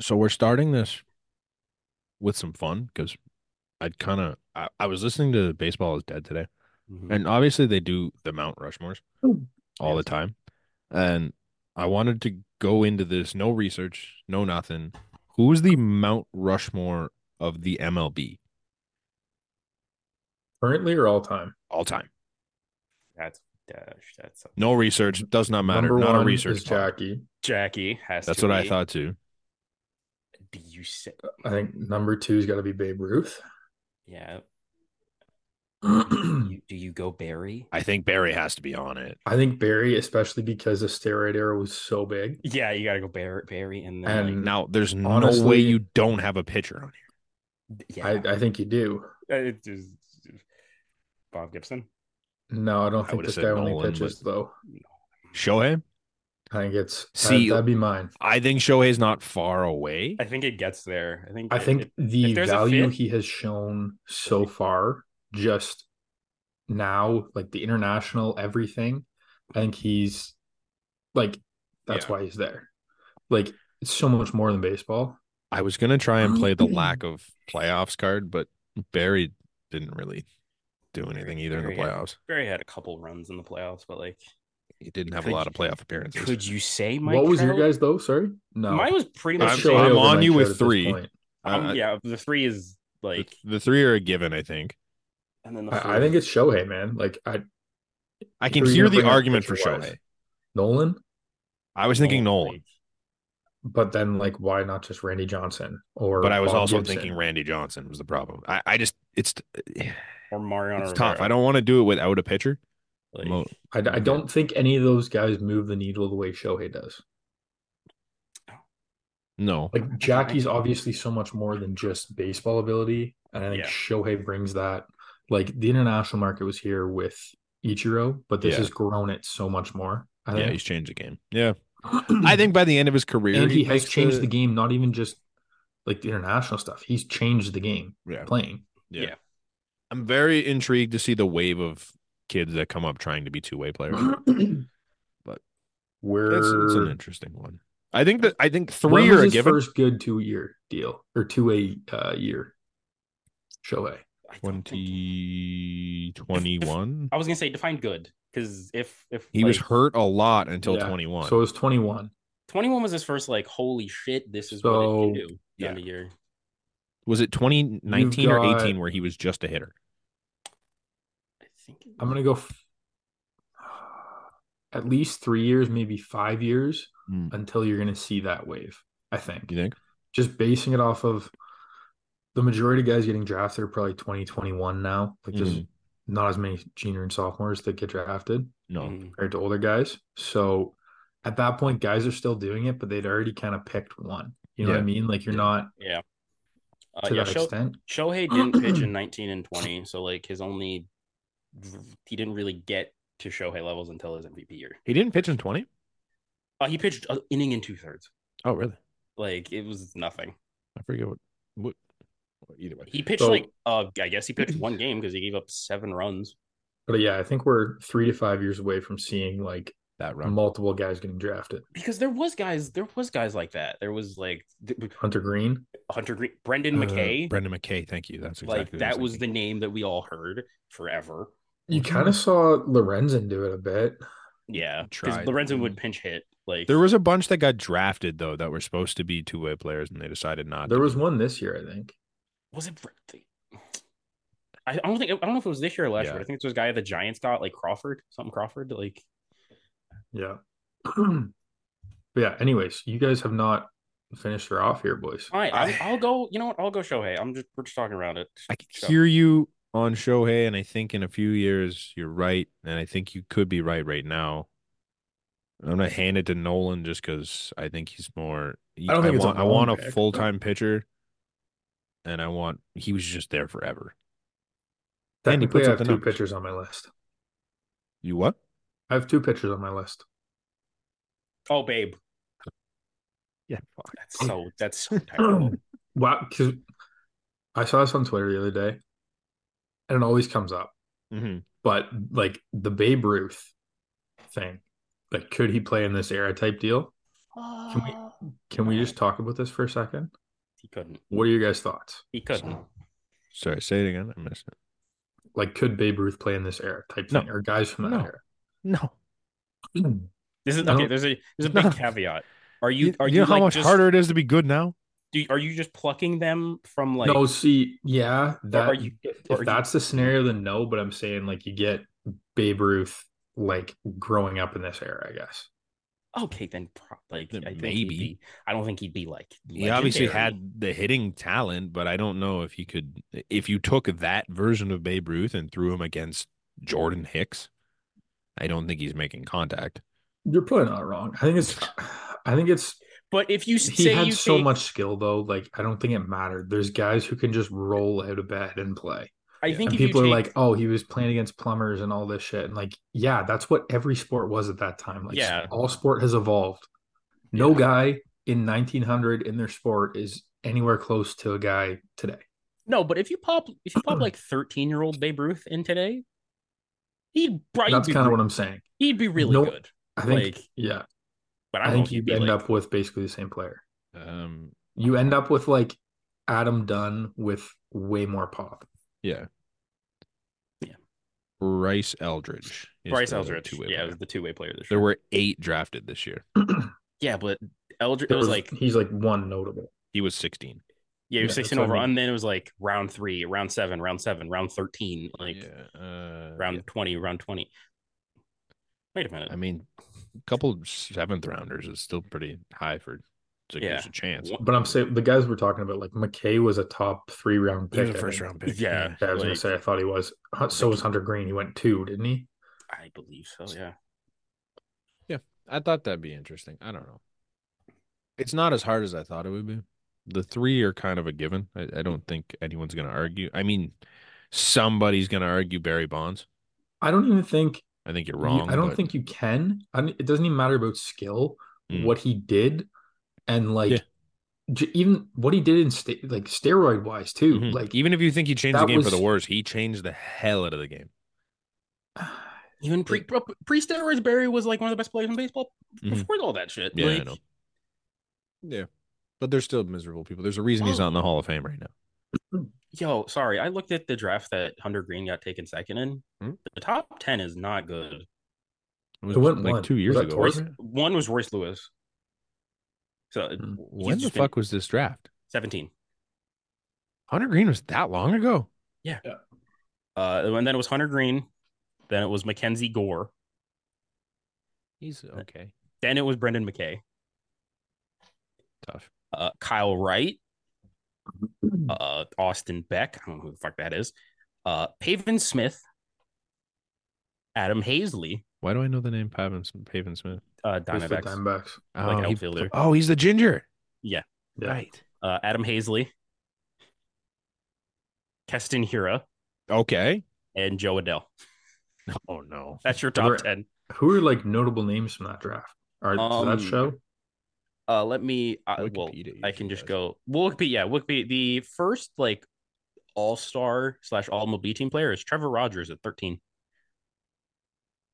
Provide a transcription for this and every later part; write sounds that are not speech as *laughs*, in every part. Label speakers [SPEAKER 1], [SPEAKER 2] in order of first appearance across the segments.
[SPEAKER 1] so we're starting this with some fun because I'd kind of I, I was listening to Baseball is Dead today, and obviously they do the Mount Rushmores
[SPEAKER 2] Ooh.
[SPEAKER 1] all the time, and I wanted to go into this no research, no nothing. Who's the Mount Rushmore of the MLB
[SPEAKER 2] Currently or all time?
[SPEAKER 1] all time?
[SPEAKER 3] That's dash. That's
[SPEAKER 1] No research does not matter.
[SPEAKER 2] Number
[SPEAKER 1] not
[SPEAKER 2] one
[SPEAKER 1] a research.
[SPEAKER 2] is
[SPEAKER 1] pod.
[SPEAKER 2] Jackie.
[SPEAKER 3] Jackie has.
[SPEAKER 1] That's
[SPEAKER 3] to
[SPEAKER 1] what I
[SPEAKER 3] be-
[SPEAKER 1] thought too.
[SPEAKER 3] Do you say?
[SPEAKER 2] I think number two's got to be Babe Ruth. *clears throat*
[SPEAKER 3] Yeah.
[SPEAKER 2] I
[SPEAKER 3] You, do you go Barry?
[SPEAKER 1] I think Barry has to be on it.
[SPEAKER 2] think Barry, especially because the steroid era was so big.
[SPEAKER 3] Yeah, you gotta go Barry. Barry, and then
[SPEAKER 2] And
[SPEAKER 1] Now, there's no way
[SPEAKER 2] Honestly-
[SPEAKER 1] you don't have a pitcher on here.
[SPEAKER 3] like, yeah,
[SPEAKER 2] I, I think you do.
[SPEAKER 3] Uh, it is Bob Gibson.
[SPEAKER 2] No, I don't
[SPEAKER 1] I
[SPEAKER 2] think
[SPEAKER 1] would've
[SPEAKER 2] this
[SPEAKER 1] said
[SPEAKER 2] guy only
[SPEAKER 1] Nolan,
[SPEAKER 2] pitches though.
[SPEAKER 1] Shohei?
[SPEAKER 2] I think it's
[SPEAKER 1] See-
[SPEAKER 2] that, that'd be mine.
[SPEAKER 1] I think Shohei's not far away.
[SPEAKER 3] I think it gets there. I think.
[SPEAKER 2] I
[SPEAKER 3] it-
[SPEAKER 2] think
[SPEAKER 3] it-
[SPEAKER 2] the
[SPEAKER 3] if there's a
[SPEAKER 2] value
[SPEAKER 3] fit-
[SPEAKER 2] he has shown so far, just now, like the international everything, I think he's like that's
[SPEAKER 1] Yeah.
[SPEAKER 2] why he's there. Like it's so much more than baseball.
[SPEAKER 1] I was gonna try and play the lack of playoffs card, but Barry didn't really do anything either in the
[SPEAKER 3] Barry had-
[SPEAKER 1] playoffs.
[SPEAKER 3] Barry had a couple runs in the playoffs, but like,
[SPEAKER 1] He didn't have
[SPEAKER 3] Could
[SPEAKER 1] a lot
[SPEAKER 3] you-
[SPEAKER 1] of playoff appearances.
[SPEAKER 3] could you say Mike?
[SPEAKER 2] what was
[SPEAKER 3] Trout?
[SPEAKER 2] your guys though? Sorry, no.
[SPEAKER 3] Mine was pretty
[SPEAKER 2] It's
[SPEAKER 1] I'm-
[SPEAKER 3] much.
[SPEAKER 2] Shohei
[SPEAKER 1] I'm
[SPEAKER 2] over
[SPEAKER 1] on
[SPEAKER 2] Mike
[SPEAKER 1] you
[SPEAKER 2] Trout
[SPEAKER 1] with
[SPEAKER 2] at this
[SPEAKER 1] three.
[SPEAKER 2] point.
[SPEAKER 1] I- I-
[SPEAKER 3] Um, yeah, the three is
[SPEAKER 1] the-
[SPEAKER 3] like,
[SPEAKER 1] the three are a given, I think.
[SPEAKER 3] and then the
[SPEAKER 2] I, I think it's Shohei, man. Like I
[SPEAKER 1] I can
[SPEAKER 2] Who are you
[SPEAKER 1] hear
[SPEAKER 2] gonna
[SPEAKER 1] the
[SPEAKER 2] bring up
[SPEAKER 1] argument for
[SPEAKER 2] pitcher-wise?
[SPEAKER 1] Shohei.
[SPEAKER 2] Nolan,
[SPEAKER 1] I was thinking
[SPEAKER 3] Oh,
[SPEAKER 1] Nolan,
[SPEAKER 3] like,
[SPEAKER 2] but then like why not just Randy Johnson or?
[SPEAKER 1] but I was
[SPEAKER 2] Bob
[SPEAKER 1] also
[SPEAKER 2] Gibson?
[SPEAKER 1] thinking Randy Johnson was the problem. I, I just it's
[SPEAKER 3] or Mariano.
[SPEAKER 1] it's tough.
[SPEAKER 3] Rivera.
[SPEAKER 1] I don't want to do it without a pitcher.
[SPEAKER 3] Like,
[SPEAKER 1] Mo-
[SPEAKER 2] I, I don't think any of those guys move the needle the way Shohei does.
[SPEAKER 1] No,
[SPEAKER 2] Like Jackie's obviously so much more than just baseball ability, and I think
[SPEAKER 3] Yeah.
[SPEAKER 2] Shohei brings that. Like the international market was here with Ichiro, but this
[SPEAKER 1] Yeah.
[SPEAKER 2] has grown it so much more. I
[SPEAKER 1] yeah,
[SPEAKER 2] think.
[SPEAKER 1] he's changed the game. Yeah, I think by the end of his career,
[SPEAKER 2] uh, and he has
[SPEAKER 1] makes
[SPEAKER 2] changed the game, not even just like the international stuff. He's changed the game
[SPEAKER 1] Yeah.
[SPEAKER 2] playing.
[SPEAKER 1] Yeah.
[SPEAKER 3] Yeah.
[SPEAKER 1] I'm very intrigued to see the wave of kids that come up trying to be two way
[SPEAKER 2] *laughs*
[SPEAKER 1] players.
[SPEAKER 2] *clears throat*
[SPEAKER 1] But
[SPEAKER 2] we're
[SPEAKER 1] That's, that's an interesting one. I think that I think
[SPEAKER 2] when
[SPEAKER 1] three
[SPEAKER 2] was
[SPEAKER 1] are a
[SPEAKER 2] his
[SPEAKER 1] given.
[SPEAKER 2] first good two year deal or two a uh, year. Shohei.
[SPEAKER 3] I don't think-
[SPEAKER 1] Twenty twenty
[SPEAKER 2] *laughs*
[SPEAKER 1] one.
[SPEAKER 3] I was gonna say define good because if if
[SPEAKER 1] He was
[SPEAKER 3] like,
[SPEAKER 1] hurt a lot until
[SPEAKER 2] Yeah.
[SPEAKER 1] 21.
[SPEAKER 2] So it was twenty one.
[SPEAKER 3] 21 was his first like holy shit this is what it
[SPEAKER 2] So-
[SPEAKER 3] can do
[SPEAKER 1] Yeah.
[SPEAKER 3] kind of year
[SPEAKER 1] was it 2019 or
[SPEAKER 2] got-
[SPEAKER 1] 18 where he was just a hitter?
[SPEAKER 3] i think it
[SPEAKER 2] I'm
[SPEAKER 3] was-
[SPEAKER 2] gonna go f- at least three years, maybe five years
[SPEAKER 1] Hmm.
[SPEAKER 2] until you're gonna see that wave. I think
[SPEAKER 1] You think?
[SPEAKER 2] just basing it off of the majority of guys getting drafted are probably 2021 now. Like there's
[SPEAKER 1] Mhm.
[SPEAKER 2] not as many junior and sophomores that get drafted
[SPEAKER 1] No.
[SPEAKER 3] Mhm.
[SPEAKER 2] compared to older guys. So at that point, guys are still doing it, but they'd already kind of picked one. You know what I
[SPEAKER 1] Yeah.
[SPEAKER 2] mean? Like you're
[SPEAKER 1] Yeah.
[SPEAKER 2] not
[SPEAKER 3] yeah uh,
[SPEAKER 2] to
[SPEAKER 3] yeah
[SPEAKER 2] that
[SPEAKER 3] Sho-
[SPEAKER 2] extent.
[SPEAKER 3] shohei didn't pitch in 19 and
[SPEAKER 2] *clears throat*
[SPEAKER 3] 20 so like his only he didn't really get to shohei levels until his mvp year
[SPEAKER 1] He didn't pitch in 20?
[SPEAKER 3] uh, he pitched an inning and two-thirds
[SPEAKER 1] Oh, really?
[SPEAKER 3] like it was nothing
[SPEAKER 1] I forget what. what well, either way.
[SPEAKER 3] he pitched
[SPEAKER 2] So-
[SPEAKER 3] like uh i guess he
[SPEAKER 2] *clears throat*
[SPEAKER 3] pitched one game because he gave up seven runs
[SPEAKER 2] But yeah, I think we're three to five years away from seeing like
[SPEAKER 1] That round.
[SPEAKER 2] multiple guys getting drafted.
[SPEAKER 3] because there was guys there was guys like that there was like th-
[SPEAKER 2] Hunter Green.
[SPEAKER 3] hunter green brendan
[SPEAKER 2] Uh,
[SPEAKER 3] mckay
[SPEAKER 1] Brendan McKay. Thank you. That's exactly
[SPEAKER 3] like
[SPEAKER 1] what I
[SPEAKER 3] that was the
[SPEAKER 1] thinking.
[SPEAKER 3] name that we all heard forever.
[SPEAKER 2] You kind of saw Lorenzen do it a bit.
[SPEAKER 3] Yeah, because
[SPEAKER 1] Tried. Mm-hmm.
[SPEAKER 3] Lorenzo would pinch hit. Like
[SPEAKER 1] There was a bunch that got drafted though that were supposed to be two way players and they decided not.
[SPEAKER 2] There
[SPEAKER 1] to
[SPEAKER 2] was
[SPEAKER 1] be.
[SPEAKER 2] one this year, I think.
[SPEAKER 3] was it. I don't think I don't know if it was this year or last
[SPEAKER 1] Yeah.
[SPEAKER 3] year. I think it was a guy the Giants got like Crawford, something Crawford. Like
[SPEAKER 2] Yeah. *clears throat* but yeah, anyways, you guys have not finished her off here, boys.
[SPEAKER 3] all right, I,
[SPEAKER 1] I-
[SPEAKER 3] I'll go. You know what? I'll go Shohei. I'm just we're just talking around it.
[SPEAKER 1] I can
[SPEAKER 3] Show-
[SPEAKER 1] hear you on Shohei, and I think in a few years you're right, and I think you could be right right now. I'm gonna hand it to Nolan just because I think he's more. I
[SPEAKER 2] don't think it's a
[SPEAKER 1] want, I want
[SPEAKER 2] Nolan
[SPEAKER 1] a
[SPEAKER 2] pick.
[SPEAKER 1] full time pitcher, and I want he was just there forever. And he
[SPEAKER 2] Technically,
[SPEAKER 1] puts
[SPEAKER 2] I
[SPEAKER 1] up
[SPEAKER 2] have
[SPEAKER 1] the
[SPEAKER 2] two
[SPEAKER 1] numbers.
[SPEAKER 2] pitchers on my list.
[SPEAKER 1] You what?
[SPEAKER 2] I have two pitchers on my list.
[SPEAKER 3] Oh, babe,
[SPEAKER 1] Yeah,
[SPEAKER 3] that's so that's
[SPEAKER 1] *clears throat*
[SPEAKER 3] so terrible.
[SPEAKER 2] *clears throat* wow, because I saw this on Twitter the other day, and it always comes up.
[SPEAKER 1] hmm
[SPEAKER 2] But like the Babe Ruth thing, like could he play in this era type deal? Can we Can we just talk about this for a second?
[SPEAKER 3] Ah. He couldn't.
[SPEAKER 2] What are your guys' thoughts?
[SPEAKER 3] He couldn't.
[SPEAKER 1] Sorry, say it again. I missed it.
[SPEAKER 2] Like, could Babe Ruth play in this era type
[SPEAKER 1] No.
[SPEAKER 2] thing, or guys from that
[SPEAKER 1] No. No.
[SPEAKER 2] era? *clears throat*
[SPEAKER 3] This is
[SPEAKER 2] I
[SPEAKER 3] okay.
[SPEAKER 2] don't-
[SPEAKER 3] There's a there's a big
[SPEAKER 1] No.
[SPEAKER 3] caveat. Are you are
[SPEAKER 1] you
[SPEAKER 3] you,
[SPEAKER 1] know how
[SPEAKER 3] like,
[SPEAKER 1] much
[SPEAKER 3] just-
[SPEAKER 1] harder it is to be good now?
[SPEAKER 3] do- are you just plucking them from like
[SPEAKER 2] no, see, yeah, that
[SPEAKER 3] are you-
[SPEAKER 2] if,
[SPEAKER 3] or are you-
[SPEAKER 2] if that's the scenario, then no. But I'm saying like you get Babe Ruth like growing up in this era, I guess.
[SPEAKER 3] okay then pro- like
[SPEAKER 1] Then
[SPEAKER 3] I think he'd
[SPEAKER 1] maybe.
[SPEAKER 3] be, I don't think he'd be like
[SPEAKER 1] He obviously
[SPEAKER 3] legendary.
[SPEAKER 1] had the hitting talent, but I don't know if he could. If you took that version of Babe Ruth and threw him against Jordan Hicks, I don't think he's making contact.
[SPEAKER 2] You're probably not wrong. I think it's, I think it's
[SPEAKER 3] but if you
[SPEAKER 2] *laughs* he
[SPEAKER 3] say
[SPEAKER 2] had
[SPEAKER 3] you
[SPEAKER 2] so
[SPEAKER 3] take-
[SPEAKER 2] much skill though. Like I don't think it mattered. There's guys who can just roll out of bed and play.
[SPEAKER 3] I
[SPEAKER 1] Yeah.
[SPEAKER 3] think
[SPEAKER 2] And
[SPEAKER 3] if
[SPEAKER 2] people
[SPEAKER 3] you
[SPEAKER 2] are
[SPEAKER 3] take-
[SPEAKER 2] like, oh, he was playing against plumbers and all this shit. And like, yeah, that's what every sport was at that time. Like,
[SPEAKER 3] Yeah.
[SPEAKER 2] all sport has evolved. No guy in 1900 in their sport is anywhere close to a guy today.
[SPEAKER 3] No, but if you pop if you
[SPEAKER 2] *clears throat*
[SPEAKER 3] pop like 13 year old Babe Ruth in today, he'd probably
[SPEAKER 2] that's
[SPEAKER 3] be
[SPEAKER 2] kind of
[SPEAKER 3] re-
[SPEAKER 2] what I'm saying.
[SPEAKER 3] he'd be really
[SPEAKER 2] No,
[SPEAKER 3] good.
[SPEAKER 2] I think,
[SPEAKER 3] Like,
[SPEAKER 2] yeah,
[SPEAKER 3] But I,
[SPEAKER 2] I
[SPEAKER 3] don't
[SPEAKER 2] think
[SPEAKER 3] know
[SPEAKER 2] you
[SPEAKER 3] if he'd be
[SPEAKER 2] end
[SPEAKER 3] like,
[SPEAKER 2] up with basically the same player.
[SPEAKER 1] Um,
[SPEAKER 2] You end up with like Adam Dunn with way more pop.
[SPEAKER 1] yeah,
[SPEAKER 3] Yeah.
[SPEAKER 1] Bryce Eldridge. is
[SPEAKER 3] Bryce
[SPEAKER 1] the
[SPEAKER 3] Eldridge.
[SPEAKER 1] two-way
[SPEAKER 3] Yeah, it
[SPEAKER 1] player.
[SPEAKER 3] was the two way player this
[SPEAKER 1] there
[SPEAKER 3] year.
[SPEAKER 1] were eight drafted this year.
[SPEAKER 3] yeah, but Eldridge it
[SPEAKER 2] There
[SPEAKER 3] was like
[SPEAKER 2] he's like one notable.
[SPEAKER 1] He was sixteen.
[SPEAKER 3] yeah, you're
[SPEAKER 2] yeah,
[SPEAKER 3] six
[SPEAKER 2] that's
[SPEAKER 3] and
[SPEAKER 2] what I
[SPEAKER 3] over,
[SPEAKER 2] mean.
[SPEAKER 3] and then it was like round three, round seven, round seven, round thirteen, like
[SPEAKER 1] yeah, uh,
[SPEAKER 3] round
[SPEAKER 1] yeah.
[SPEAKER 3] twenty, round twenty. Wait a minute.
[SPEAKER 1] I mean, a couple seventh rounders is still pretty high for. It's like
[SPEAKER 3] Yeah.
[SPEAKER 1] there's a chance.
[SPEAKER 3] One-
[SPEAKER 2] But I'm saying the guys we're talking about, like McKay was a top three round
[SPEAKER 1] He
[SPEAKER 2] pick.
[SPEAKER 1] was a
[SPEAKER 2] I
[SPEAKER 1] first
[SPEAKER 2] think.
[SPEAKER 1] round pick.
[SPEAKER 3] Yeah.
[SPEAKER 2] Yeah, I was gonna
[SPEAKER 3] Like-
[SPEAKER 2] say I thought he was. Hun- So was Hunter Green. He went two, didn't he?
[SPEAKER 3] I believe so. Yeah.
[SPEAKER 1] I thought that'd be interesting. I don't know. It's not as hard as I thought it would be. The three are kind of a given. I, I don't think anyone's going to argue. I mean, somebody's going to argue Barry Bonds.
[SPEAKER 2] I don't even think.
[SPEAKER 1] I think you're
[SPEAKER 2] you-
[SPEAKER 1] wrong.
[SPEAKER 2] I don't
[SPEAKER 1] but-
[SPEAKER 2] think you can. I mean, it doesn't even matter about skill.
[SPEAKER 1] Mm.
[SPEAKER 2] What he did, and like
[SPEAKER 1] Yeah.
[SPEAKER 2] j- even what he did in sta- like steroid wise too.
[SPEAKER 1] Mhm.
[SPEAKER 2] Like *sighs*
[SPEAKER 1] even *clears throat* if you think he changed the
[SPEAKER 2] that
[SPEAKER 1] game for the
[SPEAKER 2] was-
[SPEAKER 1] worse, he changed the hell out of the game.
[SPEAKER 3] Even pre pre steroids, Barry was like one of the best players in baseball before all that shit.
[SPEAKER 1] Mm-hmm. Yeah, I
[SPEAKER 3] like,
[SPEAKER 1] know. Yeah, but they're still miserable people. There's a reason he's
[SPEAKER 3] Oh.
[SPEAKER 1] not in the Hall of Fame right now.
[SPEAKER 3] Yo, sorry. I looked at the draft that Hunter Green got taken second in.
[SPEAKER 1] Hmm?
[SPEAKER 3] The top 10 is not good.
[SPEAKER 1] It was
[SPEAKER 2] It went
[SPEAKER 1] like
[SPEAKER 2] one.
[SPEAKER 1] two
[SPEAKER 2] Was
[SPEAKER 1] years
[SPEAKER 2] that
[SPEAKER 1] ago.
[SPEAKER 2] Torres?
[SPEAKER 1] wasn't it?
[SPEAKER 3] One was Royce Lewis. So uh,
[SPEAKER 2] Hmm.
[SPEAKER 3] he's
[SPEAKER 1] When the
[SPEAKER 3] just been
[SPEAKER 1] fuck was this draft?
[SPEAKER 3] 17.
[SPEAKER 1] Hunter Green was that long ago.
[SPEAKER 3] Uh, and then it was Hunter Green. Then it was Mackenzie Gore.
[SPEAKER 1] He's okay.
[SPEAKER 3] Then it was Brendan McKay.
[SPEAKER 1] Tough.
[SPEAKER 3] Uh, Kyle Wright. Uh, Austin Beck. I don't know who the fuck that is. Uh, Paven Smith. Adam Hazley.
[SPEAKER 1] Why do I know the name Pavin, Pavin Smith?
[SPEAKER 3] Uh,
[SPEAKER 2] It was the
[SPEAKER 3] Diamondbacks.
[SPEAKER 2] Diamondbacks.
[SPEAKER 3] Like
[SPEAKER 1] he-
[SPEAKER 3] outfielder.
[SPEAKER 1] oh, he's the ginger.
[SPEAKER 2] Yeah.
[SPEAKER 1] Right.
[SPEAKER 3] uh, Adam Hazley, Keston Hira,
[SPEAKER 1] Okay.
[SPEAKER 3] and Joe Adele.
[SPEAKER 1] Oh no.
[SPEAKER 3] That's your
[SPEAKER 2] Are
[SPEAKER 3] top
[SPEAKER 2] there-
[SPEAKER 3] ten.
[SPEAKER 2] Who are like notable names from that draft? Or does
[SPEAKER 3] Um,
[SPEAKER 2] that show?
[SPEAKER 3] Uh, let me. Uh, well,
[SPEAKER 1] Wikipedia
[SPEAKER 3] I can just
[SPEAKER 1] usually
[SPEAKER 3] go. Wikipedia. Yeah, Wikipedia. The first like All Star slash All MLB team player is Trevor Rogers at thirteen.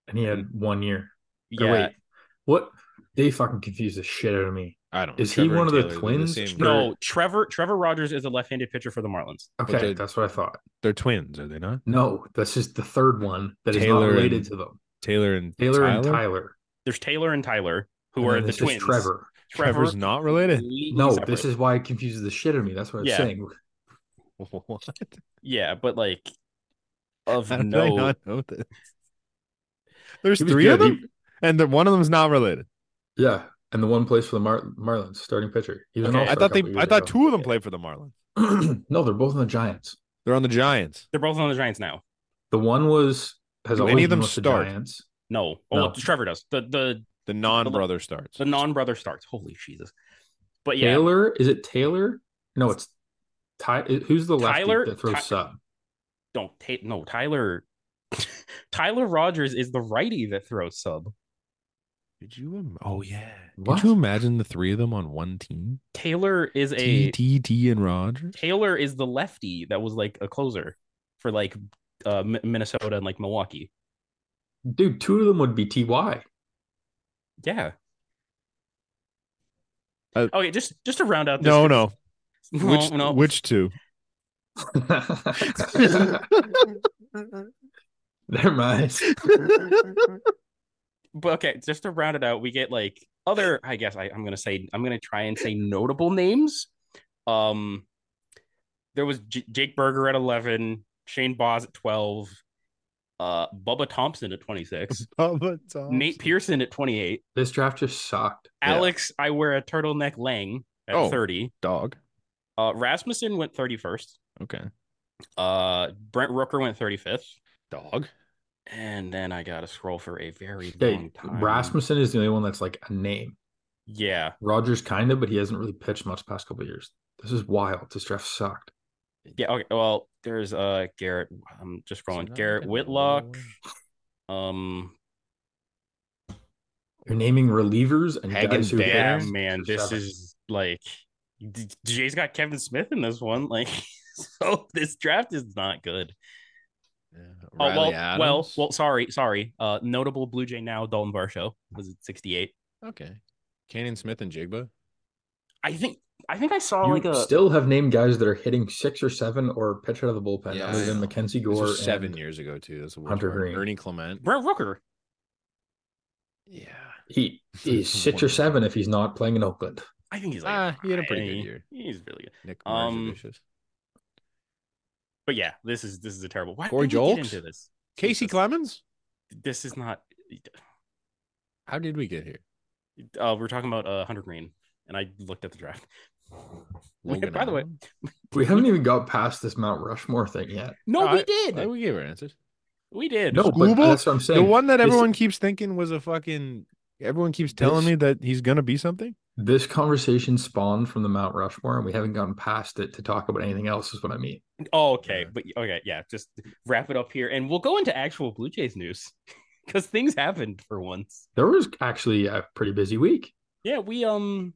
[SPEAKER 2] And he had one year. Or
[SPEAKER 3] Yeah.
[SPEAKER 2] wait, what? They fucking confused the shit out of me.
[SPEAKER 1] I don't.
[SPEAKER 2] Is he one of the
[SPEAKER 1] they're
[SPEAKER 2] twins?
[SPEAKER 1] same-
[SPEAKER 2] No.
[SPEAKER 1] they're-
[SPEAKER 3] No, Trevor Trevor Rogers is a left-handed pitcher for the Marlins.
[SPEAKER 2] Okay,
[SPEAKER 1] they-
[SPEAKER 2] that's what I thought.
[SPEAKER 1] They're twins, are they not?
[SPEAKER 2] No, that's just the third one that is
[SPEAKER 1] Taylor
[SPEAKER 2] not related
[SPEAKER 1] and-
[SPEAKER 2] to them.
[SPEAKER 1] Taylor and
[SPEAKER 2] Taylor
[SPEAKER 1] Tyler?
[SPEAKER 2] and Tyler,
[SPEAKER 3] There's Taylor and Tyler, who
[SPEAKER 2] And
[SPEAKER 3] are
[SPEAKER 2] then
[SPEAKER 3] the
[SPEAKER 2] this is
[SPEAKER 3] twins.
[SPEAKER 2] Trevor.
[SPEAKER 3] Trevor-
[SPEAKER 1] Trevor's
[SPEAKER 3] *laughs*
[SPEAKER 1] not related. *laughs*
[SPEAKER 3] completely
[SPEAKER 2] No,
[SPEAKER 3] separate.
[SPEAKER 2] this is why it confuses the shit out of me. That's what I'm
[SPEAKER 3] Yeah.
[SPEAKER 2] saying.
[SPEAKER 1] What?
[SPEAKER 3] yeah, but like of
[SPEAKER 1] How did I
[SPEAKER 3] no.
[SPEAKER 1] not know this? There's
[SPEAKER 2] He was
[SPEAKER 1] three of
[SPEAKER 2] good.
[SPEAKER 1] them,
[SPEAKER 2] He-
[SPEAKER 1] and the, one of them's not related.
[SPEAKER 2] yeah, and the one place for the Mar- Marlins starting pitcher. He was an
[SPEAKER 3] Okay.
[SPEAKER 2] all-star
[SPEAKER 1] I thought
[SPEAKER 2] a
[SPEAKER 1] they.
[SPEAKER 2] couple
[SPEAKER 1] I
[SPEAKER 2] years
[SPEAKER 1] thought
[SPEAKER 2] ago.
[SPEAKER 1] two of them played for the Marlins.
[SPEAKER 2] *clears throat* no, they're both in the Giants.
[SPEAKER 1] They're on the Giants.
[SPEAKER 3] They're both on the Giants now.
[SPEAKER 2] The one was has
[SPEAKER 1] Do
[SPEAKER 2] always
[SPEAKER 1] any of them
[SPEAKER 2] been with
[SPEAKER 1] start?
[SPEAKER 2] the Giants.
[SPEAKER 3] No. Oh,
[SPEAKER 2] No.
[SPEAKER 3] well, Trevor does. The the
[SPEAKER 1] The non-brother starts.
[SPEAKER 3] the non-brother starts. Holy Jesus! But yeah,
[SPEAKER 2] Taylor is it Taylor? No, it's Ty. Who's the lefty
[SPEAKER 3] Tyler-
[SPEAKER 2] that throws
[SPEAKER 3] Ty-
[SPEAKER 2] sub?
[SPEAKER 3] don't take no Tyler. *laughs* Tyler Rogers is the righty that throws sub.
[SPEAKER 1] Did you? Im- oh yeah.
[SPEAKER 2] What?
[SPEAKER 1] Could you imagine the three of them on one team?
[SPEAKER 3] Taylor is a
[SPEAKER 1] T T T and Rogers.
[SPEAKER 3] Taylor is the lefty that was like a closer for like uh, Mi- Minnesota and like Milwaukee. *laughs*
[SPEAKER 2] Dude, two of them would be Ty.
[SPEAKER 3] Yeah,
[SPEAKER 1] I Uh,
[SPEAKER 3] okay, just just to round out. This
[SPEAKER 1] No, no.
[SPEAKER 3] *laughs* no,
[SPEAKER 1] which
[SPEAKER 3] no.
[SPEAKER 1] which
[SPEAKER 3] *laughs*
[SPEAKER 1] two?
[SPEAKER 2] *laughs* Never mind.
[SPEAKER 3] But okay, just to round it out, we get like other. I guess I, I'm gonna say I'm gonna try and say notable names. Um, there was J- Jake Berger at 11, Shane Boz at 12, uh, Bubba Thompson at 26,
[SPEAKER 1] Bubba
[SPEAKER 3] Nate
[SPEAKER 1] Thompson.
[SPEAKER 3] Pearson at 28,
[SPEAKER 2] This draft just sucked.
[SPEAKER 1] Yeah.
[SPEAKER 3] Alex I wear a turtleneck Lang at
[SPEAKER 1] Oh.
[SPEAKER 3] 30.
[SPEAKER 1] Dog.
[SPEAKER 3] Uh, Rasmussen went 31st.
[SPEAKER 1] Okay.
[SPEAKER 3] Uh, Brent Rooker went 35th.
[SPEAKER 1] Dog.
[SPEAKER 3] And then I gotta scroll for a very long
[SPEAKER 2] Hey,
[SPEAKER 3] time.
[SPEAKER 2] Rasmussen is the only one that's like a name.
[SPEAKER 3] Yeah.
[SPEAKER 2] Rogers kind of, but he hasn't really pitched much past couple of years. This is wild. This draft sucked.
[SPEAKER 3] Yeah. Okay. Well, there's uh Garrett. I'm just
[SPEAKER 1] So
[SPEAKER 3] scrolling.
[SPEAKER 1] now
[SPEAKER 3] Garrett
[SPEAKER 1] look at the
[SPEAKER 3] Whitlock.
[SPEAKER 1] lower-
[SPEAKER 3] Um.
[SPEAKER 2] You're naming relievers and
[SPEAKER 1] Hagen
[SPEAKER 2] guys who
[SPEAKER 1] Bader?
[SPEAKER 3] Yeah,
[SPEAKER 1] Bears?
[SPEAKER 3] man.
[SPEAKER 2] Through
[SPEAKER 3] This
[SPEAKER 2] seven.
[SPEAKER 3] is like D- Jay's got Kevin Smith in this one. *laughs* Like, so this draft is not good.
[SPEAKER 1] Yeah.
[SPEAKER 3] Oh
[SPEAKER 1] Riley
[SPEAKER 3] well, well,
[SPEAKER 1] Adams?
[SPEAKER 3] well. Sorry, sorry. Uh, notable Blue Jay now. Dalton Varsho was at 68.
[SPEAKER 1] Okay. Cannon Smith and Jigba.
[SPEAKER 3] I think. I think I
[SPEAKER 1] Oh,
[SPEAKER 3] saw
[SPEAKER 2] You
[SPEAKER 3] like a.
[SPEAKER 2] still have named guys that are hitting six or seven or pitch out of the bullpen
[SPEAKER 1] Yeah,
[SPEAKER 2] other
[SPEAKER 1] I
[SPEAKER 2] than
[SPEAKER 1] know.
[SPEAKER 2] Mackenzie
[SPEAKER 1] This
[SPEAKER 2] Gore.
[SPEAKER 1] was seven
[SPEAKER 2] and
[SPEAKER 1] years ago too. That's the worst
[SPEAKER 2] Hunter
[SPEAKER 1] part.
[SPEAKER 2] Green.
[SPEAKER 1] Ernie Clement.
[SPEAKER 3] Brent Rooker.
[SPEAKER 1] Yeah.
[SPEAKER 2] He is six or seven if he's not playing in Oakland.
[SPEAKER 3] I think he's like.
[SPEAKER 1] Ah, he had a pretty
[SPEAKER 3] fine.
[SPEAKER 1] good year.
[SPEAKER 3] He's really good.
[SPEAKER 1] Nick
[SPEAKER 3] Um,
[SPEAKER 1] Marzavicius.
[SPEAKER 3] But yeah, this is this is a terrible. Why
[SPEAKER 1] Corey
[SPEAKER 3] did we get
[SPEAKER 1] Jolks?
[SPEAKER 3] into this?
[SPEAKER 1] Casey
[SPEAKER 3] Jesus.
[SPEAKER 1] Clemens.
[SPEAKER 3] This is not.
[SPEAKER 1] How did we get here?
[SPEAKER 3] Uh, we're talking about uh, Hunter Green, and I looked at the draft. Wait,
[SPEAKER 1] Logan
[SPEAKER 3] by the way,
[SPEAKER 1] Allen?
[SPEAKER 2] We haven't even got past this Mount Rushmore thing yet.
[SPEAKER 3] no,
[SPEAKER 1] I-
[SPEAKER 3] we did,
[SPEAKER 1] Well, we gave our answers.
[SPEAKER 3] Uh, we did.
[SPEAKER 2] No, but
[SPEAKER 1] Scoobal?
[SPEAKER 2] that's what I'm
[SPEAKER 1] The
[SPEAKER 2] saying.
[SPEAKER 1] one that
[SPEAKER 2] this-
[SPEAKER 1] everyone keeps thinking was a fucking. Everyone keeps telling
[SPEAKER 2] This-
[SPEAKER 1] me that he's gonna be something.
[SPEAKER 2] this conversation spawned from the Mount Rushmore, and we haven't gotten past it to talk about anything else. Is what I mean.
[SPEAKER 3] *laughs* Oh, okay,
[SPEAKER 1] Yeah.
[SPEAKER 3] but okay, yeah. Just wrap it up here, and we'll go into actual Blue Jays news *laughs* because things happened for once.
[SPEAKER 2] There was actually a pretty busy week.
[SPEAKER 3] Yeah, we um,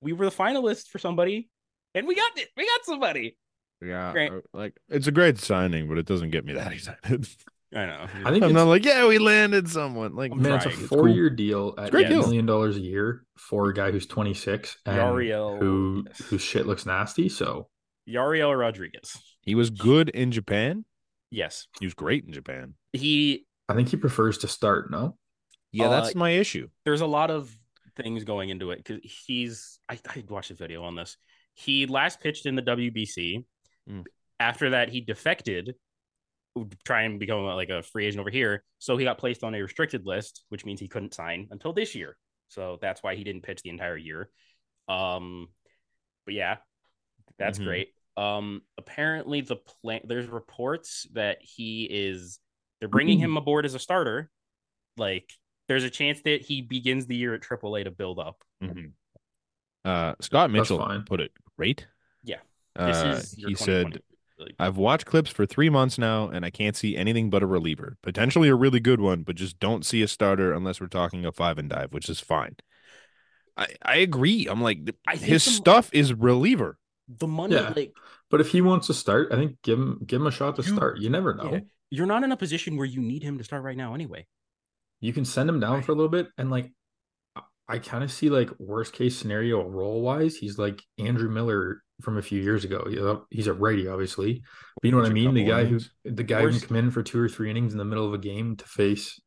[SPEAKER 3] we were the finalists for somebody, and we got it. We got somebody.
[SPEAKER 1] Yeah,
[SPEAKER 3] Great.
[SPEAKER 1] uh, like it's a great signing, but it doesn't get me that *laughs* excited.
[SPEAKER 3] I know.
[SPEAKER 2] I think
[SPEAKER 1] I'm
[SPEAKER 2] it's,
[SPEAKER 1] not like, yeah, we landed someone. Like,
[SPEAKER 2] man, it's a
[SPEAKER 3] trying. It's
[SPEAKER 1] cool.
[SPEAKER 2] four-year deal at
[SPEAKER 1] great
[SPEAKER 2] eight
[SPEAKER 1] deal.
[SPEAKER 2] million dollars a year for a guy who's 26 and
[SPEAKER 3] Yariel.
[SPEAKER 2] who whose shit looks nasty. So
[SPEAKER 3] Yariel Rodriguez.
[SPEAKER 1] he was good in Japan.
[SPEAKER 3] Yes,
[SPEAKER 1] He was great in Japan.
[SPEAKER 3] he.
[SPEAKER 2] I think he prefers to start. No,
[SPEAKER 1] Yeah,
[SPEAKER 3] Uh,
[SPEAKER 1] that's my issue.
[SPEAKER 3] There's a lot of things going into it because he's. I, I watched a video on this. He last pitched in the WBC.
[SPEAKER 1] Mm.
[SPEAKER 3] After that, he defected, to try and become uh, like a free agent over here. So he got placed on a restricted list, which means he couldn't sign until this year. So that's why he didn't pitch the entire year. Um, but yeah, that's
[SPEAKER 1] Mhm.
[SPEAKER 3] great. Um, apparently the plan. There's reports that he is. They're bringing
[SPEAKER 1] Mm-hmm.
[SPEAKER 3] him aboard as a starter. Like, there's a chance that he begins the year at AAA to build up.
[SPEAKER 1] Mhm. Uh, Scott Mitchell
[SPEAKER 2] fine.
[SPEAKER 1] put it great.
[SPEAKER 3] Yeah. This
[SPEAKER 1] Uh,
[SPEAKER 3] is your
[SPEAKER 1] he
[SPEAKER 3] 2020.
[SPEAKER 1] said,
[SPEAKER 3] Like,
[SPEAKER 1] I've watched clips for three months now, and I can't see anything but a reliever. Potentially a really good one, but just don't see a starter unless we're talking a five and dive, which is fine. I, I agree. I'm like, th-
[SPEAKER 3] I think
[SPEAKER 1] his
[SPEAKER 3] the-
[SPEAKER 1] stuff is reliever.
[SPEAKER 3] the money,
[SPEAKER 2] Yeah.
[SPEAKER 3] like,
[SPEAKER 2] but if he wants to start, I think give him give him a shot to
[SPEAKER 3] You-
[SPEAKER 2] start. You never know.
[SPEAKER 3] yeah, you're not in a position where you need him to start right now anyway.
[SPEAKER 2] You can send him down for a little bit, and like I- I kind of see like worst case scenario role wise, he's like Andrew Miller from a few years ago. He's a- He's a righty, obviously, but you know what I
[SPEAKER 1] Pitch a
[SPEAKER 2] mean. The
[SPEAKER 1] couple
[SPEAKER 2] guy who
[SPEAKER 1] innings.
[SPEAKER 2] the guy who can
[SPEAKER 3] Worst-
[SPEAKER 2] come in for two or three innings in the middle of a game to face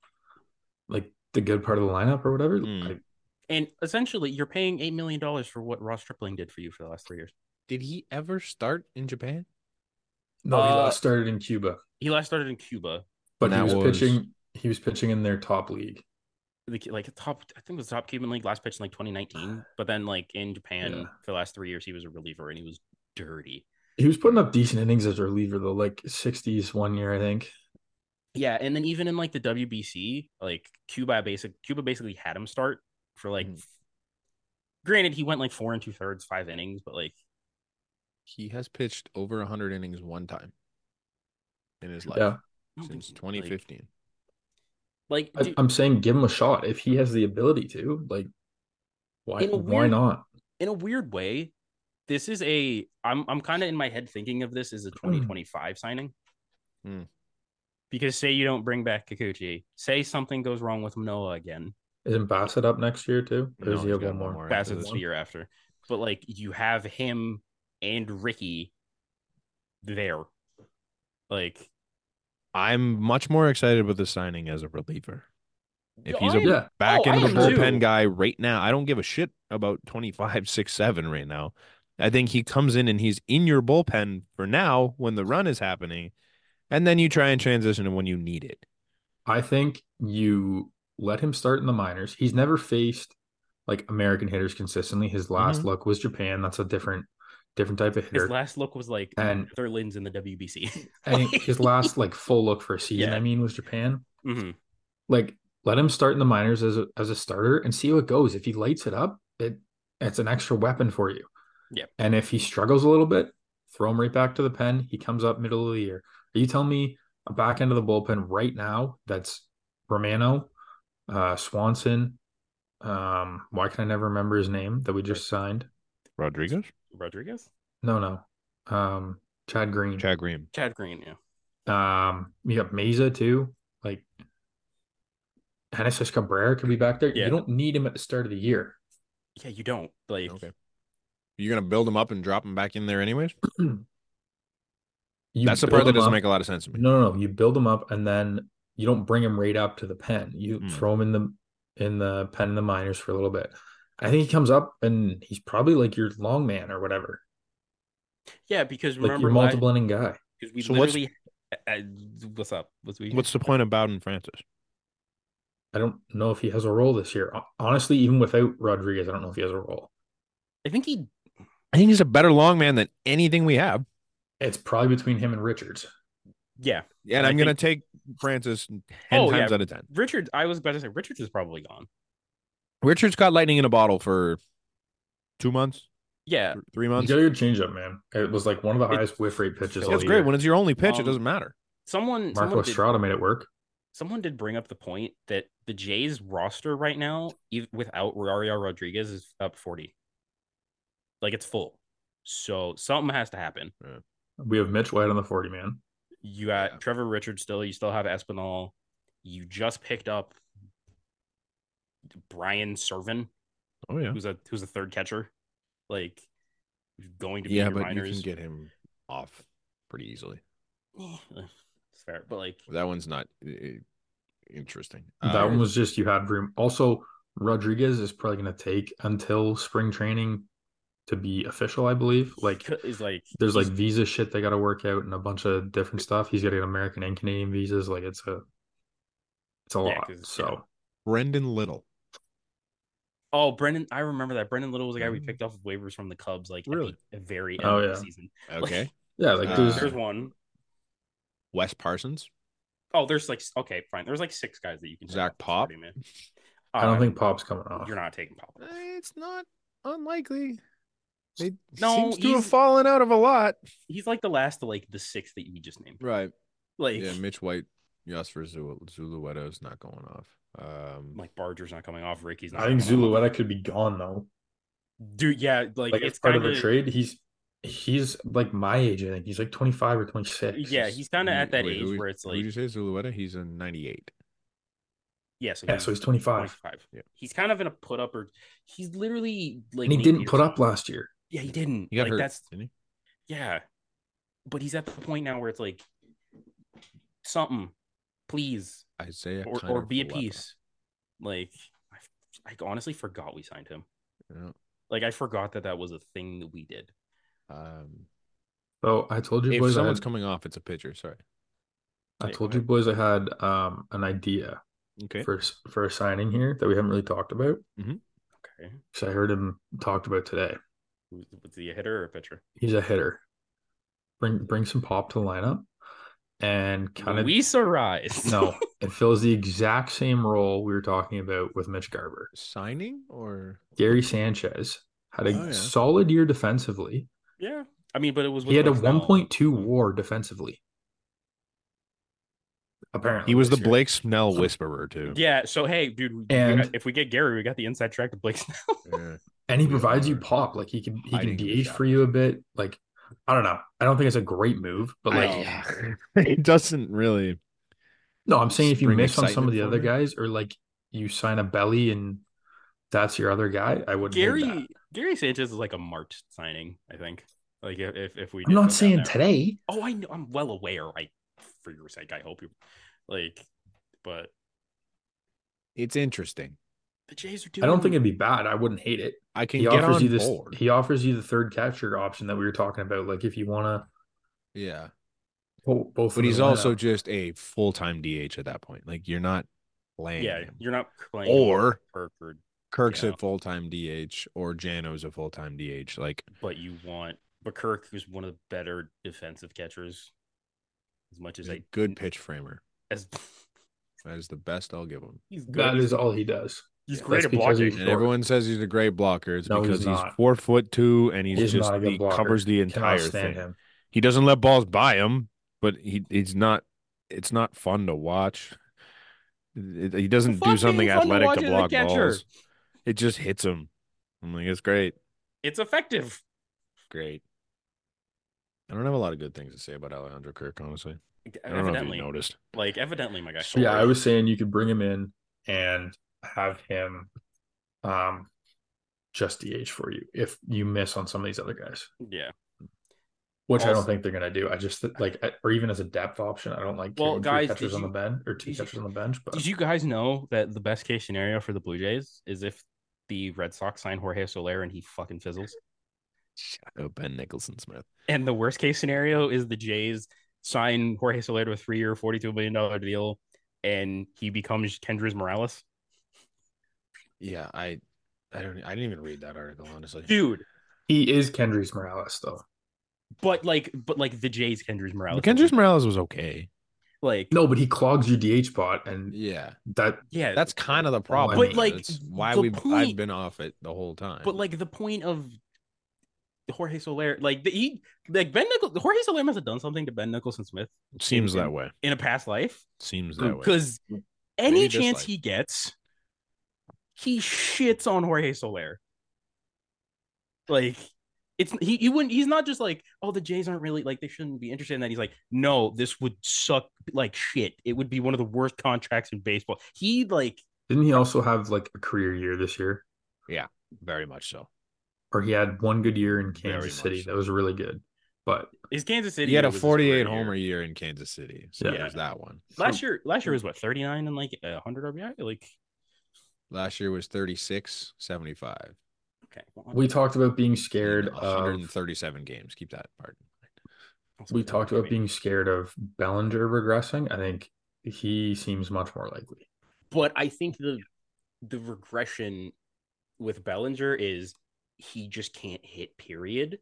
[SPEAKER 2] like the good part of the lineup or whatever.
[SPEAKER 1] Mm.
[SPEAKER 2] Like,
[SPEAKER 3] And essentially, you're paying $8 million for what Ross Stripling did for you for the last three years.
[SPEAKER 1] Did he ever start in Japan?
[SPEAKER 2] no, he
[SPEAKER 3] Uh,
[SPEAKER 2] last started in Cuba,
[SPEAKER 3] He last started in Cuba,
[SPEAKER 2] but he
[SPEAKER 1] that
[SPEAKER 2] was,
[SPEAKER 1] was-
[SPEAKER 2] pitching. He was pitching in their top league.
[SPEAKER 3] like, like a top, I think it was the top Cuban league, last pitch in like 2019. But then, like, in Japan
[SPEAKER 2] Yeah.
[SPEAKER 3] for the last three years, he was a reliever and he was dirty.
[SPEAKER 2] He was putting up decent innings as a reliever though, like sixties one year, I think.
[SPEAKER 3] Yeah. And then, even in like the WBC, like Cuba, basic, Cuba basically had him start for like,
[SPEAKER 1] Mhm.
[SPEAKER 3] granted, he went like four and two thirds, five innings, but like,
[SPEAKER 1] He has pitched over 100 innings one time in his life
[SPEAKER 2] yeah,
[SPEAKER 3] I don't think
[SPEAKER 1] since
[SPEAKER 3] he- like-
[SPEAKER 1] 2015.
[SPEAKER 3] Like,
[SPEAKER 2] I,
[SPEAKER 3] dude,
[SPEAKER 2] I'm saying give him a shot if he has the ability to. Like, why?
[SPEAKER 3] In a
[SPEAKER 2] Why
[SPEAKER 3] weird-
[SPEAKER 2] not?
[SPEAKER 3] in a weird way, this is a I'm I'm kind of in my head thinking of this as
[SPEAKER 2] Hmm.
[SPEAKER 3] a 2025 signing.
[SPEAKER 1] Mm.
[SPEAKER 3] Because say you don't bring back Kikuchi, say something goes wrong with Manoa again,
[SPEAKER 2] Isn't Bassett up next year too? Or
[SPEAKER 1] No,
[SPEAKER 2] does he
[SPEAKER 1] he's
[SPEAKER 2] have
[SPEAKER 1] got
[SPEAKER 2] one more?
[SPEAKER 1] after
[SPEAKER 3] Bassett's
[SPEAKER 1] this.
[SPEAKER 3] the year after. But like you have him and Ricky there. Like
[SPEAKER 1] I'm much more excited about the signing as a reliever. If he's a
[SPEAKER 3] I'm-
[SPEAKER 2] Yeah.
[SPEAKER 1] back
[SPEAKER 3] Oh,
[SPEAKER 1] into
[SPEAKER 3] I
[SPEAKER 1] the
[SPEAKER 3] am too.
[SPEAKER 1] bullpen guy right now. I don't give a shit about 25, 6, 7 right now. I think he comes in and he's in your bullpen for now when the run is happening. And then you try and transition to when you need it.
[SPEAKER 2] I think you let him start in the minors. He's never faced like American hitters consistently. His last luck was Japan. That's a different different type of hitter.
[SPEAKER 3] his last look was like
[SPEAKER 2] and
[SPEAKER 3] Netherlands in the WBC.
[SPEAKER 2] and his last like full look for a season,
[SPEAKER 3] Yeah.
[SPEAKER 2] I mean, was Japan.
[SPEAKER 3] Mhm.
[SPEAKER 2] Like let him start in the minors as a as a starter and see how it goes. If he lights it up, it it's an extra weapon for you.
[SPEAKER 3] Yep.
[SPEAKER 2] And if he struggles a little bit, throw him right back to the pen. He comes up middle of the year. Are you telling me a back end of the bullpen right now that's Romano, uh, Swanson? Um, why can I never remember his name that we just signed?
[SPEAKER 1] Rodriguez?
[SPEAKER 3] Rodriguez?
[SPEAKER 2] No, no. Um, Chad Green.
[SPEAKER 1] Chad Green.
[SPEAKER 3] Chad Green, yeah.
[SPEAKER 2] Um, you got Mesa too. Like Genesis Cabrera could be back there.
[SPEAKER 3] Yeah.
[SPEAKER 2] You don't need him at the start of the year.
[SPEAKER 3] Yeah, you don't. Like
[SPEAKER 1] Okay. You're going to build him up and drop him back in there anyways?
[SPEAKER 2] You
[SPEAKER 1] That's the
[SPEAKER 2] build
[SPEAKER 1] part that
[SPEAKER 2] him
[SPEAKER 1] doesn't
[SPEAKER 2] up-
[SPEAKER 1] make a lot of sense to me.
[SPEAKER 2] No, no, no. You build them up, and then you don't bring them right up to the pen. You
[SPEAKER 1] Hmm.
[SPEAKER 2] throw them in the in the pen in the minors for a little bit. I think he comes up, and he's probably like your long man or whatever,
[SPEAKER 3] yeah, because
[SPEAKER 2] like
[SPEAKER 3] remember
[SPEAKER 2] your
[SPEAKER 3] last-
[SPEAKER 2] multiple inning guy.
[SPEAKER 3] because we
[SPEAKER 1] So what's-
[SPEAKER 3] literally I, I- what's up? What's we
[SPEAKER 1] What's the point of Bowden Francis?
[SPEAKER 2] I don't know if he has a role this year. Hon- Honestly, even without Rodriguez, I don't know if he has a role.
[SPEAKER 3] I think he
[SPEAKER 1] I think he's a better long man than anything we have.
[SPEAKER 2] It's probably between him and Richards.
[SPEAKER 3] yeah.
[SPEAKER 1] Yeah, and
[SPEAKER 3] I
[SPEAKER 1] I'm going to take Francis 10
[SPEAKER 3] Oh, yeah.
[SPEAKER 1] times out of 10.
[SPEAKER 3] Richards I was about to say Richards is probably gone.
[SPEAKER 1] Richard's got lightning in a bottle for two months,
[SPEAKER 3] Yeah.
[SPEAKER 1] th- three
[SPEAKER 2] You
[SPEAKER 1] months.
[SPEAKER 2] got your changeup, man. It was like one of the
[SPEAKER 3] It-
[SPEAKER 2] highest whiff rate pitches.
[SPEAKER 3] That's
[SPEAKER 2] all
[SPEAKER 1] That's
[SPEAKER 3] It's
[SPEAKER 1] great.
[SPEAKER 2] year.
[SPEAKER 1] When it's your only pitch, it
[SPEAKER 3] Um,
[SPEAKER 1] doesn't matter.
[SPEAKER 3] Someone
[SPEAKER 2] Marco
[SPEAKER 3] someone did,
[SPEAKER 2] Estrada made it work.
[SPEAKER 3] someone did bring up the point that the Jays roster right now, even without Rario Rodriguez, is up 40. Like it's full. So something has to happen.
[SPEAKER 2] We have Mitch White on the forty man.
[SPEAKER 3] You got
[SPEAKER 1] Yeah.
[SPEAKER 3] Trevor Richards still, you still have Espinal. You just picked up Brian Servin,
[SPEAKER 1] Oh yeah,
[SPEAKER 3] who's a who's a third catcher. Like who's going to be
[SPEAKER 1] yeah,
[SPEAKER 3] your
[SPEAKER 1] but
[SPEAKER 3] minors.
[SPEAKER 1] you can get him off pretty easily.
[SPEAKER 3] Eh, *sighs* it's fair. But like
[SPEAKER 1] That one's not eh, interesting.
[SPEAKER 2] That
[SPEAKER 1] Uh,
[SPEAKER 2] one was just you had room. Also, Rodriguez is probably going to take until spring training to be official, I believe. Like,
[SPEAKER 3] is like
[SPEAKER 2] there's like
[SPEAKER 3] he's-
[SPEAKER 2] visa shit they got to work out and a bunch of different stuff. He's getting American and Canadian visas. Like, it's a, it's a
[SPEAKER 3] Yeah,
[SPEAKER 2] lot.
[SPEAKER 3] 'cause-
[SPEAKER 2] So,
[SPEAKER 1] Brendan *laughs* Little.
[SPEAKER 3] Oh, Brendan, I remember that. Brendan Little was the guy we
[SPEAKER 1] Mm.
[SPEAKER 3] picked off of waivers from the Cubs, like
[SPEAKER 1] Really?
[SPEAKER 3] at the very end
[SPEAKER 2] Oh,
[SPEAKER 3] of the
[SPEAKER 2] yeah.
[SPEAKER 3] season.
[SPEAKER 1] Okay,
[SPEAKER 2] yeah, like
[SPEAKER 1] Uh,
[SPEAKER 2] there's
[SPEAKER 3] There's one.
[SPEAKER 1] Wes Parsons.
[SPEAKER 3] Oh, there's like okay, fine. There's like six guys that you can take
[SPEAKER 1] Zach
[SPEAKER 3] off the
[SPEAKER 1] Pop?
[SPEAKER 3] starting, man.
[SPEAKER 2] I don't
[SPEAKER 3] Uh,
[SPEAKER 2] think Pop's coming off.
[SPEAKER 3] you're not taking Pop.
[SPEAKER 1] Eh, It's not unlikely. They
[SPEAKER 3] No,
[SPEAKER 1] seems to have
[SPEAKER 3] he's-
[SPEAKER 1] fallen out of a lot.
[SPEAKER 3] He's like the last of like the six that you just named.
[SPEAKER 1] Right.
[SPEAKER 3] Like
[SPEAKER 1] Yeah. Mitch White. Yes, for Zulueta is not going off. Um,
[SPEAKER 3] like Barger's not coming off. Ricky's not.
[SPEAKER 2] I think
[SPEAKER 3] coming off.
[SPEAKER 2] Zulueta could be gone though.
[SPEAKER 3] Dude, yeah, like,
[SPEAKER 2] Like,
[SPEAKER 3] it's
[SPEAKER 2] it's part
[SPEAKER 3] kinda,
[SPEAKER 2] of a trade. He's, he's like my age. I think he's like 25 or 26.
[SPEAKER 3] Yeah, he's kind of
[SPEAKER 1] who-
[SPEAKER 3] at that
[SPEAKER 1] wait,
[SPEAKER 3] age
[SPEAKER 1] who-
[SPEAKER 3] where it's
[SPEAKER 1] who'd
[SPEAKER 3] like
[SPEAKER 1] you say Zulueta? He's a 98.
[SPEAKER 3] yeah, so
[SPEAKER 2] yeah. So he's 25.
[SPEAKER 3] 25.
[SPEAKER 1] Yeah.
[SPEAKER 3] He's kind of in a put up or he's literally like
[SPEAKER 2] And he
[SPEAKER 3] Nate
[SPEAKER 2] didn't put
[SPEAKER 3] Peterson.
[SPEAKER 2] up last year.
[SPEAKER 3] Yeah, he didn't.
[SPEAKER 1] He got
[SPEAKER 3] like
[SPEAKER 1] hurt.
[SPEAKER 3] that's
[SPEAKER 1] didn't he?
[SPEAKER 3] Yeah. But he's at the point now where it's like something, please,
[SPEAKER 1] Isaiah
[SPEAKER 3] or,
[SPEAKER 1] Kiner
[SPEAKER 3] or be a
[SPEAKER 1] Falefa.
[SPEAKER 3] piece. Like I, I honestly forgot we signed him.
[SPEAKER 1] Yeah.
[SPEAKER 3] Like I forgot that that was a thing that we did.
[SPEAKER 1] Um,
[SPEAKER 2] So I told you
[SPEAKER 1] if
[SPEAKER 2] boys I
[SPEAKER 1] someone's
[SPEAKER 2] had-
[SPEAKER 1] coming off, it's a pitcher. Sorry.
[SPEAKER 2] I
[SPEAKER 3] Yeah, go
[SPEAKER 2] told you
[SPEAKER 3] ahead.
[SPEAKER 2] boys I had um an idea
[SPEAKER 1] Okay.
[SPEAKER 2] for s- for a signing here that we haven't really talked about
[SPEAKER 3] Okay.
[SPEAKER 2] because I heard him talked about today.
[SPEAKER 3] Who's was he a hitter or a pitcher?
[SPEAKER 2] He's a hitter. Bring bring some pop to the lineup, and kind of
[SPEAKER 3] Luis Arise.
[SPEAKER 2] *laughs* no, it fills the exact same role we were talking about with Mitch Garber.
[SPEAKER 1] Signing or
[SPEAKER 2] Gary Sanchez had a
[SPEAKER 1] Oh, yeah.
[SPEAKER 2] solid year defensively.
[SPEAKER 3] *laughs* yeah. I mean, but it was
[SPEAKER 2] He had a
[SPEAKER 3] Brooks now.
[SPEAKER 2] 1.2 WAR defensively. Apparently,
[SPEAKER 1] he was the
[SPEAKER 2] this year.
[SPEAKER 1] Blake Snell whisperer too.
[SPEAKER 3] Yeah. So hey, dude, we- we
[SPEAKER 2] And-
[SPEAKER 3] got- if we get Gary, we got the inside track to Blake Snell. *laughs*
[SPEAKER 1] Yeah.
[SPEAKER 2] and he
[SPEAKER 1] We
[SPEAKER 2] provides you
[SPEAKER 1] are
[SPEAKER 2] pop. Like he can he
[SPEAKER 1] hiding
[SPEAKER 2] can
[SPEAKER 1] the
[SPEAKER 2] DH for
[SPEAKER 1] shadows.
[SPEAKER 2] you a bit. Like I don't know. I don't think it's a great move, but like
[SPEAKER 3] I-
[SPEAKER 1] Oh. *laughs* it doesn't really.
[SPEAKER 2] no, I'm saying if you
[SPEAKER 1] Bring
[SPEAKER 2] miss on some
[SPEAKER 1] excitement
[SPEAKER 2] of the
[SPEAKER 1] for
[SPEAKER 2] other
[SPEAKER 1] me.
[SPEAKER 2] guys or like you sign a belly and that's your other guy, I wouldn't. hate that.
[SPEAKER 3] Gary Gary Sanchez is like a March signing, I think. Like if if, if we
[SPEAKER 2] I'm
[SPEAKER 3] did go down
[SPEAKER 2] not saying
[SPEAKER 3] that route.
[SPEAKER 2] today.
[SPEAKER 3] Oh, I know. I'm well aware. I, for your sake, I hope you, like, but
[SPEAKER 1] It's interesting.
[SPEAKER 3] the Jays are doing.
[SPEAKER 2] I don't think it'd be bad. I wouldn't hate it.
[SPEAKER 1] I can
[SPEAKER 2] He
[SPEAKER 1] get
[SPEAKER 2] offers
[SPEAKER 1] on
[SPEAKER 2] you this.
[SPEAKER 1] board.
[SPEAKER 2] He offers you the third catcher option that we were talking about. Like if you want
[SPEAKER 1] yeah.
[SPEAKER 2] to both.
[SPEAKER 1] But
[SPEAKER 2] in the
[SPEAKER 1] he's also
[SPEAKER 2] lineup.
[SPEAKER 1] just a full time DH at that point. Like you're not playing
[SPEAKER 3] Yeah,
[SPEAKER 1] him.
[SPEAKER 3] you're not playing
[SPEAKER 1] Or
[SPEAKER 3] Kirk or-
[SPEAKER 1] Kirk's
[SPEAKER 3] Yeah.
[SPEAKER 1] a full time DH or Jano's a full time DH. Like
[SPEAKER 3] but you want but Kirk, who's one of the better defensive catchers. As much as
[SPEAKER 1] he's a
[SPEAKER 3] I
[SPEAKER 1] good pitch framer.
[SPEAKER 3] as *laughs*
[SPEAKER 1] That is the best I'll give him.
[SPEAKER 3] he's good.
[SPEAKER 2] that is all he does.
[SPEAKER 3] he's
[SPEAKER 2] yeah,
[SPEAKER 3] great
[SPEAKER 2] that's
[SPEAKER 3] at
[SPEAKER 2] because
[SPEAKER 3] blocking.
[SPEAKER 2] he's-
[SPEAKER 1] And
[SPEAKER 2] Sure.
[SPEAKER 1] everyone says he's a great blocker. It's
[SPEAKER 2] No, he's
[SPEAKER 1] because he's,
[SPEAKER 2] not.
[SPEAKER 1] four foot two and he's,
[SPEAKER 2] He's
[SPEAKER 1] just
[SPEAKER 2] not a good
[SPEAKER 1] he
[SPEAKER 2] blocker.
[SPEAKER 1] covers the
[SPEAKER 2] Cannot
[SPEAKER 1] entire
[SPEAKER 2] stand
[SPEAKER 1] thing.
[SPEAKER 2] him.
[SPEAKER 1] He doesn't let balls by him, but he he's not. It's not fun to watch. It- he doesn't
[SPEAKER 3] Fuck being
[SPEAKER 1] do something
[SPEAKER 3] fun
[SPEAKER 1] athletic
[SPEAKER 3] watch
[SPEAKER 1] to
[SPEAKER 3] as a
[SPEAKER 1] block
[SPEAKER 3] catcher.
[SPEAKER 1] balls. It just hits him. I'm like, it's great,
[SPEAKER 3] It's effective.
[SPEAKER 1] great. I don't have a lot of good things to say about Alejandro Kirk, honestly. I don't know if
[SPEAKER 3] Evidently,
[SPEAKER 1] you noticed.
[SPEAKER 3] like evidently, my guy.
[SPEAKER 2] So yeah, I was saying you could bring him in and have him um just DH for you if you miss on some of these other guys,
[SPEAKER 3] yeah.
[SPEAKER 2] which I don't
[SPEAKER 3] Also-
[SPEAKER 2] think they're gonna do. I just like I- or even as a depth option, I don't like
[SPEAKER 3] Well,
[SPEAKER 2] keeping
[SPEAKER 3] guys,
[SPEAKER 2] three catchers
[SPEAKER 3] did
[SPEAKER 2] on the
[SPEAKER 3] you-
[SPEAKER 2] bench or two
[SPEAKER 3] did you-
[SPEAKER 2] catchers on the bench, but
[SPEAKER 3] Did you guys know that the best case scenario for the Blue Jays is if the Red Sox sign Jorge Soler and he fucking fizzles?
[SPEAKER 1] Oh, Ben Nicholson Smith.
[SPEAKER 3] And the worst case scenario is the Jays sign Jorge Soler to a three year, $42 million deal and he becomes Kendrick Morales.
[SPEAKER 1] Yeah, I, I don't. I didn't even read that article, honestly.
[SPEAKER 3] Dude,
[SPEAKER 2] he is Kendrys Morales though.
[SPEAKER 3] but like, but like the Jays Kendrick Morales.
[SPEAKER 1] Kendrick Morales was okay.
[SPEAKER 3] Like,
[SPEAKER 2] No, but he clogs your DH spot and
[SPEAKER 1] Yeah,
[SPEAKER 2] that
[SPEAKER 3] yeah.
[SPEAKER 1] that's kind of the problem.
[SPEAKER 2] But,
[SPEAKER 1] with
[SPEAKER 3] like,
[SPEAKER 1] it. It's why
[SPEAKER 3] the
[SPEAKER 1] we I've
[SPEAKER 3] point-
[SPEAKER 1] been off it the whole time.
[SPEAKER 3] But like the point of Jorge Soler, like the, he, like Ben Nichols, Jorge Soler must have done something to Ben Nicholson Smith
[SPEAKER 1] seems
[SPEAKER 3] in-
[SPEAKER 1] that way.
[SPEAKER 3] in a past life.
[SPEAKER 1] Seems that way. Mm.
[SPEAKER 3] because any
[SPEAKER 1] Maybe just
[SPEAKER 3] chance
[SPEAKER 1] like-
[SPEAKER 3] he gets, he shits on Jorge Soler. Like it's he, he wouldn't he's not just like oh the Jays aren't really like they shouldn't be interested in that. He's like no this would suck like shit. It would be one of the worst contracts in baseball. He like
[SPEAKER 2] didn't he also have like a career year this year?
[SPEAKER 1] Very much so.
[SPEAKER 2] Or he had one good year in
[SPEAKER 1] Very
[SPEAKER 2] Kansas
[SPEAKER 1] much
[SPEAKER 2] City.
[SPEAKER 1] so.
[SPEAKER 2] That was really good. But
[SPEAKER 3] is Kansas City.
[SPEAKER 1] He had a
[SPEAKER 3] was his career
[SPEAKER 1] 48
[SPEAKER 3] year.
[SPEAKER 1] homer year in Kansas City. So
[SPEAKER 2] Yeah.
[SPEAKER 1] there's that one.
[SPEAKER 3] last year. Last year was what thirty nine and like hundred RBI. Like
[SPEAKER 1] Last year was 36, 75.
[SPEAKER 3] okay,
[SPEAKER 2] we talked about being scared
[SPEAKER 1] in
[SPEAKER 2] of
[SPEAKER 1] 137 games. Keep that part in mind.
[SPEAKER 2] we talked about being scared of Bellinger regressing. I think he seems much more likely.
[SPEAKER 3] but I think the the regression with Bellinger is he just can't hit. Period.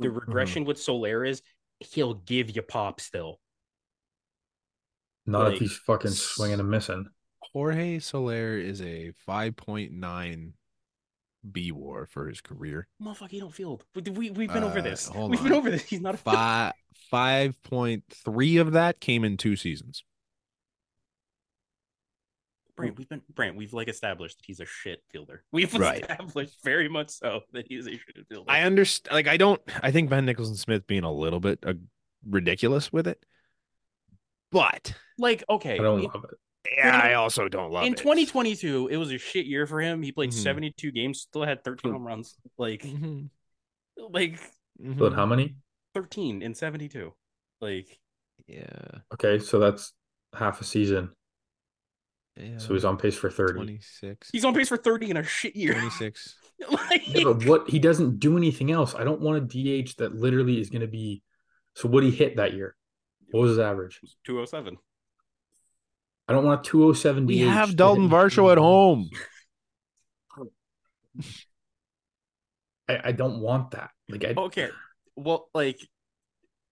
[SPEAKER 3] The
[SPEAKER 1] Mm-hmm.
[SPEAKER 3] regression with Soler is he'll give you pop still.
[SPEAKER 2] Not
[SPEAKER 3] Like,
[SPEAKER 2] if he's fucking swinging and missing.
[SPEAKER 1] Jorge Soler is a 5.9 B war for his career.
[SPEAKER 3] Motherfucker, he don't field. We, we, we've been over
[SPEAKER 1] Uh,
[SPEAKER 3] this.
[SPEAKER 1] hold
[SPEAKER 3] We've been
[SPEAKER 1] on.
[SPEAKER 3] over this. He's not a field.
[SPEAKER 1] Five, 5.3 of that came in two seasons.
[SPEAKER 3] Brant, we've been Brant. We've like established that he's a shit fielder. *laughs* We've
[SPEAKER 1] Right.
[SPEAKER 3] established very much so that he's a shit fielder.
[SPEAKER 1] I understand. Like, I don't, I think Ben Nicholson Smith being a little bit uh, ridiculous with it, but
[SPEAKER 3] like okay.
[SPEAKER 2] I don't
[SPEAKER 3] in-
[SPEAKER 2] love it.
[SPEAKER 1] yeah, I also don't love
[SPEAKER 3] in
[SPEAKER 1] it.
[SPEAKER 3] 2022, it was a shit year for him. He played
[SPEAKER 1] Mhm.
[SPEAKER 3] 72 games, still had 13
[SPEAKER 1] Hmm.
[SPEAKER 3] home runs. Like,
[SPEAKER 1] Mhm,
[SPEAKER 3] like
[SPEAKER 2] But
[SPEAKER 1] mhm.
[SPEAKER 2] how many?
[SPEAKER 3] 13 and 72. Like,
[SPEAKER 1] Yeah.
[SPEAKER 2] Okay, so that's half a season.
[SPEAKER 1] yeah.
[SPEAKER 2] So he's on pace for 30.
[SPEAKER 1] 26.
[SPEAKER 3] he's on pace for 30 in a shit year.
[SPEAKER 1] *laughs* 26.
[SPEAKER 3] *laughs* like,
[SPEAKER 2] Yeah, but what he doesn't do anything else. I don't want a DH that literally is going to be. So what he hit that year? What was his average?
[SPEAKER 3] 207.
[SPEAKER 2] I don't want a 207
[SPEAKER 1] We
[SPEAKER 2] DH
[SPEAKER 1] have
[SPEAKER 2] that
[SPEAKER 1] Dalton
[SPEAKER 2] hit-
[SPEAKER 1] Varsho at home.
[SPEAKER 2] *laughs* I, I don't want that. Like
[SPEAKER 1] Oh,
[SPEAKER 2] I
[SPEAKER 3] Okay. Well, like,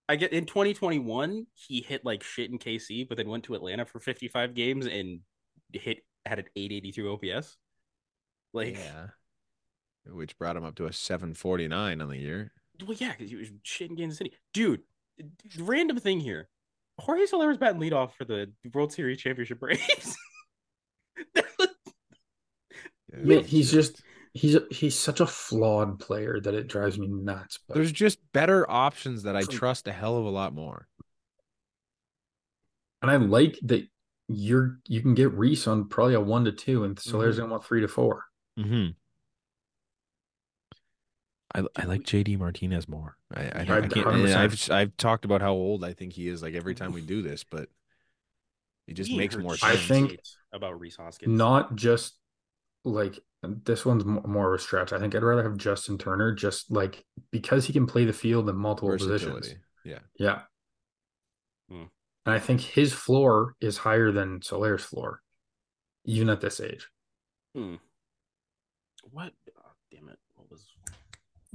[SPEAKER 3] I get in 2021, he hit like shit in KC, but then went to Atlanta for 55 games and hit had an 882 OPS. Like,
[SPEAKER 1] yeah. Which brought him up to a 749 on the year.
[SPEAKER 3] Well, yeah, because he was shit in Kansas City. Dude, d- random thing here. Jorge Soler was batting leadoff for the World Series championship *laughs* Braves. That was-
[SPEAKER 2] Yeah, he's just- he's he's such a flawed player that it drives me nuts. But
[SPEAKER 1] there's just better options that I trust a hell of a lot more.
[SPEAKER 2] And I like that you're you can get Reese on probably a one to two, and Solaire's gonna want three to four.
[SPEAKER 1] Mm-hmm. I, I like JD Martinez more. I I, don't, I
[SPEAKER 2] Right,
[SPEAKER 1] can't.
[SPEAKER 2] 100%.
[SPEAKER 1] I've s- I've talked about how old I think he is. Like every time we do this, but it just
[SPEAKER 3] Ian
[SPEAKER 1] makes
[SPEAKER 3] heard
[SPEAKER 1] more
[SPEAKER 3] shit
[SPEAKER 1] sense.
[SPEAKER 2] I think-
[SPEAKER 3] about Reese Hoskins.
[SPEAKER 2] Not just like this one's mo- more of a stretch. I think I'd rather have Justin Turner just like because he can play the field in multiple positions.
[SPEAKER 1] versatility. Yeah.
[SPEAKER 2] Yeah.
[SPEAKER 3] Hmm.
[SPEAKER 2] And I think his floor is higher than Solaire's floor, even at this age.
[SPEAKER 3] what? Oh, damn it! What was?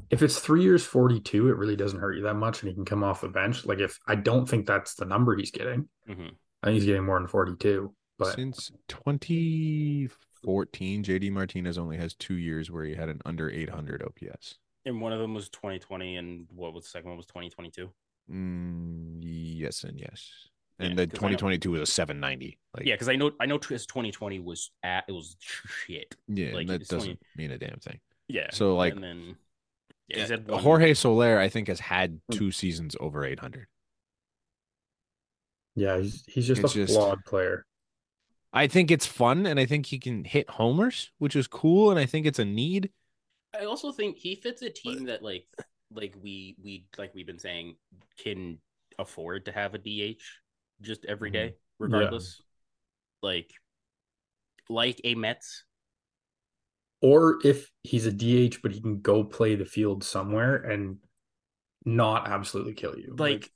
[SPEAKER 2] If it's three years 42, it really doesn't hurt you that much and he can come off the bench. Like, if I don't think that's the number he's getting,
[SPEAKER 3] Mhm.
[SPEAKER 2] I think he's getting more than 42. But
[SPEAKER 1] Since 2014, JD Martinez only has two years where he had an under 800 OPS.
[SPEAKER 3] And one of them was 2020, and what was the second one was 2022.
[SPEAKER 1] Mm, yes and yes.
[SPEAKER 3] Yeah,
[SPEAKER 1] And then
[SPEAKER 3] 'cause I know-
[SPEAKER 1] 2022 was a 790. Like,
[SPEAKER 3] Yeah, because I know I know his 2020 was at it was shit.
[SPEAKER 1] yeah,
[SPEAKER 3] like,
[SPEAKER 1] and that
[SPEAKER 3] it's 20
[SPEAKER 1] doesn't mean a damn thing.
[SPEAKER 3] Yeah.
[SPEAKER 1] So, like,
[SPEAKER 3] and then yeah, he's had one- Hmm.
[SPEAKER 1] Jorge Soler, I think, has had two seasons over 800.
[SPEAKER 2] yeah, he's, he's just
[SPEAKER 1] It's
[SPEAKER 2] a
[SPEAKER 1] just-
[SPEAKER 2] flawed player.
[SPEAKER 1] I think it's fun, and I think he can hit homers, which is cool, and I think it's a need.
[SPEAKER 3] I also think he fits a team that like like we we like we've been saying can afford to have a DH just every
[SPEAKER 1] Mhm.
[SPEAKER 3] day, regardless. Like like a Mets.
[SPEAKER 2] Or if he's a DH, but he can go play the field somewhere and not absolutely kill you.
[SPEAKER 3] Like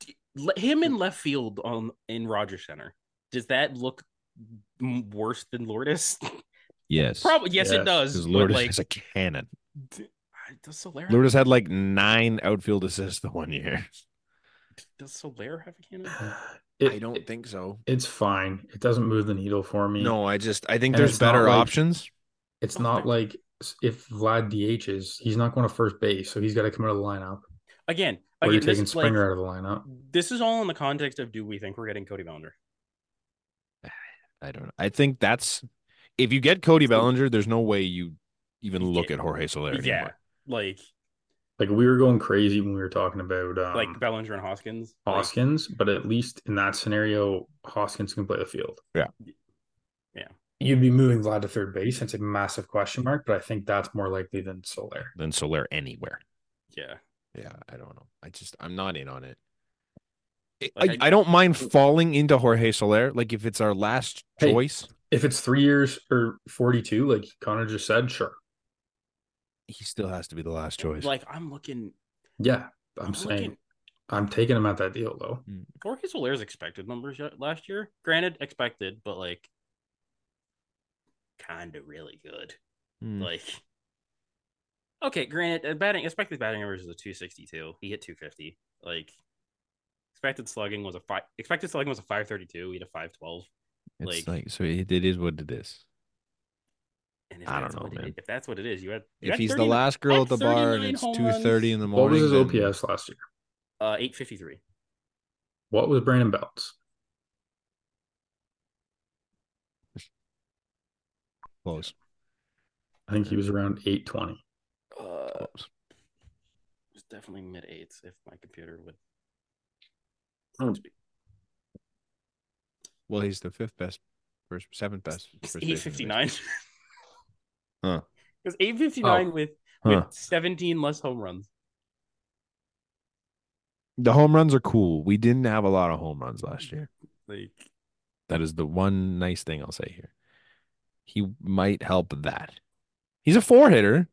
[SPEAKER 3] d- le- him in left field on in Rogers Center. Does that look m- worse than Lourdes? *laughs*
[SPEAKER 1] Yes,
[SPEAKER 3] Probably yes, it
[SPEAKER 2] Yes,
[SPEAKER 3] does.
[SPEAKER 1] because
[SPEAKER 3] But
[SPEAKER 1] Lourdes
[SPEAKER 3] like
[SPEAKER 1] is a cannon.
[SPEAKER 3] d- does Solera
[SPEAKER 1] Lourdes had like nine outfield assists the one year.
[SPEAKER 3] does Solera have a cannon?
[SPEAKER 2] it-
[SPEAKER 1] I don't
[SPEAKER 2] it-
[SPEAKER 1] think so.
[SPEAKER 2] it's fine. It doesn't move the needle for me.
[SPEAKER 1] No, I just I think
[SPEAKER 2] And
[SPEAKER 1] there's
[SPEAKER 2] it's not
[SPEAKER 1] better
[SPEAKER 2] like-
[SPEAKER 1] options.
[SPEAKER 2] It's
[SPEAKER 3] Oh,
[SPEAKER 2] not
[SPEAKER 3] there-
[SPEAKER 2] like if Vlad DHs, he's not going to first base, so he's got to come out of the lineup.
[SPEAKER 3] Again,
[SPEAKER 2] Or you're
[SPEAKER 3] again, this
[SPEAKER 2] taking
[SPEAKER 3] is like
[SPEAKER 2] Springer out of the lineup.
[SPEAKER 3] this is all in the context of do we think we're getting Cody Bellinger?
[SPEAKER 1] I don't know. I think that's if you get Cody Bellinger, there's no way you even
[SPEAKER 3] You
[SPEAKER 1] look
[SPEAKER 3] get-
[SPEAKER 1] at Jorge Soler anymore.
[SPEAKER 3] Yeah, like
[SPEAKER 2] Like we were going crazy when we were talking about um,
[SPEAKER 3] like Bellinger and Hoskins. Like,
[SPEAKER 2] Hoskins, but at least in that scenario, Hoskins can play the field.
[SPEAKER 1] Yeah.
[SPEAKER 3] Yeah.
[SPEAKER 2] You'd be moving Vlad to third base. It's a massive question mark, but I think that's more likely than Soler.
[SPEAKER 1] Than Soler anywhere.
[SPEAKER 3] yeah,
[SPEAKER 1] Yeah, I don't know. I just I'm not in on it. I-
[SPEAKER 3] Like,
[SPEAKER 1] I, I don't mind falling into Jorge Soler. Like if it's our last
[SPEAKER 2] Hey,
[SPEAKER 1] choice,
[SPEAKER 2] If it's three years or 42, like Connor just said, sure.
[SPEAKER 1] he still has to be the last choice.
[SPEAKER 3] like I'm looking.
[SPEAKER 2] Yeah. I'm,
[SPEAKER 3] I'm
[SPEAKER 2] saying
[SPEAKER 3] looking.
[SPEAKER 2] I'm taking him at that deal though.
[SPEAKER 3] Jorge Soler's expected numbers y- last year, granted expected, but like kind of really good.
[SPEAKER 1] Hmm.
[SPEAKER 3] Like okay, granted uh, batting expected batting average is a 262. He hit 250. Like expected slugging was a five. Expected slugging was a 532. He had a 512.
[SPEAKER 1] it's like,
[SPEAKER 3] like-
[SPEAKER 1] so it, it is what it is.
[SPEAKER 3] And
[SPEAKER 1] I don't
[SPEAKER 3] that's
[SPEAKER 1] know,
[SPEAKER 3] what it-
[SPEAKER 1] man.
[SPEAKER 3] if that's what it is, you had you
[SPEAKER 1] If
[SPEAKER 3] had
[SPEAKER 1] he's the
[SPEAKER 3] 39
[SPEAKER 1] last girl
[SPEAKER 3] had
[SPEAKER 1] at the bar and
[SPEAKER 3] 39
[SPEAKER 1] it's
[SPEAKER 3] home
[SPEAKER 1] two thirty in the morning,
[SPEAKER 2] What was his
[SPEAKER 1] then-
[SPEAKER 2] OPS last year?
[SPEAKER 3] Uh, 853.
[SPEAKER 2] What was Brandon Belt's?
[SPEAKER 1] Close.
[SPEAKER 2] I think he was around 820.
[SPEAKER 3] Uh, it
[SPEAKER 1] Close.
[SPEAKER 3] was definitely mid eights if my computer *laughs* would.
[SPEAKER 2] Hmm.
[SPEAKER 1] Well, he's the fifth best, first seventh best. first baseman in
[SPEAKER 3] Eight fifty nine. *laughs*
[SPEAKER 1] Huh.
[SPEAKER 3] Because eight fifty nine
[SPEAKER 2] Oh.
[SPEAKER 3] with
[SPEAKER 1] Huh.
[SPEAKER 3] with seventeen less home runs.
[SPEAKER 1] The home runs are cool. We didn't have a lot of home runs last year.
[SPEAKER 3] Like
[SPEAKER 1] That is the one nice thing I'll say here. He might help that. He's a four hitter.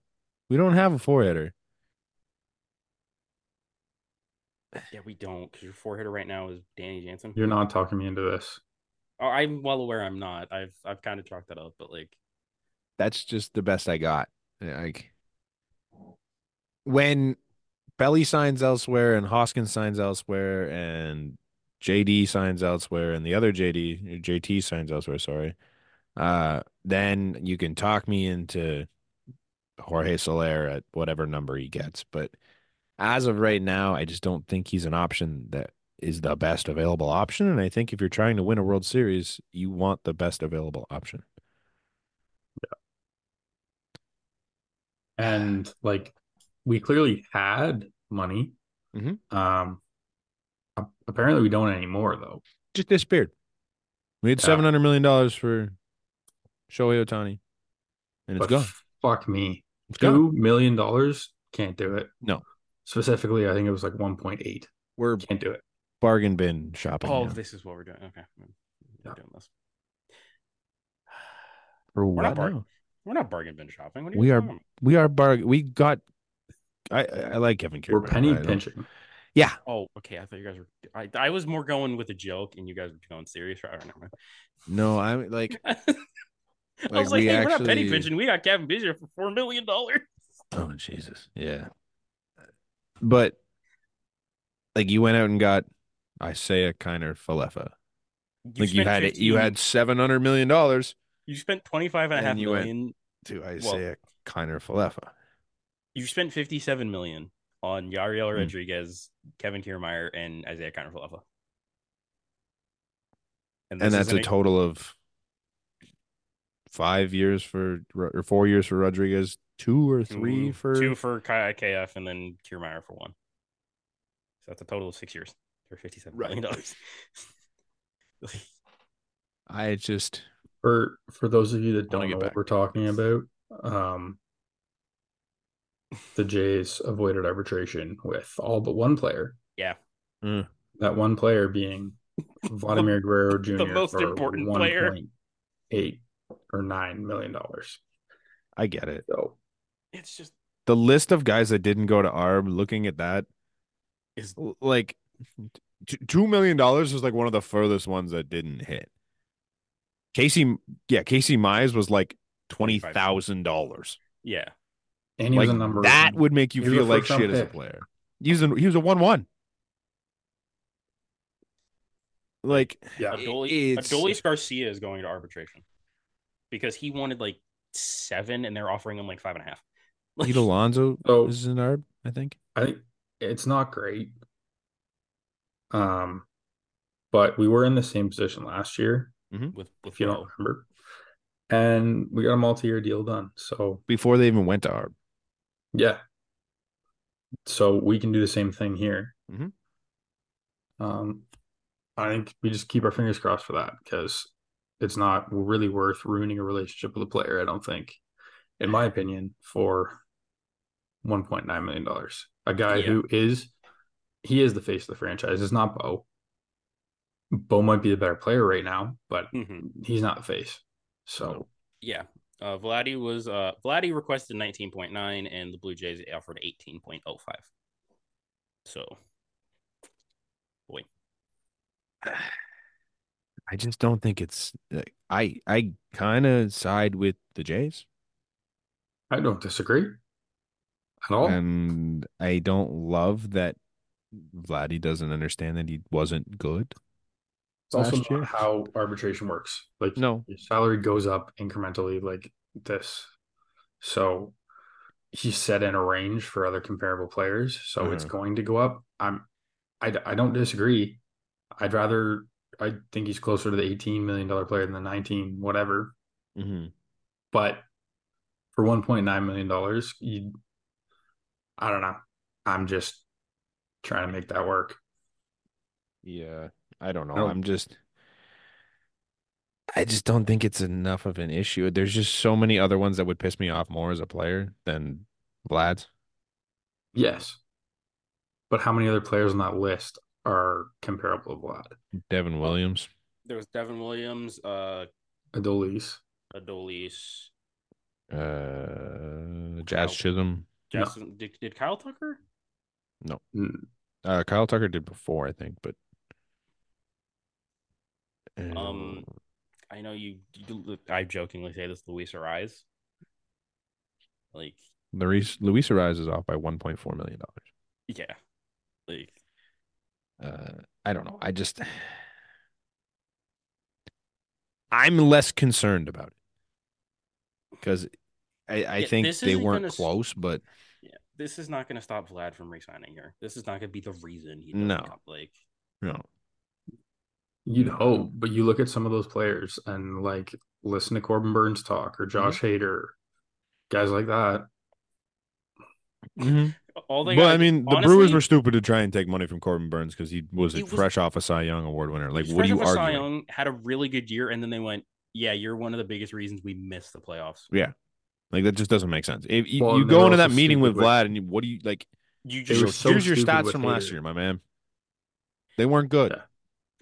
[SPEAKER 1] We don't have a four hitter.
[SPEAKER 3] yeah, we don't because your four hitter right now is Danny Jansen.
[SPEAKER 2] You're not talking me into this.
[SPEAKER 3] Oh, I'm well aware I'm not. I've I've kind of chalked that up, but like
[SPEAKER 1] That's just the best I got. Eh, Like when Belly signs elsewhere and Hoskins signs elsewhere and JD signs elsewhere and the other JD JT signs elsewhere, sorry. Uh then you can talk me into Jorge Soler at whatever number he gets, but as of right now, I just don't think he's an option that is the best available option and I think if you're trying to win a World Series, you want the best available option.
[SPEAKER 2] And like we clearly had money.
[SPEAKER 1] Mhm.
[SPEAKER 2] Um a- apparently we don't anymore though.
[SPEAKER 1] Just disappeared. We had
[SPEAKER 2] Yeah.
[SPEAKER 1] seven hundred million dollars for Shohei Otani, and it's
[SPEAKER 2] But
[SPEAKER 1] gone.
[SPEAKER 2] Fuck me.
[SPEAKER 1] It's gone.
[SPEAKER 2] Two million dollars can't do it.
[SPEAKER 1] No.
[SPEAKER 2] Specifically, I think it was like one point eight.
[SPEAKER 1] We're
[SPEAKER 2] Can't do it.
[SPEAKER 1] bargain bin shopping
[SPEAKER 3] Oh,
[SPEAKER 1] now
[SPEAKER 3] this is what we're doing. Okay. We're
[SPEAKER 2] Yeah.
[SPEAKER 3] doing this.
[SPEAKER 1] for
[SPEAKER 3] we're not
[SPEAKER 1] what?
[SPEAKER 3] bargain-
[SPEAKER 1] now?
[SPEAKER 3] We're not bargain bin shopping. What are you
[SPEAKER 1] We are-
[SPEAKER 3] talking about?
[SPEAKER 1] We are bargain. We got. I I like Kevin Kiermaier.
[SPEAKER 2] We're penny
[SPEAKER 1] I don't-
[SPEAKER 2] pinching.
[SPEAKER 1] Yeah,
[SPEAKER 3] Oh, okay. I thought you guys were. I, I was more going with a joke, and you guys were going serious. Right? Never mind.
[SPEAKER 1] no, I'm like
[SPEAKER 3] *laughs* I was
[SPEAKER 1] Like,
[SPEAKER 3] like,
[SPEAKER 1] we
[SPEAKER 3] hey, we're not penny
[SPEAKER 1] actually-
[SPEAKER 3] pinching. We got Kevin Bizier for four million dollars. *laughs*
[SPEAKER 1] Oh Jesus. Yeah. But like you went out and got Isaiah Kiner Falefa. like you had it you had seven hundred million dollars
[SPEAKER 3] You spent twenty five and a
[SPEAKER 1] And
[SPEAKER 3] half
[SPEAKER 1] you went-
[SPEAKER 3] million.
[SPEAKER 1] to Isaiah Kiner Falefa.
[SPEAKER 3] You spent fifty seven million on Yariel
[SPEAKER 1] Hmm.
[SPEAKER 3] Rodriguez, Kevin Kiermaier, and Isaiah Conner-Falefa.
[SPEAKER 1] And
[SPEAKER 3] this
[SPEAKER 1] that's
[SPEAKER 3] isn't
[SPEAKER 1] a total of five years for Ro- or four years for Rodriguez, two or three
[SPEAKER 3] two,
[SPEAKER 1] for
[SPEAKER 3] two for Ki- KF and then Kiermaier for one. So that's a total of six years for fifty seven million dollars.
[SPEAKER 1] I just
[SPEAKER 2] For for those of you
[SPEAKER 1] Wanna
[SPEAKER 2] that don't
[SPEAKER 1] get
[SPEAKER 2] know what
[SPEAKER 1] back.
[SPEAKER 2] we're talking about, um, the Jays avoided arbitration with all but one player.
[SPEAKER 3] Yeah.
[SPEAKER 1] Mm.
[SPEAKER 2] That one player being Vladimir Guerrero Jr.
[SPEAKER 3] most
[SPEAKER 2] for
[SPEAKER 3] important player.
[SPEAKER 2] 1.8 or nine million dollars.
[SPEAKER 1] I get it.
[SPEAKER 2] So
[SPEAKER 3] *laughs* it's just
[SPEAKER 1] The list of guys that didn't go to ARB looking at that
[SPEAKER 3] is
[SPEAKER 1] l- like t- two million dollars was like one of the furthest ones that didn't hit. Casey, yeah, Casey Mize was like twenty thousand dollars.
[SPEAKER 3] yeah.
[SPEAKER 2] and he
[SPEAKER 1] Like
[SPEAKER 2] was a number
[SPEAKER 1] that
[SPEAKER 2] one.
[SPEAKER 1] would make you
[SPEAKER 2] he was
[SPEAKER 1] feel
[SPEAKER 2] a
[SPEAKER 1] like
[SPEAKER 2] first-round
[SPEAKER 1] shit as a
[SPEAKER 2] pick.
[SPEAKER 1] player. He was a, he was a one one. Like
[SPEAKER 2] yeah.
[SPEAKER 3] Adolis,
[SPEAKER 1] it's-
[SPEAKER 3] Adolis Garcia is going to arbitration because he wanted like seven, and they're offering him like five and a half. Like,
[SPEAKER 1] Pete Alonso
[SPEAKER 2] *laughs* So-
[SPEAKER 1] is an arb, I think.
[SPEAKER 2] I think it's not great. Um, but we were in the same position last year,
[SPEAKER 3] with, with
[SPEAKER 2] if you don't remember. And we got a multi-year deal done. So
[SPEAKER 1] Before they even went to arb,
[SPEAKER 2] yeah. So we can do the same thing here.
[SPEAKER 1] Mhm.
[SPEAKER 2] Um, I think we just keep our fingers crossed for that because it's not really worth ruining a relationship with a player, I don't think, in my opinion, for $1.9 million. A guy
[SPEAKER 3] Yeah.
[SPEAKER 2] who is, he is the face of the franchise. It's not Bo. Bo might be the better player right now, but
[SPEAKER 3] Mhm.
[SPEAKER 2] he's not the face. So,
[SPEAKER 3] Yeah. Uh, Vladdy was uh, Vladdy requested 19.9 and the Blue Jays offered 18.05. So
[SPEAKER 1] I just don't think it's. like, I I kind of side with the Jays.
[SPEAKER 2] I don't disagree at all.
[SPEAKER 1] And I don't love that Vladdy doesn't understand that he wasn't good.
[SPEAKER 2] It's also
[SPEAKER 1] last
[SPEAKER 2] not
[SPEAKER 1] year.
[SPEAKER 2] how arbitration works. Like
[SPEAKER 1] No.
[SPEAKER 2] your salary goes up incrementally like this. So he set in a range for other comparable players, so it's
[SPEAKER 1] Mhm.
[SPEAKER 2] going to go up. I'm I, d- I don't disagree. I'd rather I think he's closer to the 18 million dollar player than the 19 whatever,
[SPEAKER 1] Mm-hmm.
[SPEAKER 2] but for 1.9 million dollars, you I don't know. I'm just trying to make that work.
[SPEAKER 1] Yeah, I don't know.
[SPEAKER 2] No.
[SPEAKER 1] I'm just, I just don't think it's enough of an issue. There's just so many other ones that would piss me off more as a player than Vlad's.
[SPEAKER 2] Yes. But how many other players on that list are comparable to Vlad?
[SPEAKER 3] Oh.
[SPEAKER 1] Devin Williams.
[SPEAKER 3] there was Devin Williams, uh,
[SPEAKER 2] Adolis.
[SPEAKER 3] Adolis.
[SPEAKER 1] Uh,
[SPEAKER 3] Kyle.
[SPEAKER 1] Jazz Chisholm.
[SPEAKER 2] No.
[SPEAKER 3] Justin, did, did Kyle Tucker?
[SPEAKER 2] N-
[SPEAKER 1] Uh, Kyle Tucker did before, I think, but
[SPEAKER 3] Um,
[SPEAKER 1] Uh,
[SPEAKER 3] I know you, you I jokingly say this Luis Arise. Like,
[SPEAKER 1] Luis Luis Ariz is off by 1.4 million dollars.
[SPEAKER 3] yeah. Like,
[SPEAKER 1] uh, I don't know. I just I'm less concerned about it because I, I
[SPEAKER 3] Yeah,
[SPEAKER 1] think
[SPEAKER 3] this
[SPEAKER 1] they
[SPEAKER 3] isn't
[SPEAKER 1] weren't
[SPEAKER 3] gonna s-
[SPEAKER 1] close, but
[SPEAKER 3] yeah, this is not going to stop Vlad from resigning here. This is not going to be the reason he
[SPEAKER 1] No.
[SPEAKER 3] doesn't come, Like,
[SPEAKER 1] no,
[SPEAKER 2] You'd hope, but you look at some of those players and like listen to Corbin Burns
[SPEAKER 3] Mm-hmm. Mm-hmm.
[SPEAKER 2] talk or Josh Hader, guys like that.
[SPEAKER 3] All they
[SPEAKER 1] Well,
[SPEAKER 3] gotta
[SPEAKER 1] I
[SPEAKER 3] do-
[SPEAKER 1] mean, the
[SPEAKER 3] honestly,
[SPEAKER 1] Brewers were stupid to try and take money from Corbin Burns because he was,
[SPEAKER 3] He
[SPEAKER 1] a
[SPEAKER 3] was-
[SPEAKER 1] fresh off a Cy Young award winner. Like,
[SPEAKER 3] He's
[SPEAKER 1] what are you
[SPEAKER 3] fresh off a Cy
[SPEAKER 1] arguing?
[SPEAKER 3] Young, had a really good year, and then they went, "Yeah, you're one of the biggest reasons we missed the playoffs.
[SPEAKER 1] Like that just doesn't make sense. If you,
[SPEAKER 2] Well,
[SPEAKER 1] you
[SPEAKER 2] and they were
[SPEAKER 1] go into
[SPEAKER 2] also
[SPEAKER 1] that meeting
[SPEAKER 2] stupid
[SPEAKER 1] with
[SPEAKER 2] with-
[SPEAKER 1] Vlad and you, what do you like?
[SPEAKER 3] You
[SPEAKER 2] They
[SPEAKER 3] just
[SPEAKER 2] were
[SPEAKER 1] Here's,
[SPEAKER 2] so
[SPEAKER 1] here's your
[SPEAKER 2] stupid
[SPEAKER 1] stats
[SPEAKER 2] with
[SPEAKER 1] from last
[SPEAKER 2] Hader.
[SPEAKER 1] year, my man. They weren't good.
[SPEAKER 2] Yeah.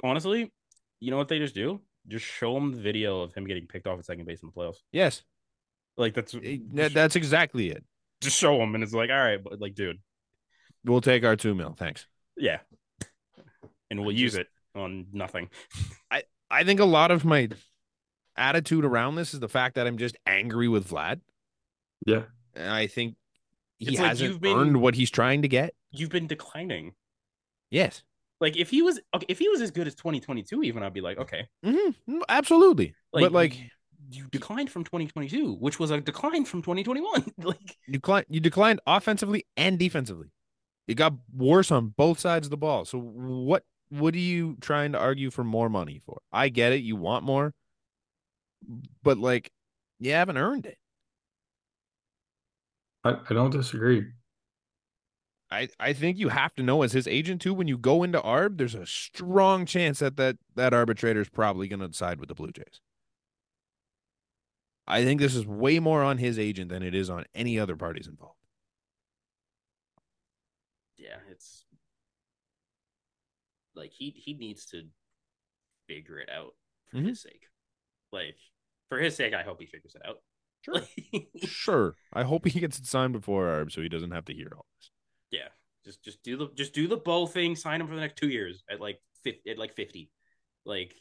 [SPEAKER 3] honestly, you know what they just do? Just show them the video of him getting picked off at second base in the playoffs.
[SPEAKER 1] Yes,
[SPEAKER 3] Like that's
[SPEAKER 1] it- that- that's exactly it.
[SPEAKER 3] just show him, and it's like, all right, but like, dude,
[SPEAKER 1] We'll take our two mil, thanks.
[SPEAKER 3] yeah, and we'll
[SPEAKER 1] I
[SPEAKER 3] use
[SPEAKER 1] just-
[SPEAKER 3] it on nothing.
[SPEAKER 1] I think a lot of my attitude around this is the fact that I'm just angry with Vlad.
[SPEAKER 2] Yeah.
[SPEAKER 1] And I think he
[SPEAKER 3] It's like
[SPEAKER 1] hasn't
[SPEAKER 3] you've been-
[SPEAKER 1] earned what he's trying to get.
[SPEAKER 3] You've been declining.
[SPEAKER 1] Yes.
[SPEAKER 3] Like if he was, okay, if he was as good as 2022, even I'd be like, okay,
[SPEAKER 1] Mm-hmm. Absolutely.
[SPEAKER 3] like,
[SPEAKER 1] but like
[SPEAKER 3] you- you declined from 2022, which was a decline from 2021. *laughs* like
[SPEAKER 1] you declined, you declined offensively and defensively. It got worse on both sides of the ball. So what what are you trying to argue for more money for? I get it, you want more, but like you haven't earned it.
[SPEAKER 2] I, I don't disagree.
[SPEAKER 1] I, I think you have to know as his agent too. When you go into ARB, there's a strong chance that that, that arbitrator is probably going to side with the Blue Jays. I think this is way more on his agent than it is on any other parties involved.
[SPEAKER 3] yeah, it's like he he needs to figure it out for
[SPEAKER 1] Mhm.
[SPEAKER 3] his sake. Like for his sake, I hope he figures it out.
[SPEAKER 1] sure, I hope he gets it signed before ARB so he doesn't have to hear all this.
[SPEAKER 3] *laughs* yeah, just just do the just do the bow thing. Sign him for the next two years at like fif- at like fifty. Like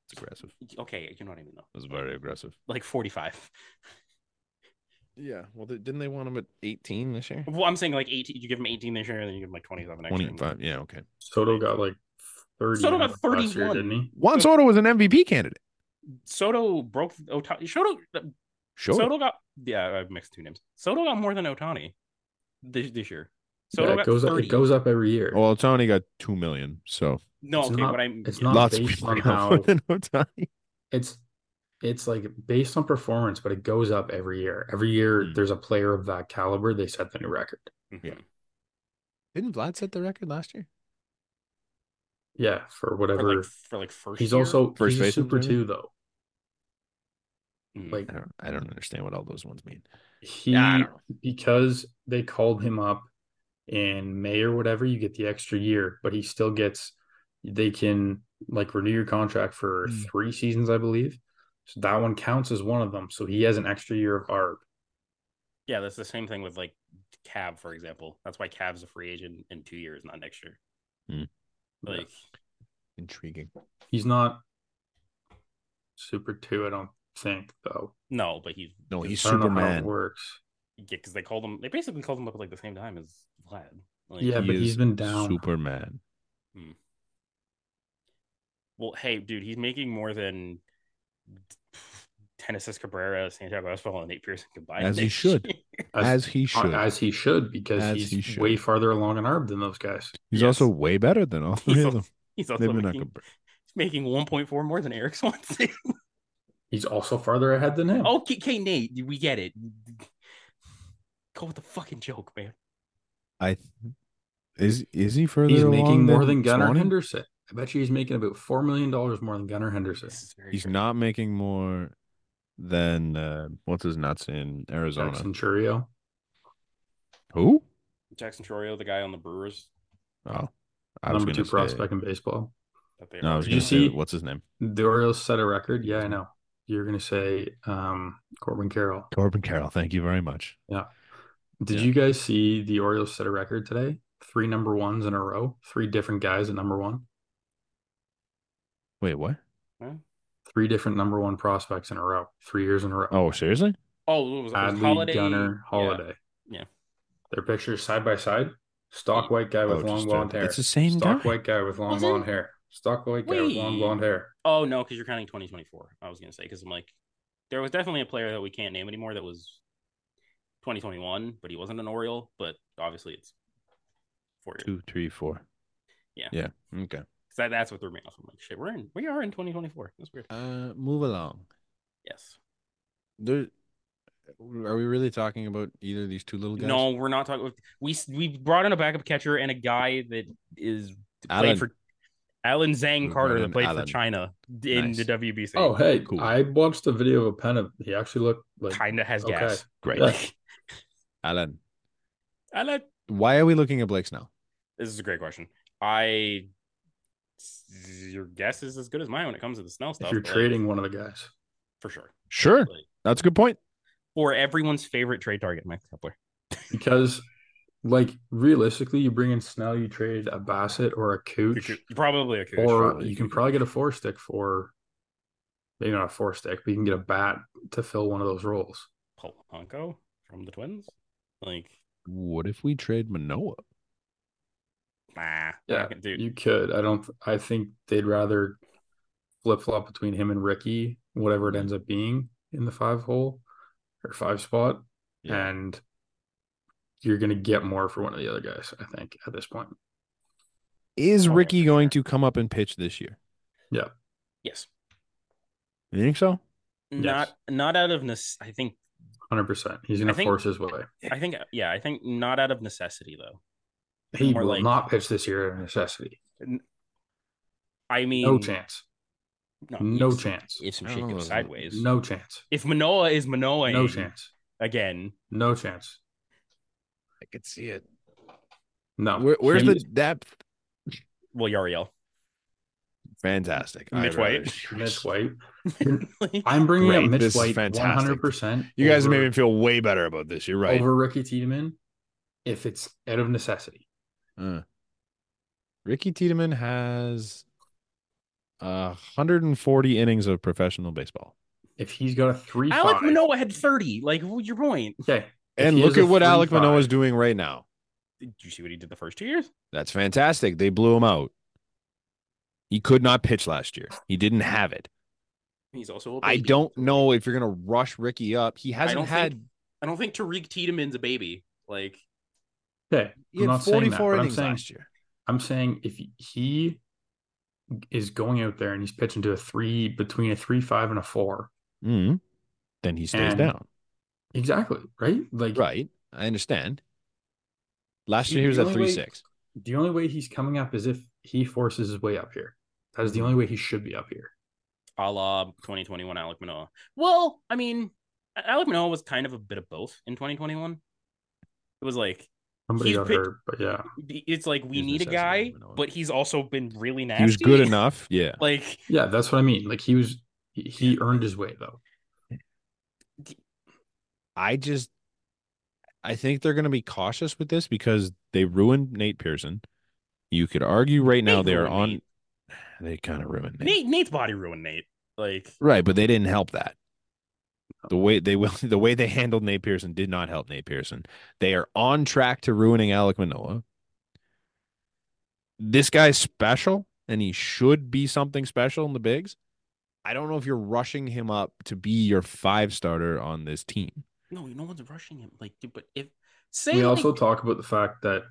[SPEAKER 1] It's aggressive.
[SPEAKER 3] okay, you know what I mean though.
[SPEAKER 1] It's very aggressive.
[SPEAKER 3] Like forty five.
[SPEAKER 1] Yeah. Well, they, didn't they want him at 18 this year?
[SPEAKER 3] *laughs* Well, I'm saying like eighteen. You give him eighteen this year, and then you give him like twenty seven next year.
[SPEAKER 1] 25. Yeah. Okay.
[SPEAKER 2] Soto got like 30.
[SPEAKER 3] Soto got
[SPEAKER 2] last year,
[SPEAKER 3] 31.
[SPEAKER 2] didn't he?
[SPEAKER 1] Juan Soto was an MVP candidate.
[SPEAKER 3] Soto broke Otani. Soto
[SPEAKER 1] Sure.
[SPEAKER 3] Soto got yeah, I mixed two names. Soto got more than Otani this this year. Soto
[SPEAKER 2] yeah,
[SPEAKER 3] got
[SPEAKER 2] it goes up.
[SPEAKER 3] 30.
[SPEAKER 2] It goes up every year.
[SPEAKER 1] Well, Tony got two million, so
[SPEAKER 3] No,
[SPEAKER 2] It's
[SPEAKER 3] okay,
[SPEAKER 2] not-
[SPEAKER 3] but I'm
[SPEAKER 2] it's
[SPEAKER 3] yeah.
[SPEAKER 2] not-
[SPEAKER 1] lots of
[SPEAKER 2] based
[SPEAKER 1] people *laughs*
[SPEAKER 2] on
[SPEAKER 1] got
[SPEAKER 2] how-
[SPEAKER 1] more than Otani.
[SPEAKER 2] it's it's like based on performance, but it goes up every year. Every year,
[SPEAKER 1] Hmm.
[SPEAKER 2] there's a player of that caliber. They set the new record.
[SPEAKER 3] Mhm.
[SPEAKER 1] yeah. Didn't Vlad set the record last year?
[SPEAKER 2] Yeah, for whatever.
[SPEAKER 3] for like for like first.
[SPEAKER 2] he's
[SPEAKER 3] year?
[SPEAKER 2] also
[SPEAKER 1] First
[SPEAKER 2] he's a
[SPEAKER 1] baseman,
[SPEAKER 2] super
[SPEAKER 1] maybe?
[SPEAKER 2] two though.
[SPEAKER 3] Mm.
[SPEAKER 2] Like
[SPEAKER 1] I don't. I don't understand what all those ones mean.
[SPEAKER 2] he
[SPEAKER 1] Hmm. Yeah, I don't know.
[SPEAKER 2] because they called him up in May or whatever, you get the extra year, but he still gets they can like renew your contract for
[SPEAKER 1] Mm.
[SPEAKER 2] three seasons, I believe. So that one counts as one of them. So he has an extra year of ARB.
[SPEAKER 3] yeah, that's the same thing with like Cav, for example. That's why Cav's a free agent in two years, not next year.
[SPEAKER 1] Mm.
[SPEAKER 3] Like
[SPEAKER 1] Intriguing.
[SPEAKER 2] He's not super two, I don't think, though.
[SPEAKER 3] no, but he's
[SPEAKER 1] No, he's
[SPEAKER 2] I don't know how it
[SPEAKER 1] Superman.
[SPEAKER 2] works.
[SPEAKER 3] yeah, because they called him. They basically called him up at like the same time as Vlad. Like,
[SPEAKER 2] Yeah, but
[SPEAKER 1] is
[SPEAKER 2] he's been down.
[SPEAKER 1] Superman.
[SPEAKER 3] Well, hey, dude, he's making more than Tennessee Cabrera, Santiago Espinal, and Nate Pearson combined.
[SPEAKER 1] As he
[SPEAKER 3] next
[SPEAKER 1] should.
[SPEAKER 3] year.
[SPEAKER 2] As-
[SPEAKER 1] As he should.
[SPEAKER 2] Uh, As he should, because
[SPEAKER 1] As
[SPEAKER 2] he's
[SPEAKER 1] he should.
[SPEAKER 2] way farther along in ARB than those guys.
[SPEAKER 1] he's
[SPEAKER 3] yes.
[SPEAKER 1] also way better than
[SPEAKER 2] *laughs*
[SPEAKER 1] all three
[SPEAKER 3] He's
[SPEAKER 1] of them.
[SPEAKER 3] also, *laughs* he's also
[SPEAKER 1] Maybe
[SPEAKER 3] making,
[SPEAKER 1] not compar-
[SPEAKER 3] he's making 1.4 more than Eric
[SPEAKER 1] *laughs*
[SPEAKER 3] Swanson. *laughs*
[SPEAKER 2] He's also farther ahead than him.
[SPEAKER 3] okay, okay, Nate, we get it. Go with the fucking joke, man.
[SPEAKER 1] I th- is is he further?
[SPEAKER 2] He's making
[SPEAKER 1] along
[SPEAKER 2] more
[SPEAKER 1] than
[SPEAKER 2] than Gunnar
[SPEAKER 1] Swanee?
[SPEAKER 2] Henderson. I bet you he's making about four million dollars more than Gunnar Henderson.
[SPEAKER 3] This is very
[SPEAKER 1] He's
[SPEAKER 3] true.
[SPEAKER 1] not making more than uh, what's his nuts in Arizona.
[SPEAKER 2] Jackson Churio.
[SPEAKER 1] Who?
[SPEAKER 3] Jackson Chorio, the guy on the Brewers.
[SPEAKER 1] Oh, I was
[SPEAKER 2] number two
[SPEAKER 1] gonna say-
[SPEAKER 2] prospect in baseball.
[SPEAKER 3] That they
[SPEAKER 1] No, I was
[SPEAKER 2] Did you
[SPEAKER 1] gonna say
[SPEAKER 2] see-
[SPEAKER 1] what's his name?
[SPEAKER 2] The Orioles set a record. Yeah, I know. You're gonna say um Corbin Carroll.
[SPEAKER 1] Corbin Carroll. Thank you very much.
[SPEAKER 2] Did
[SPEAKER 1] Yeah.
[SPEAKER 2] you guys see the Orioles set a record today? Three number ones in a row, three different guys at number one,
[SPEAKER 1] Wait, what?
[SPEAKER 2] three different number one prospects in a row, three years in a row.
[SPEAKER 1] Oh, seriously?
[SPEAKER 3] Oh, it was, it was
[SPEAKER 2] Adley,
[SPEAKER 3] Holiday.
[SPEAKER 2] Gunner,
[SPEAKER 3] yeah.
[SPEAKER 2] Holiday.
[SPEAKER 3] Yeah.
[SPEAKER 2] Their pictures side by side. Stock white guy with
[SPEAKER 1] Oh,
[SPEAKER 2] long
[SPEAKER 1] just, uh,
[SPEAKER 2] blonde hair.
[SPEAKER 1] It's the same
[SPEAKER 2] Stock
[SPEAKER 1] guy.
[SPEAKER 2] white guy with long
[SPEAKER 3] Wasn't-
[SPEAKER 2] blonde hair. Stock white guy with long
[SPEAKER 3] Wait.
[SPEAKER 2] blonde hair.
[SPEAKER 3] Oh no, because you're counting 2024. I was gonna say because I'm like, there was definitely a player that we can't name anymore that was 2021, but he wasn't an Oriole. But obviously, it's four years.
[SPEAKER 1] Two, three, four.
[SPEAKER 3] Yeah.
[SPEAKER 1] Yeah. Okay.
[SPEAKER 3] 'Cause That, that's what threw me off. I'm like, shit, we're in, we are in 2024. That's weird.
[SPEAKER 1] Uh, move along.
[SPEAKER 3] Yes.
[SPEAKER 1] There, Are we really talking about either of these two little guys?
[SPEAKER 3] No, we're not talking. We we brought in a backup catcher and a guy that is played
[SPEAKER 1] Alan.
[SPEAKER 3] for Alan Zhang
[SPEAKER 1] We
[SPEAKER 3] Carter
[SPEAKER 1] brought
[SPEAKER 3] that
[SPEAKER 1] in
[SPEAKER 3] played for
[SPEAKER 1] Alan.
[SPEAKER 3] China in
[SPEAKER 1] Nice.
[SPEAKER 3] the WBC.
[SPEAKER 2] Oh, hey,
[SPEAKER 1] Cool.
[SPEAKER 2] I watched a video of a pen. Of, he actually looked like
[SPEAKER 3] kind of has
[SPEAKER 2] okay. *laughs*
[SPEAKER 3] gas.
[SPEAKER 1] Great.
[SPEAKER 2] Yeah.
[SPEAKER 1] Alan,
[SPEAKER 3] Alan,
[SPEAKER 1] why are we looking at Blake's now?
[SPEAKER 3] this is a great question. I your guess is as good as mine when it comes to the Snell stuff.
[SPEAKER 2] if you're
[SPEAKER 3] but, like,
[SPEAKER 2] trading one of the guys.
[SPEAKER 3] for sure,
[SPEAKER 1] Sure.
[SPEAKER 3] Like,
[SPEAKER 1] That's a good point.
[SPEAKER 3] or everyone's favorite trade target, Mike Kepler.
[SPEAKER 2] Because, like, realistically, you bring in Snell, you trade a Bassett or a Cooch,
[SPEAKER 3] Probably a Kuch.
[SPEAKER 2] or
[SPEAKER 1] probably
[SPEAKER 2] you can
[SPEAKER 1] Cooch.
[SPEAKER 2] probably get a four stick for maybe not a four stick, but you can get a bat to fill one of those roles.
[SPEAKER 3] Polanco from the Twins. Like,
[SPEAKER 1] What if we trade Manoa?
[SPEAKER 3] nah,
[SPEAKER 2] Yeah,
[SPEAKER 3] I can do.
[SPEAKER 2] You could. I don't. I think they'd rather flip flop between him and Ricky, whatever it ends up being in the five hole or five spot,
[SPEAKER 1] Yeah.
[SPEAKER 2] and you're gonna get more for one of the other guys. I think at this point.
[SPEAKER 1] Is
[SPEAKER 3] Oh,
[SPEAKER 1] Ricky
[SPEAKER 3] yeah.
[SPEAKER 1] going to come up and pitch this year?
[SPEAKER 3] Yes,
[SPEAKER 1] You think so?
[SPEAKER 2] Yes.
[SPEAKER 3] not not out of nece- I think
[SPEAKER 2] Hundred percent. He's gonna
[SPEAKER 3] I think-
[SPEAKER 2] force his way.
[SPEAKER 3] I think yeah, I think not out of necessity though.
[SPEAKER 2] He
[SPEAKER 3] More
[SPEAKER 2] will
[SPEAKER 3] like-
[SPEAKER 2] not pitch this year out of necessity.
[SPEAKER 3] I mean,
[SPEAKER 2] No chance.
[SPEAKER 3] No,
[SPEAKER 2] No
[SPEAKER 3] if-
[SPEAKER 2] chance.
[SPEAKER 3] If some
[SPEAKER 1] I
[SPEAKER 3] shit
[SPEAKER 1] don't know.
[SPEAKER 3] goes sideways,
[SPEAKER 2] No chance.
[SPEAKER 3] If Manoa is Manoa,
[SPEAKER 2] No chance.
[SPEAKER 3] again.
[SPEAKER 2] No chance.
[SPEAKER 1] I could see it.
[SPEAKER 2] No.
[SPEAKER 1] Where, where's
[SPEAKER 2] He-
[SPEAKER 1] the depth?
[SPEAKER 3] Well,
[SPEAKER 2] *laughs*
[SPEAKER 3] Yariel, *laughs*
[SPEAKER 1] Fantastic.
[SPEAKER 3] Mitch
[SPEAKER 1] I'd rather-
[SPEAKER 2] Mitch White?
[SPEAKER 3] Like,
[SPEAKER 2] I'm bringing
[SPEAKER 1] Great.
[SPEAKER 2] up Mitch
[SPEAKER 1] This is
[SPEAKER 2] White
[SPEAKER 1] fantastic.
[SPEAKER 2] 100%.
[SPEAKER 1] You guys
[SPEAKER 2] over-
[SPEAKER 1] made me feel way better about this. You're right.
[SPEAKER 2] over Ricky Tiedemann if it's out of necessity.
[SPEAKER 1] Uh. Ricky Tiedemann has uh, 140 innings of professional baseball.
[SPEAKER 2] If he's got a three,
[SPEAKER 3] Alec
[SPEAKER 2] five,
[SPEAKER 3] Manoa had thirty. Like, what's your point?
[SPEAKER 2] Okay. If
[SPEAKER 1] And
[SPEAKER 2] he
[SPEAKER 1] look
[SPEAKER 2] has
[SPEAKER 1] at
[SPEAKER 2] a
[SPEAKER 1] what Alec
[SPEAKER 2] 3.5.
[SPEAKER 1] Manoa is doing right now.
[SPEAKER 3] Did you see what he did the first two years?
[SPEAKER 1] That's fantastic. They blew him out. He could not pitch last year. He didn't have it.
[SPEAKER 3] He's also. A
[SPEAKER 1] I
[SPEAKER 3] baby.
[SPEAKER 1] don't know if you're going to rush Ricky up. He
[SPEAKER 3] I
[SPEAKER 1] hasn't
[SPEAKER 3] don't
[SPEAKER 1] had
[SPEAKER 3] Think, I don't think Tariq Tiedemann's a baby. Like,
[SPEAKER 2] Okay.
[SPEAKER 1] he had
[SPEAKER 2] I'm not saying that,
[SPEAKER 1] 44
[SPEAKER 2] but I'm
[SPEAKER 1] innings
[SPEAKER 2] saying-
[SPEAKER 1] last year.
[SPEAKER 2] I'm saying if he is going out there and he's pitching to a three between a three, five, and a four.
[SPEAKER 1] Mhm. Then he stays
[SPEAKER 2] And-
[SPEAKER 1] down.
[SPEAKER 2] Exactly. Right. Like,
[SPEAKER 1] Right. I understand. Last
[SPEAKER 2] You-
[SPEAKER 1] year he was
[SPEAKER 2] the
[SPEAKER 1] at
[SPEAKER 2] only way-
[SPEAKER 1] 3 6.
[SPEAKER 2] the only way he's coming up is if he forces his way up here. That is the only way he should be up here.
[SPEAKER 3] a la 2021 Alec Manoa. Well, I mean, Alec Manoa was kind of a bit of both in 2021. It was like
[SPEAKER 2] Somebody
[SPEAKER 3] He's
[SPEAKER 2] got
[SPEAKER 3] picked-
[SPEAKER 2] hurt, but yeah.
[SPEAKER 3] it's like we
[SPEAKER 1] He's
[SPEAKER 3] need a
[SPEAKER 1] necessity,
[SPEAKER 3] guy,
[SPEAKER 1] Manoa.
[SPEAKER 3] but he's also been really nasty.
[SPEAKER 1] He was good enough. Yeah.
[SPEAKER 3] *laughs* Like,
[SPEAKER 2] Yeah. That's what I mean. Like, he was, he- he earned his way though.
[SPEAKER 1] I just I think they're going to be cautious with this because they ruined Nate Pearson. You could argue right now
[SPEAKER 3] Nate
[SPEAKER 1] they are
[SPEAKER 3] ruined
[SPEAKER 1] on
[SPEAKER 3] Nate.
[SPEAKER 1] *sighs* they kind of ruined Nate.
[SPEAKER 3] Nate Nate's body ruined Nate. Like,
[SPEAKER 1] Right, but they didn't help that. The way they will *laughs* the way they handled Nate Pearson did not help Nate Pearson. They are on track to ruining Alec Manoa. This guy's special and he should be something special in the bigs. I don't know if you're rushing him up to be your five starter on this team.
[SPEAKER 3] no, no one's rushing him. Like, dude, but if say
[SPEAKER 2] we
[SPEAKER 3] like,
[SPEAKER 2] also talk about the fact that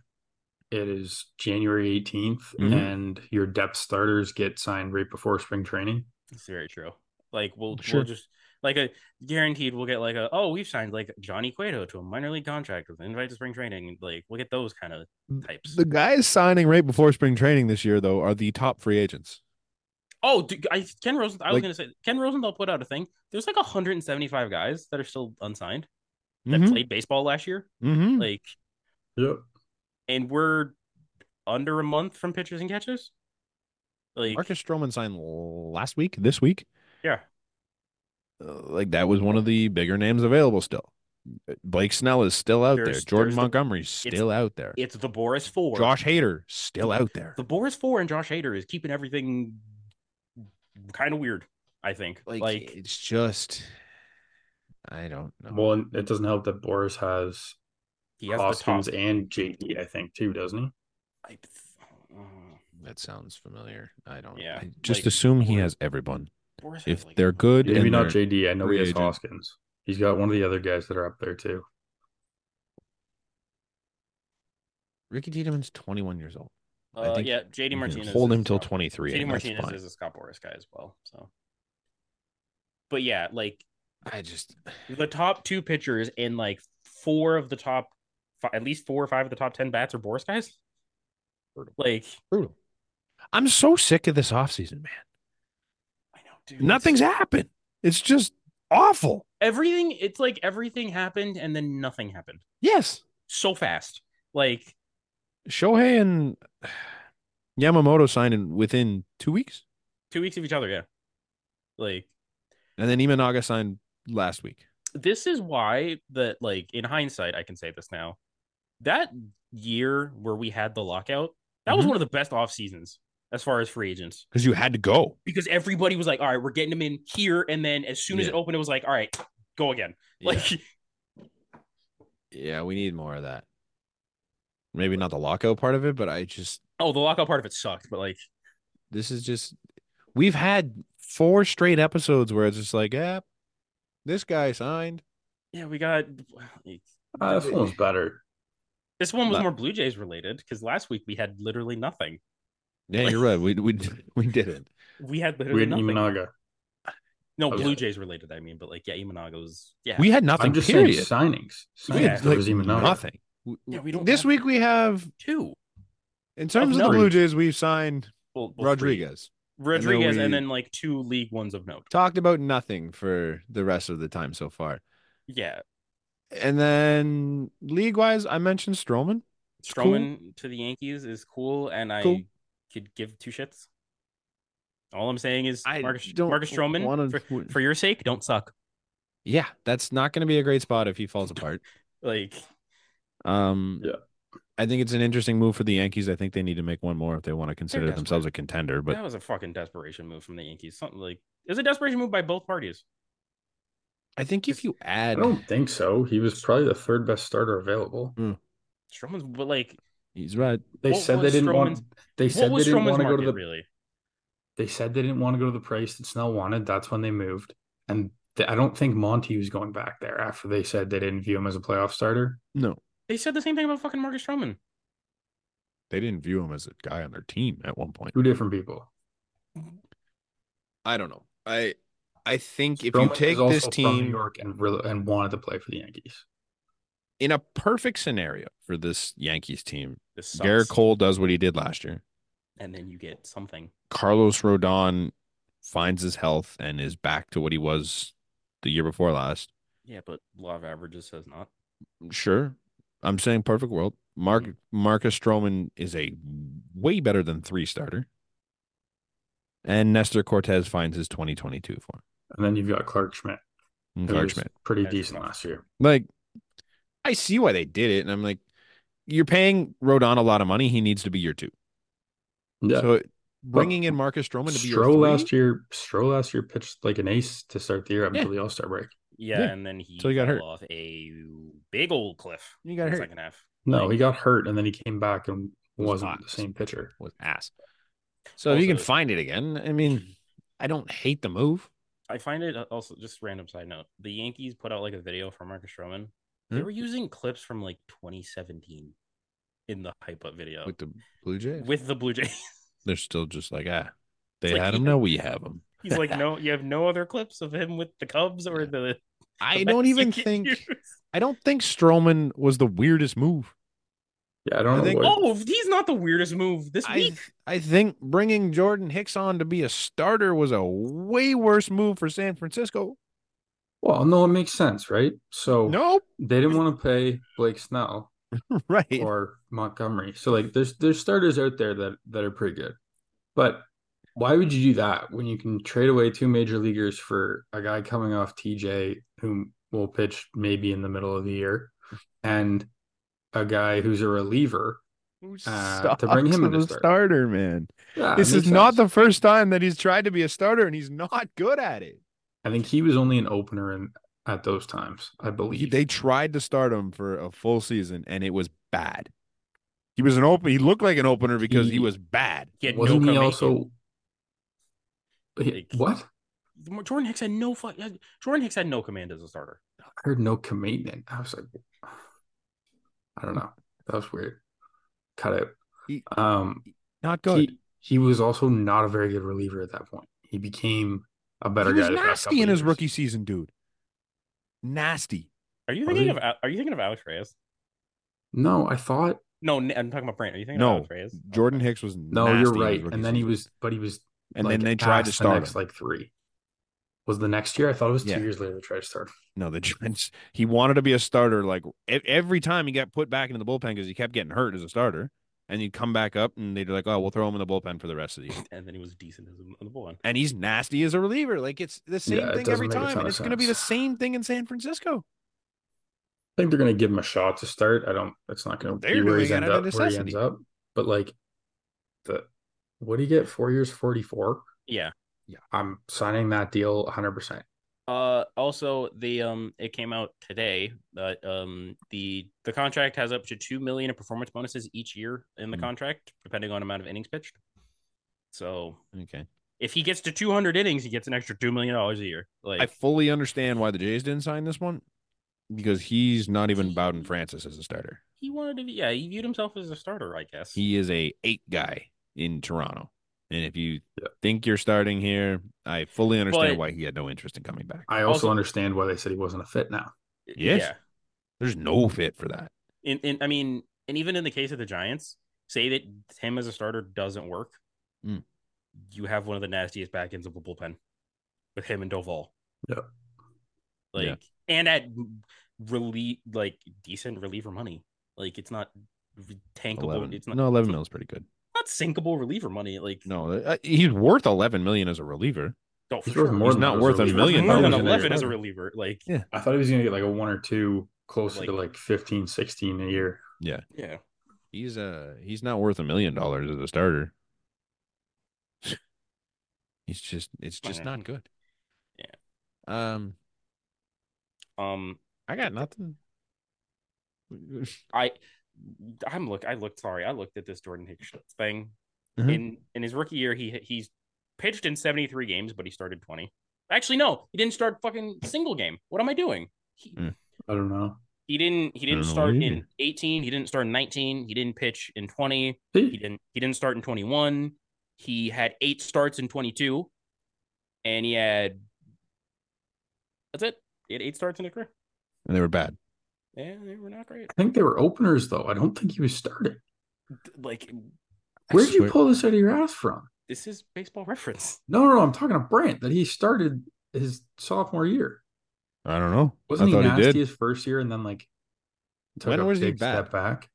[SPEAKER 2] it is January 18th
[SPEAKER 1] Mhm.
[SPEAKER 2] and your depth starters get signed right before spring training.
[SPEAKER 3] it's very true. Like, we'll
[SPEAKER 1] Sure.
[SPEAKER 3] we'll just like a guaranteed we'll get like a oh we've signed like Johnny Cueto to a minor league contract with an invite to spring training. Like, we'll get those kind of types.
[SPEAKER 1] The guys signing right before spring training this year, though, are the top free agents.
[SPEAKER 3] Oh, dude, I Ken Rosenthal. I was
[SPEAKER 1] Like-
[SPEAKER 3] gonna say Ken Rosenthal put out a thing. There's like 175 guys that are still unsigned that
[SPEAKER 1] Mhm,
[SPEAKER 3] played baseball last year.
[SPEAKER 1] mhm.
[SPEAKER 3] Like,
[SPEAKER 2] Yep.
[SPEAKER 3] and we're under a month from pitchers and catchers. Like,
[SPEAKER 1] Marcus Stroman signed last week, this week.
[SPEAKER 3] yeah,
[SPEAKER 1] Uh, like that was one of the bigger names available still. Blake Snell is still out there.
[SPEAKER 3] There's-
[SPEAKER 1] Jordan
[SPEAKER 3] there's the-
[SPEAKER 1] Montgomery's still out there.
[SPEAKER 3] it's the Boris Four.
[SPEAKER 1] Josh Hader still out there.
[SPEAKER 3] the Boris Four and Josh Hader is keeping everything kind of weird. I think. Like,
[SPEAKER 1] it's just I don't know.
[SPEAKER 2] Well, and it doesn't help that Boris has
[SPEAKER 3] he has the top.
[SPEAKER 2] Hoskins and JD, I think, too, doesn't he?
[SPEAKER 3] I- uh,
[SPEAKER 1] that sounds familiar. I don't
[SPEAKER 3] Yeah,
[SPEAKER 1] I just
[SPEAKER 3] like,
[SPEAKER 1] assume he
[SPEAKER 3] we're-
[SPEAKER 1] has everyone.
[SPEAKER 3] Boris has,
[SPEAKER 1] If
[SPEAKER 3] like,
[SPEAKER 1] they're good
[SPEAKER 2] Maybe
[SPEAKER 1] and
[SPEAKER 2] not
[SPEAKER 1] they're-
[SPEAKER 2] JD. I know he
[SPEAKER 1] free
[SPEAKER 2] has
[SPEAKER 1] agent.
[SPEAKER 2] Hoskins. He's got one of the other guys that are up there too.
[SPEAKER 1] Ricky Tiedemann's 21 years old. I
[SPEAKER 3] Uh,
[SPEAKER 1] think
[SPEAKER 3] yeah, JD
[SPEAKER 1] You can
[SPEAKER 3] Martinez.
[SPEAKER 1] hold
[SPEAKER 3] is
[SPEAKER 1] him till
[SPEAKER 3] top.
[SPEAKER 1] 23.
[SPEAKER 3] JD
[SPEAKER 1] and that's
[SPEAKER 3] Martinez
[SPEAKER 1] fine.
[SPEAKER 3] is a Scott Boris guy as well. So, but yeah, like
[SPEAKER 1] I just
[SPEAKER 3] The top two pitchers in like four of the top, fi- at least four or five of the top ten bats are Boris guys. Like
[SPEAKER 1] brutal. I'm so sick of this offseason, man.
[SPEAKER 3] I know, dude.
[SPEAKER 1] Nothing's happened. It's just awful.
[SPEAKER 3] everything. It's like everything happened and then nothing happened
[SPEAKER 1] Yes.
[SPEAKER 3] so fast. Like
[SPEAKER 1] Shohei and Yamamoto signing within two weeks.
[SPEAKER 3] two weeks of each other. Yeah. Like
[SPEAKER 1] And then Imanaga signed last week.
[SPEAKER 3] this is why that like in hindsight I can say this now. That year where we had the lockout, that was
[SPEAKER 1] Mhm.
[SPEAKER 3] one of the best off seasons as far as free agents
[SPEAKER 1] Because you had to go.
[SPEAKER 3] because everybody was like, "All right, we're getting them in here," and then as soon as it
[SPEAKER 1] Yeah.
[SPEAKER 3] opened, it was like, "All right, go again." Like, *laughs*
[SPEAKER 1] Yeah, we need more of that. Maybe not the lockout part of it, but I just
[SPEAKER 3] oh, the lockout part of it sucked, but like,
[SPEAKER 1] this is just we've had four straight episodes where it's just like, yeah, this guy signed.
[SPEAKER 3] yeah, we got
[SPEAKER 2] Uh, this one's better.
[SPEAKER 3] this one was
[SPEAKER 1] But-
[SPEAKER 3] more Blue Jays related because last week we had literally nothing.
[SPEAKER 1] Yeah, you're right. We we we did it.
[SPEAKER 3] We had
[SPEAKER 2] We
[SPEAKER 3] literally
[SPEAKER 2] had
[SPEAKER 3] nothing.
[SPEAKER 2] Imanaga.
[SPEAKER 3] No,
[SPEAKER 2] Okay.
[SPEAKER 3] Blue Jays related, I mean, but like, yeah, Imanaga was yeah.
[SPEAKER 1] Oh, We had nothing.
[SPEAKER 2] I'm just
[SPEAKER 1] period.
[SPEAKER 2] saying signings.
[SPEAKER 1] We
[SPEAKER 2] Signings.
[SPEAKER 1] had,
[SPEAKER 3] Yeah,
[SPEAKER 2] there
[SPEAKER 1] like,
[SPEAKER 2] was Imanaga.
[SPEAKER 1] nothing. W-
[SPEAKER 3] Yeah,
[SPEAKER 1] w-
[SPEAKER 3] we don't
[SPEAKER 1] this
[SPEAKER 3] have-
[SPEAKER 1] week we have,
[SPEAKER 3] two.
[SPEAKER 1] in terms of,
[SPEAKER 3] note.
[SPEAKER 1] the Blue Jays, we've signed
[SPEAKER 3] Well, well, three.
[SPEAKER 1] Rodriguez.
[SPEAKER 3] Rodriguez,
[SPEAKER 1] we-
[SPEAKER 3] and then like two league ones of note.
[SPEAKER 1] Talked about nothing for the rest of the time so far.
[SPEAKER 3] Yeah,
[SPEAKER 1] And then league wise, I mentioned Stroman.
[SPEAKER 3] Stroman to the Yankees is cool, and I
[SPEAKER 1] Cool.
[SPEAKER 3] could give two shits. All I'm saying is
[SPEAKER 1] I
[SPEAKER 3] Marcus,
[SPEAKER 1] don't
[SPEAKER 3] Marcus Stroman,
[SPEAKER 1] wanna-
[SPEAKER 3] for, for your sake, don't suck.
[SPEAKER 1] Yeah, that's not going to be a great spot if he falls apart.
[SPEAKER 3] Like,
[SPEAKER 1] Um,
[SPEAKER 2] Yeah.
[SPEAKER 1] I think it's an interesting move for the Yankees. I think they need to make one more if they want to consider
[SPEAKER 3] desperate.
[SPEAKER 1] themselves a contender. But
[SPEAKER 3] that was a fucking desperation move from the Yankees. Something like it was a desperation move by both parties.
[SPEAKER 1] I think if you
[SPEAKER 2] I
[SPEAKER 1] add,
[SPEAKER 2] don't think so. He was probably the third best starter available.
[SPEAKER 3] Stroman's, but like,
[SPEAKER 1] he's right.
[SPEAKER 2] They
[SPEAKER 3] What
[SPEAKER 2] said they
[SPEAKER 3] was
[SPEAKER 2] didn't
[SPEAKER 3] Stroman's-
[SPEAKER 2] want. They
[SPEAKER 3] what
[SPEAKER 2] said they
[SPEAKER 3] was
[SPEAKER 2] didn't
[SPEAKER 3] Stroman's
[SPEAKER 2] want to go
[SPEAKER 3] market
[SPEAKER 2] to the.
[SPEAKER 3] really?
[SPEAKER 2] They said they didn't want to go to the price that Snell wanted. That's when they moved, and th- I don't think Monty was going back there after they said they didn't view him as a playoff starter.
[SPEAKER 1] No,
[SPEAKER 3] They said the same thing about fucking Marcus Stroman.
[SPEAKER 1] they didn't view him as a guy on their team at one point.
[SPEAKER 2] Two different people.
[SPEAKER 1] I don't know. I I think if
[SPEAKER 2] Stroman
[SPEAKER 1] you
[SPEAKER 2] was
[SPEAKER 1] take
[SPEAKER 2] also
[SPEAKER 1] this
[SPEAKER 2] from New
[SPEAKER 1] team
[SPEAKER 2] York and really, and wanted to play for the Yankees.
[SPEAKER 1] in a perfect scenario for this Yankees team,
[SPEAKER 3] This sucks.
[SPEAKER 1] Garrett Cole does what he did last year.
[SPEAKER 3] and then you get something.
[SPEAKER 1] Carlos Rodon finds his health and is back to what he was the year before last.
[SPEAKER 3] Yeah, but law of averages says not.
[SPEAKER 1] Sure. I'm saying perfect world. Mark Marcus Stroman is a way better than three starter. And Nestor Cortez finds his 2022 form.
[SPEAKER 2] And then you've got Clark Schmidt,
[SPEAKER 1] And
[SPEAKER 2] who
[SPEAKER 1] Clark
[SPEAKER 2] was
[SPEAKER 1] Schmidt.
[SPEAKER 2] pretty
[SPEAKER 3] Yeah,
[SPEAKER 2] decent
[SPEAKER 3] Schmidt.
[SPEAKER 2] last year.
[SPEAKER 1] Like, I see why they did it. And I'm like, you're paying Rodon a lot of money. He needs to be your two.
[SPEAKER 2] Yeah,
[SPEAKER 1] So bringing in Marcus Stroman to be your
[SPEAKER 2] Stroh
[SPEAKER 1] three,
[SPEAKER 2] last year. Stroh last year pitched like an ace to start the year up
[SPEAKER 1] Yeah.
[SPEAKER 2] until the All Star break.
[SPEAKER 3] Yeah,
[SPEAKER 1] Yeah.
[SPEAKER 3] and then he
[SPEAKER 1] Till he got
[SPEAKER 3] fell
[SPEAKER 1] hurt.
[SPEAKER 3] off a big old cliff.
[SPEAKER 1] You got
[SPEAKER 3] in the
[SPEAKER 1] hurt.
[SPEAKER 3] second half.
[SPEAKER 2] No,
[SPEAKER 3] Like-
[SPEAKER 2] he got hurt and then he came back and
[SPEAKER 1] Was
[SPEAKER 2] wasn't
[SPEAKER 1] not.
[SPEAKER 2] the same pitcher.
[SPEAKER 1] was ass. So if you can
[SPEAKER 3] Also-
[SPEAKER 1] find it again, I mean, I don't hate the move.
[SPEAKER 3] I find it uh, also just random side note. The Yankees put out like a video for Marcus Stroman. They
[SPEAKER 1] Hmm?
[SPEAKER 3] were using clips from like 2017 in the hype up video with
[SPEAKER 1] the Blue
[SPEAKER 3] the,
[SPEAKER 1] Jays,
[SPEAKER 3] Blue Jays. *laughs*
[SPEAKER 1] they're still just like, ah, they
[SPEAKER 3] It's like
[SPEAKER 1] had
[SPEAKER 3] he-
[SPEAKER 1] him. Now we have him.
[SPEAKER 3] He's
[SPEAKER 1] *laughs*
[SPEAKER 3] like, no, you have no other clips of him with the Cubs or the.
[SPEAKER 1] I
[SPEAKER 3] the
[SPEAKER 1] don't
[SPEAKER 3] Mets you
[SPEAKER 1] even
[SPEAKER 3] can
[SPEAKER 1] think
[SPEAKER 3] use." *laughs*
[SPEAKER 1] I don't think Strowman was the weirdest move.
[SPEAKER 2] Yeah, I
[SPEAKER 1] I
[SPEAKER 2] don't know.
[SPEAKER 1] think-
[SPEAKER 2] what-
[SPEAKER 3] Oh, he's not the weirdest move this
[SPEAKER 1] I
[SPEAKER 3] week.
[SPEAKER 1] I think bringing Jordan Hicks on to be a starter was a way worse move for San Francisco.
[SPEAKER 2] Well, no, it makes sense, right? So
[SPEAKER 1] Nope. *laughs*
[SPEAKER 2] they didn't want to pay Blake Snell
[SPEAKER 1] Right.
[SPEAKER 2] or Montgomery. So like, there's there's starters out there that that are pretty good, but why would you do that when you can trade away two major leaguers for a guy coming off TJ who will pitch maybe in the middle of the year, and a guy who's a reliever?
[SPEAKER 1] Who
[SPEAKER 2] Uh, to bring
[SPEAKER 1] sucks
[SPEAKER 2] him in
[SPEAKER 1] as
[SPEAKER 2] the
[SPEAKER 1] a
[SPEAKER 2] start.
[SPEAKER 1] starter, man.
[SPEAKER 2] Yeah, it
[SPEAKER 1] this is
[SPEAKER 2] makes
[SPEAKER 1] not
[SPEAKER 2] sense.
[SPEAKER 1] the first time that he's tried to be a starter and he's not good at it.
[SPEAKER 2] I think he was only an opener in at those times, I
[SPEAKER 1] He-
[SPEAKER 2] believe.
[SPEAKER 1] they tried to start him for a full season and it was bad. He was an open he looked like an opener because he,
[SPEAKER 2] He-
[SPEAKER 1] was bad.
[SPEAKER 3] He had
[SPEAKER 2] Wasn't
[SPEAKER 3] no
[SPEAKER 2] he
[SPEAKER 3] comeback.
[SPEAKER 2] also? He-
[SPEAKER 3] Like-
[SPEAKER 2] what?
[SPEAKER 3] Jordan Hicks had no fu- uh, Jordan Hicks had no command as a starter.
[SPEAKER 2] I heard no commitment. I was like, I don't know. That was weird. Cut it.
[SPEAKER 1] He-
[SPEAKER 2] Um,
[SPEAKER 1] Not good.
[SPEAKER 2] he, he was also not a very good reliever at that point. He became a better
[SPEAKER 1] he was
[SPEAKER 2] guy. the past
[SPEAKER 1] nasty
[SPEAKER 2] couple
[SPEAKER 1] in his
[SPEAKER 2] years.
[SPEAKER 1] rookie season, dude. Nasty.
[SPEAKER 3] Are you
[SPEAKER 2] Are
[SPEAKER 3] thinking
[SPEAKER 2] they-
[SPEAKER 3] of Al- Are you thinking of Alex Reyes?
[SPEAKER 2] No, I thought
[SPEAKER 3] No, n- I'm talking about Oh. Brandon. Are you thinking
[SPEAKER 1] No,
[SPEAKER 3] of Alex Reyes?
[SPEAKER 1] Jordan Hicks was
[SPEAKER 2] no,
[SPEAKER 1] nasty in
[SPEAKER 2] you're
[SPEAKER 1] his
[SPEAKER 2] right.
[SPEAKER 1] rookie
[SPEAKER 2] And then he
[SPEAKER 1] season.
[SPEAKER 2] was, but he was.
[SPEAKER 1] and
[SPEAKER 2] like,
[SPEAKER 1] then they tried to
[SPEAKER 2] past
[SPEAKER 1] start
[SPEAKER 2] the next
[SPEAKER 1] him.
[SPEAKER 2] like three. Was the next year? I thought it was two
[SPEAKER 1] Yeah.
[SPEAKER 2] years later. They tried to start. him.
[SPEAKER 1] No, the *laughs* Giants. He wanted to be a starter. Like e- every time he got put back into the bullpen because he kept getting hurt as a starter, and he'd come back up and they'd be like, "Oh, we'll throw him in the bullpen for the rest of the year."
[SPEAKER 3] And then he was decent as a- on the ball.
[SPEAKER 1] And he's nasty as a reliever. Like it's the same
[SPEAKER 2] Yeah, it
[SPEAKER 1] thing
[SPEAKER 2] doesn't
[SPEAKER 1] every
[SPEAKER 2] make a
[SPEAKER 1] time,
[SPEAKER 2] ton
[SPEAKER 1] and
[SPEAKER 2] of
[SPEAKER 1] it's going to be the
[SPEAKER 2] sense.
[SPEAKER 1] same thing in San Francisco.
[SPEAKER 2] I think they're going to give him a shot to start. I don't. That's not going to
[SPEAKER 1] They're
[SPEAKER 2] be where, he's
[SPEAKER 1] doing
[SPEAKER 2] end
[SPEAKER 1] it out
[SPEAKER 2] up,
[SPEAKER 1] of
[SPEAKER 2] where he
[SPEAKER 1] necessity.
[SPEAKER 2] ends up. But like, the what do you get? Four years, forty four.
[SPEAKER 3] Yeah.
[SPEAKER 2] I'm signing that deal 100. percent
[SPEAKER 3] Uh, also the um, it came out today that um, the the contract has up to two million in performance bonuses each year in the
[SPEAKER 1] Mm.
[SPEAKER 3] contract, depending on amount of innings pitched. So
[SPEAKER 1] Okay,
[SPEAKER 3] if he gets to 200 innings, he gets an extra two million dollars a year. Like
[SPEAKER 1] I fully understand why the Jays didn't sign this one because he's not even Bowden Francis as a starter.
[SPEAKER 3] he wanted to, be, yeah, he viewed himself as a starter, I guess.
[SPEAKER 1] He is a eight guy in Toronto, and if you
[SPEAKER 2] Yeah.
[SPEAKER 1] think you're starting here, I fully understand
[SPEAKER 3] But-
[SPEAKER 1] why he had no interest in coming back.
[SPEAKER 2] I also,
[SPEAKER 3] Also-
[SPEAKER 2] understand why they said he wasn't a fit now.
[SPEAKER 1] Yes.
[SPEAKER 3] Yeah.
[SPEAKER 1] There's no fit for that.
[SPEAKER 3] In, in I mean, and even in the case of the Giants, say that him as a starter doesn't work,
[SPEAKER 1] Mm.
[SPEAKER 3] you have one of the nastiest back ends of the bullpen with him and Doval.
[SPEAKER 2] Yeah.
[SPEAKER 3] Like
[SPEAKER 1] Yeah.
[SPEAKER 3] and at relief like decent reliever money. Like it's not re- tankable.
[SPEAKER 1] 11.
[SPEAKER 3] It's not
[SPEAKER 1] no, 11 mil is pretty good.
[SPEAKER 3] not sinkable reliever money. Like oh,
[SPEAKER 1] No, uh, he's worth 11 million as a reliever.
[SPEAKER 3] don't
[SPEAKER 2] He's worth more
[SPEAKER 1] He's
[SPEAKER 2] than
[SPEAKER 1] not
[SPEAKER 2] that as
[SPEAKER 1] worth
[SPEAKER 2] a
[SPEAKER 1] a
[SPEAKER 2] reliever.
[SPEAKER 1] million
[SPEAKER 3] more than
[SPEAKER 1] dollars in there.
[SPEAKER 3] 11 as a reliever. Like
[SPEAKER 1] Yeah.
[SPEAKER 2] I thought he was going to get like a one or two, closer to
[SPEAKER 3] Like-
[SPEAKER 2] like 15, 16 a year.
[SPEAKER 3] yeah.
[SPEAKER 1] He's uh he's not worth a million dollars as a starter. *laughs* he's just it's just
[SPEAKER 3] Yeah.
[SPEAKER 1] not good.
[SPEAKER 3] Yeah.
[SPEAKER 1] Um
[SPEAKER 3] Um
[SPEAKER 1] I got nothing.
[SPEAKER 3] I I'm look I looked sorry I looked at this Jordan Hicks thing
[SPEAKER 1] Mhm.
[SPEAKER 3] in in his rookie year he he's pitched in 73 games but he started 20 actually no he didn't start fucking single game what am I doing he,
[SPEAKER 1] Mm.
[SPEAKER 2] I don't know.
[SPEAKER 3] he didn't he
[SPEAKER 1] don't
[SPEAKER 3] didn't
[SPEAKER 1] know
[SPEAKER 3] start
[SPEAKER 1] either.
[SPEAKER 3] in 18 he didn't start in 19 he didn't pitch in 20 he
[SPEAKER 2] See,
[SPEAKER 3] didn't he didn't start in 21 he had eight starts in 22 and he had that's it he had eight starts in a career
[SPEAKER 1] And they were bad.
[SPEAKER 3] yeah they were not great
[SPEAKER 2] I think they were openers though. I don't think he was starting.
[SPEAKER 3] like
[SPEAKER 1] I
[SPEAKER 2] Where'd you
[SPEAKER 1] swear-
[SPEAKER 2] pull this out of your ass from?
[SPEAKER 3] this is baseball reference
[SPEAKER 2] No, no, I'm talking to Brant that he started his sophomore year.
[SPEAKER 1] I don't know.
[SPEAKER 2] Wasn't
[SPEAKER 1] I
[SPEAKER 2] he
[SPEAKER 1] thought
[SPEAKER 2] nasty
[SPEAKER 1] did.
[SPEAKER 2] his first year and then like took
[SPEAKER 1] When
[SPEAKER 2] a
[SPEAKER 1] was he
[SPEAKER 2] big step back?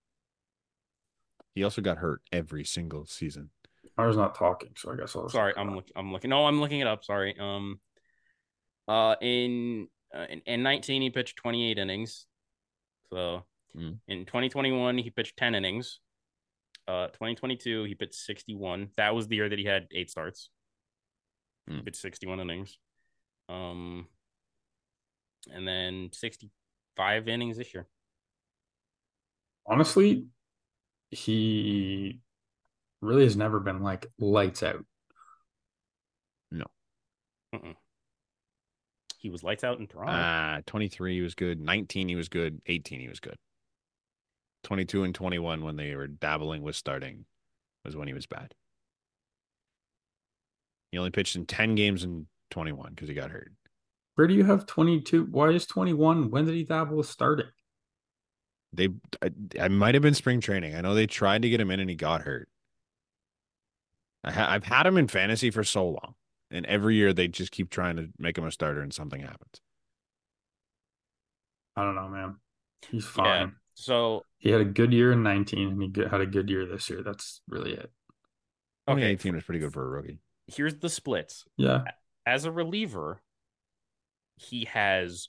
[SPEAKER 1] He also got hurt every single season.
[SPEAKER 2] I was not talking, so I guess I'll
[SPEAKER 3] sorry i'm looking i'm looking no i'm looking it up sorry um uh in uh, in, in 19 he pitched 28 innings so
[SPEAKER 1] Mm.
[SPEAKER 3] in 2021 he pitched 10 innings uh 2022 he pitched 61 that was the year that he had eight starts
[SPEAKER 1] Mm.
[SPEAKER 3] pitched 61 innings um and then 65 innings this year
[SPEAKER 2] honestly, he really has never been like lights out.
[SPEAKER 3] he was lights out in toronto
[SPEAKER 1] Ah, 23 he was good, 19 he was good, 18 he was good. 22 and 21 when they were dabbling with starting was when he was bad. He only pitched in 10 games in 21 because he got hurt.
[SPEAKER 2] Where do you have 22? Why is 21? When did he dabble with starting?
[SPEAKER 1] They I, I might have been spring training. I know they tried to get him in and he got hurt. I ha- I've had him in fantasy for so long, and every year they just keep trying to make him a starter and something happens.
[SPEAKER 2] I don't know, man. He's
[SPEAKER 3] Yeah.
[SPEAKER 2] fine.
[SPEAKER 3] so
[SPEAKER 2] He had a good year in 19 and he g- had a good year this year. That's really it.
[SPEAKER 3] okay
[SPEAKER 1] 2018 was pretty good for a rookie.
[SPEAKER 3] here's the splits
[SPEAKER 2] Yeah.
[SPEAKER 3] as a reliever, he has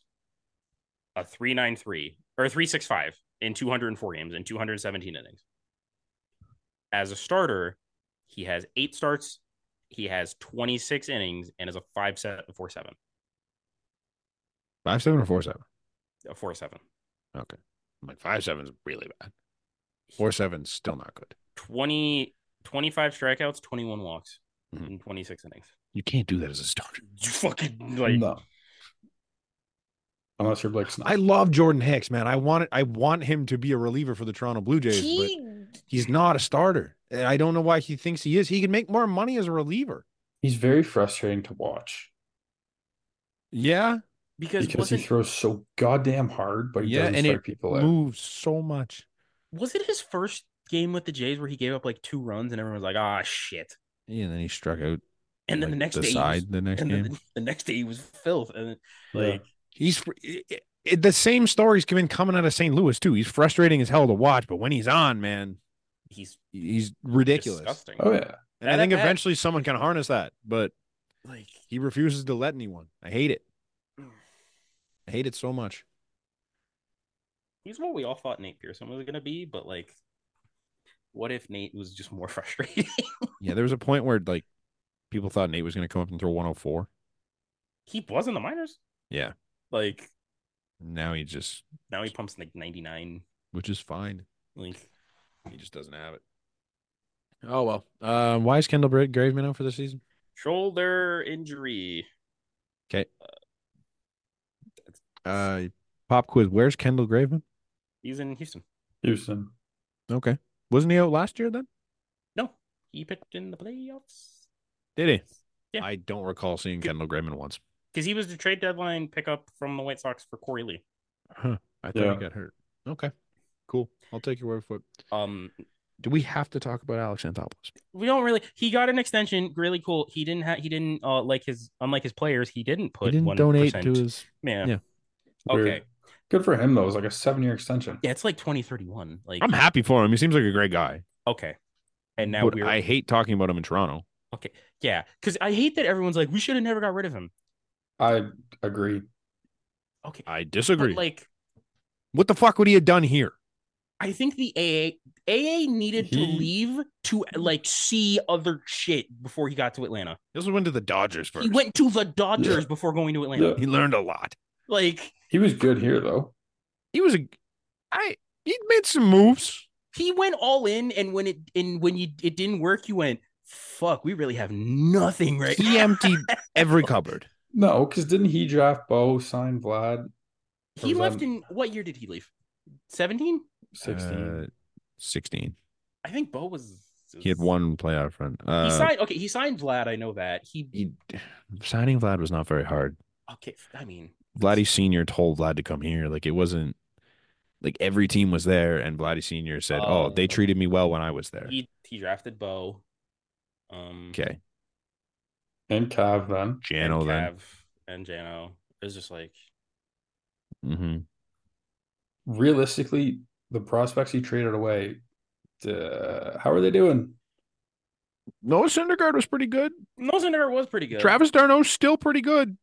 [SPEAKER 3] a 393 or 365 in 204 games in 217 innings. As a starter, he has eight starts, he has 26 innings, and is a five set four seven.
[SPEAKER 1] Five seven or four seven.
[SPEAKER 3] A four seven.
[SPEAKER 1] Okay. I'm like five seven's really bad. Four seven's still not good.
[SPEAKER 3] 20 25 strikeouts, 21 walks
[SPEAKER 1] Mhm.
[SPEAKER 3] in 26 innings. *laughs*
[SPEAKER 1] You can't do that as a starter.
[SPEAKER 3] You fucking like
[SPEAKER 2] no. Unless you're Blake Snell.
[SPEAKER 1] I love Jordan Hicks, man. I want it, I want him to be a reliever for the Toronto Blue Jays,
[SPEAKER 3] he,
[SPEAKER 1] but he's not a starter. And I don't know why he thinks he is. He can make more money as a reliever.
[SPEAKER 2] He's very frustrating to watch.
[SPEAKER 1] Yeah.
[SPEAKER 3] because,
[SPEAKER 2] because he
[SPEAKER 3] wasn't
[SPEAKER 2] throws so goddamn hard, but he
[SPEAKER 1] Yeah,
[SPEAKER 2] doesn't
[SPEAKER 1] and
[SPEAKER 2] strike
[SPEAKER 1] it
[SPEAKER 2] people out.
[SPEAKER 1] Moves so much.
[SPEAKER 3] was it his first game with the Jays where he gave up like two runs and everyone was like, ah, shit.
[SPEAKER 1] Yeah, and then he struck out.
[SPEAKER 3] And then
[SPEAKER 1] like,
[SPEAKER 3] the next day, he was-
[SPEAKER 1] side the next
[SPEAKER 3] and
[SPEAKER 1] game.
[SPEAKER 3] then the next day he was filth. And
[SPEAKER 2] Yeah.
[SPEAKER 3] like,
[SPEAKER 1] He's fr- i i- i- the same stories coming coming out of St. Louis too. He's frustrating as hell to watch, but when he's on, man,
[SPEAKER 3] he's
[SPEAKER 1] he's ridiculous.
[SPEAKER 3] disgusting.
[SPEAKER 2] Oh yeah,
[SPEAKER 1] And I
[SPEAKER 3] That-
[SPEAKER 1] think
[SPEAKER 3] that-
[SPEAKER 1] eventually someone can harness that, but
[SPEAKER 3] Like,
[SPEAKER 1] he refuses to let anyone. I hate it. I hate it so much.
[SPEAKER 3] he's what we all thought Nate Pearson was going to be, but like, what if Nate was just more *laughs* frustrating?
[SPEAKER 1] Yeah, there was a point where like people thought Nate was going to come up and throw 104.
[SPEAKER 3] he was in the minors.
[SPEAKER 1] Yeah.
[SPEAKER 3] Like,
[SPEAKER 1] Now he just,
[SPEAKER 3] now he pumps like 99.
[SPEAKER 1] which is fine.
[SPEAKER 3] Like,
[SPEAKER 1] He just doesn't have it. Oh well. Uh, why is Kendall Bra- Graveman out for the season?
[SPEAKER 3] shoulder injury.
[SPEAKER 1] Uh, pop quiz. Where's Kendall Graveman?
[SPEAKER 3] He's in Houston.
[SPEAKER 2] Houston.
[SPEAKER 1] Okay, wasn't he out last year then?
[SPEAKER 3] No, he pitched in the playoffs.
[SPEAKER 1] Did he?
[SPEAKER 3] Yeah.
[SPEAKER 1] I don't recall seeing Kendall Graveman once.
[SPEAKER 3] because he was the trade deadline pickup from the White Sox for Corey Lee.
[SPEAKER 1] Huh. I thought
[SPEAKER 2] Yeah.
[SPEAKER 1] he got hurt. Okay. Cool. I'll take your word for it.
[SPEAKER 3] Um,
[SPEAKER 1] Do we have to talk about Alex Anthopoulos?
[SPEAKER 3] we don't really. He got an extension, really cool. He didn't have. He didn't uh, like his unlike his players. He didn't
[SPEAKER 1] He
[SPEAKER 3] put
[SPEAKER 1] didn't
[SPEAKER 3] one
[SPEAKER 1] donate to his.
[SPEAKER 3] yeah.
[SPEAKER 1] yeah.
[SPEAKER 3] Okay.
[SPEAKER 2] Weird. Good for him though. It was like a seven-year extension.
[SPEAKER 3] Yeah, it's like twenty thirty one. Like
[SPEAKER 1] I'm happy for him. He seems like a great guy.
[SPEAKER 3] okay, and now
[SPEAKER 1] But
[SPEAKER 3] we're
[SPEAKER 1] I hate talking about him in Toronto.
[SPEAKER 3] okay. Yeah, because I hate that everyone's like we should have never got rid of him.
[SPEAKER 2] I agree.
[SPEAKER 3] Okay,
[SPEAKER 1] I
[SPEAKER 3] but
[SPEAKER 1] disagree.
[SPEAKER 3] like
[SPEAKER 1] what the fuck would he have done here?
[SPEAKER 3] I think the AA AA needed to
[SPEAKER 2] He-
[SPEAKER 3] leave to like see other shit before he got to Atlanta.
[SPEAKER 1] He also went to the Dodgers first.
[SPEAKER 3] He went to the Dodgers before going to Atlanta.
[SPEAKER 2] Yeah.
[SPEAKER 1] He learned a lot.
[SPEAKER 3] Like
[SPEAKER 2] He was good here though.
[SPEAKER 1] He was a. I. He made some moves.
[SPEAKER 3] he went all in and when it and when you it didn't work you went fuck we really have nothing right *laughs*
[SPEAKER 1] He emptied every cupboard.
[SPEAKER 2] No, because didn't he draft Bo, sign Vlad,
[SPEAKER 3] he
[SPEAKER 2] Or was
[SPEAKER 3] left
[SPEAKER 2] that-
[SPEAKER 3] in what year did he leave 17
[SPEAKER 2] sixteen?
[SPEAKER 1] Uh, Sixteen.
[SPEAKER 3] i think bo was
[SPEAKER 1] He had one playoff run.
[SPEAKER 3] he
[SPEAKER 1] Uh,
[SPEAKER 3] signed okay he signed vlad i know that he
[SPEAKER 1] he, signing Vlad was not very hard.
[SPEAKER 3] okay i mean
[SPEAKER 1] Vladdy Senior told Vlad to come here. Like it wasn't like every team was there, and Vladdy Senior said, "Oh, they
[SPEAKER 3] Oh.
[SPEAKER 1] treated me well when I was there."
[SPEAKER 3] he he drafted bo um
[SPEAKER 1] Okay,
[SPEAKER 2] and Cav then.
[SPEAKER 3] and
[SPEAKER 1] Jano then.
[SPEAKER 3] Cav and jano it was just like
[SPEAKER 1] Mm-hmm.
[SPEAKER 2] Realistically, the prospects he traded away, uh, how are they doing?
[SPEAKER 1] Noah Syndergaard was pretty good.
[SPEAKER 3] Nozener was pretty good
[SPEAKER 1] Travis Darno's still pretty good.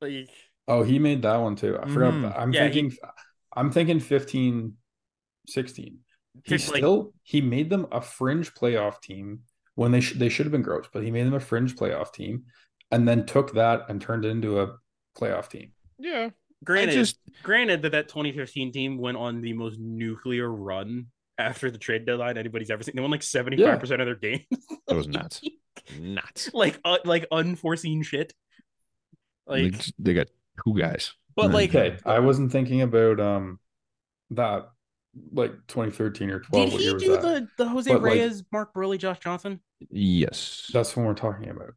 [SPEAKER 3] like,
[SPEAKER 2] Oh, he made that one too. I forgot.
[SPEAKER 1] Mhm.
[SPEAKER 2] about- I'm
[SPEAKER 3] Mm-hmm. Yeah, he-
[SPEAKER 2] thinking, I'm thinking 15, 16. He
[SPEAKER 3] just, like,
[SPEAKER 2] still he made them a fringe playoff team when they sh- they should have been gross, but he made them a fringe playoff team, and then took that and turned it into a playoff team.
[SPEAKER 1] Yeah, I
[SPEAKER 3] granted
[SPEAKER 1] just
[SPEAKER 3] granted that that 2015 team went on the most nuclear run after the trade deadline anybody's ever seen. They won like 75% of their games.
[SPEAKER 1] that was nuts. nuts.
[SPEAKER 3] *laughs* like uh, like unforeseen shit. Like
[SPEAKER 1] Like, mm-hmm. they got two guys.
[SPEAKER 3] but like
[SPEAKER 2] Okay, I wasn't thinking about um that like 2013 or 12.
[SPEAKER 3] did
[SPEAKER 2] what
[SPEAKER 3] he
[SPEAKER 2] year was
[SPEAKER 3] do
[SPEAKER 2] that?
[SPEAKER 3] the the Jose
[SPEAKER 2] But, like-
[SPEAKER 3] Reyes, Mark Burley, Josh Johnson?
[SPEAKER 1] Yes.
[SPEAKER 2] That's what we're talking about.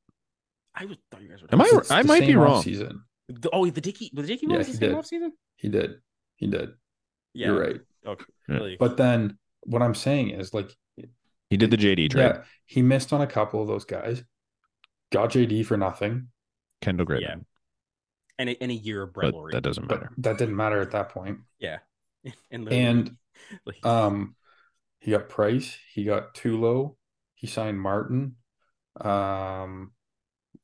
[SPEAKER 3] I was thought you guys were
[SPEAKER 1] Am I-
[SPEAKER 2] It's the
[SPEAKER 1] might be
[SPEAKER 2] same
[SPEAKER 1] wrong.
[SPEAKER 2] offseason.
[SPEAKER 3] the, oh the Dicky the Dicky
[SPEAKER 2] Yeah,
[SPEAKER 3] was the
[SPEAKER 2] he
[SPEAKER 3] same
[SPEAKER 2] did.
[SPEAKER 3] offseason?
[SPEAKER 2] He did. He did.
[SPEAKER 3] Yeah.
[SPEAKER 2] You're right.
[SPEAKER 3] Okay.
[SPEAKER 1] Yeah.
[SPEAKER 3] Like,
[SPEAKER 2] But then what I'm saying is like
[SPEAKER 1] He did the JD trade.
[SPEAKER 2] yeah, he missed on a couple of those guys. Got JD for nothing,
[SPEAKER 1] Kendall Graveman.
[SPEAKER 3] Yeah. and a, and a year of Brett
[SPEAKER 1] but
[SPEAKER 3] Laurie.
[SPEAKER 1] that doesn't
[SPEAKER 2] but
[SPEAKER 1] matter.
[SPEAKER 2] that didn't matter at that point.
[SPEAKER 3] yeah. *laughs* And literally,
[SPEAKER 2] And
[SPEAKER 3] like,
[SPEAKER 2] um he got Price, he got Tulo, he signed Martin. Um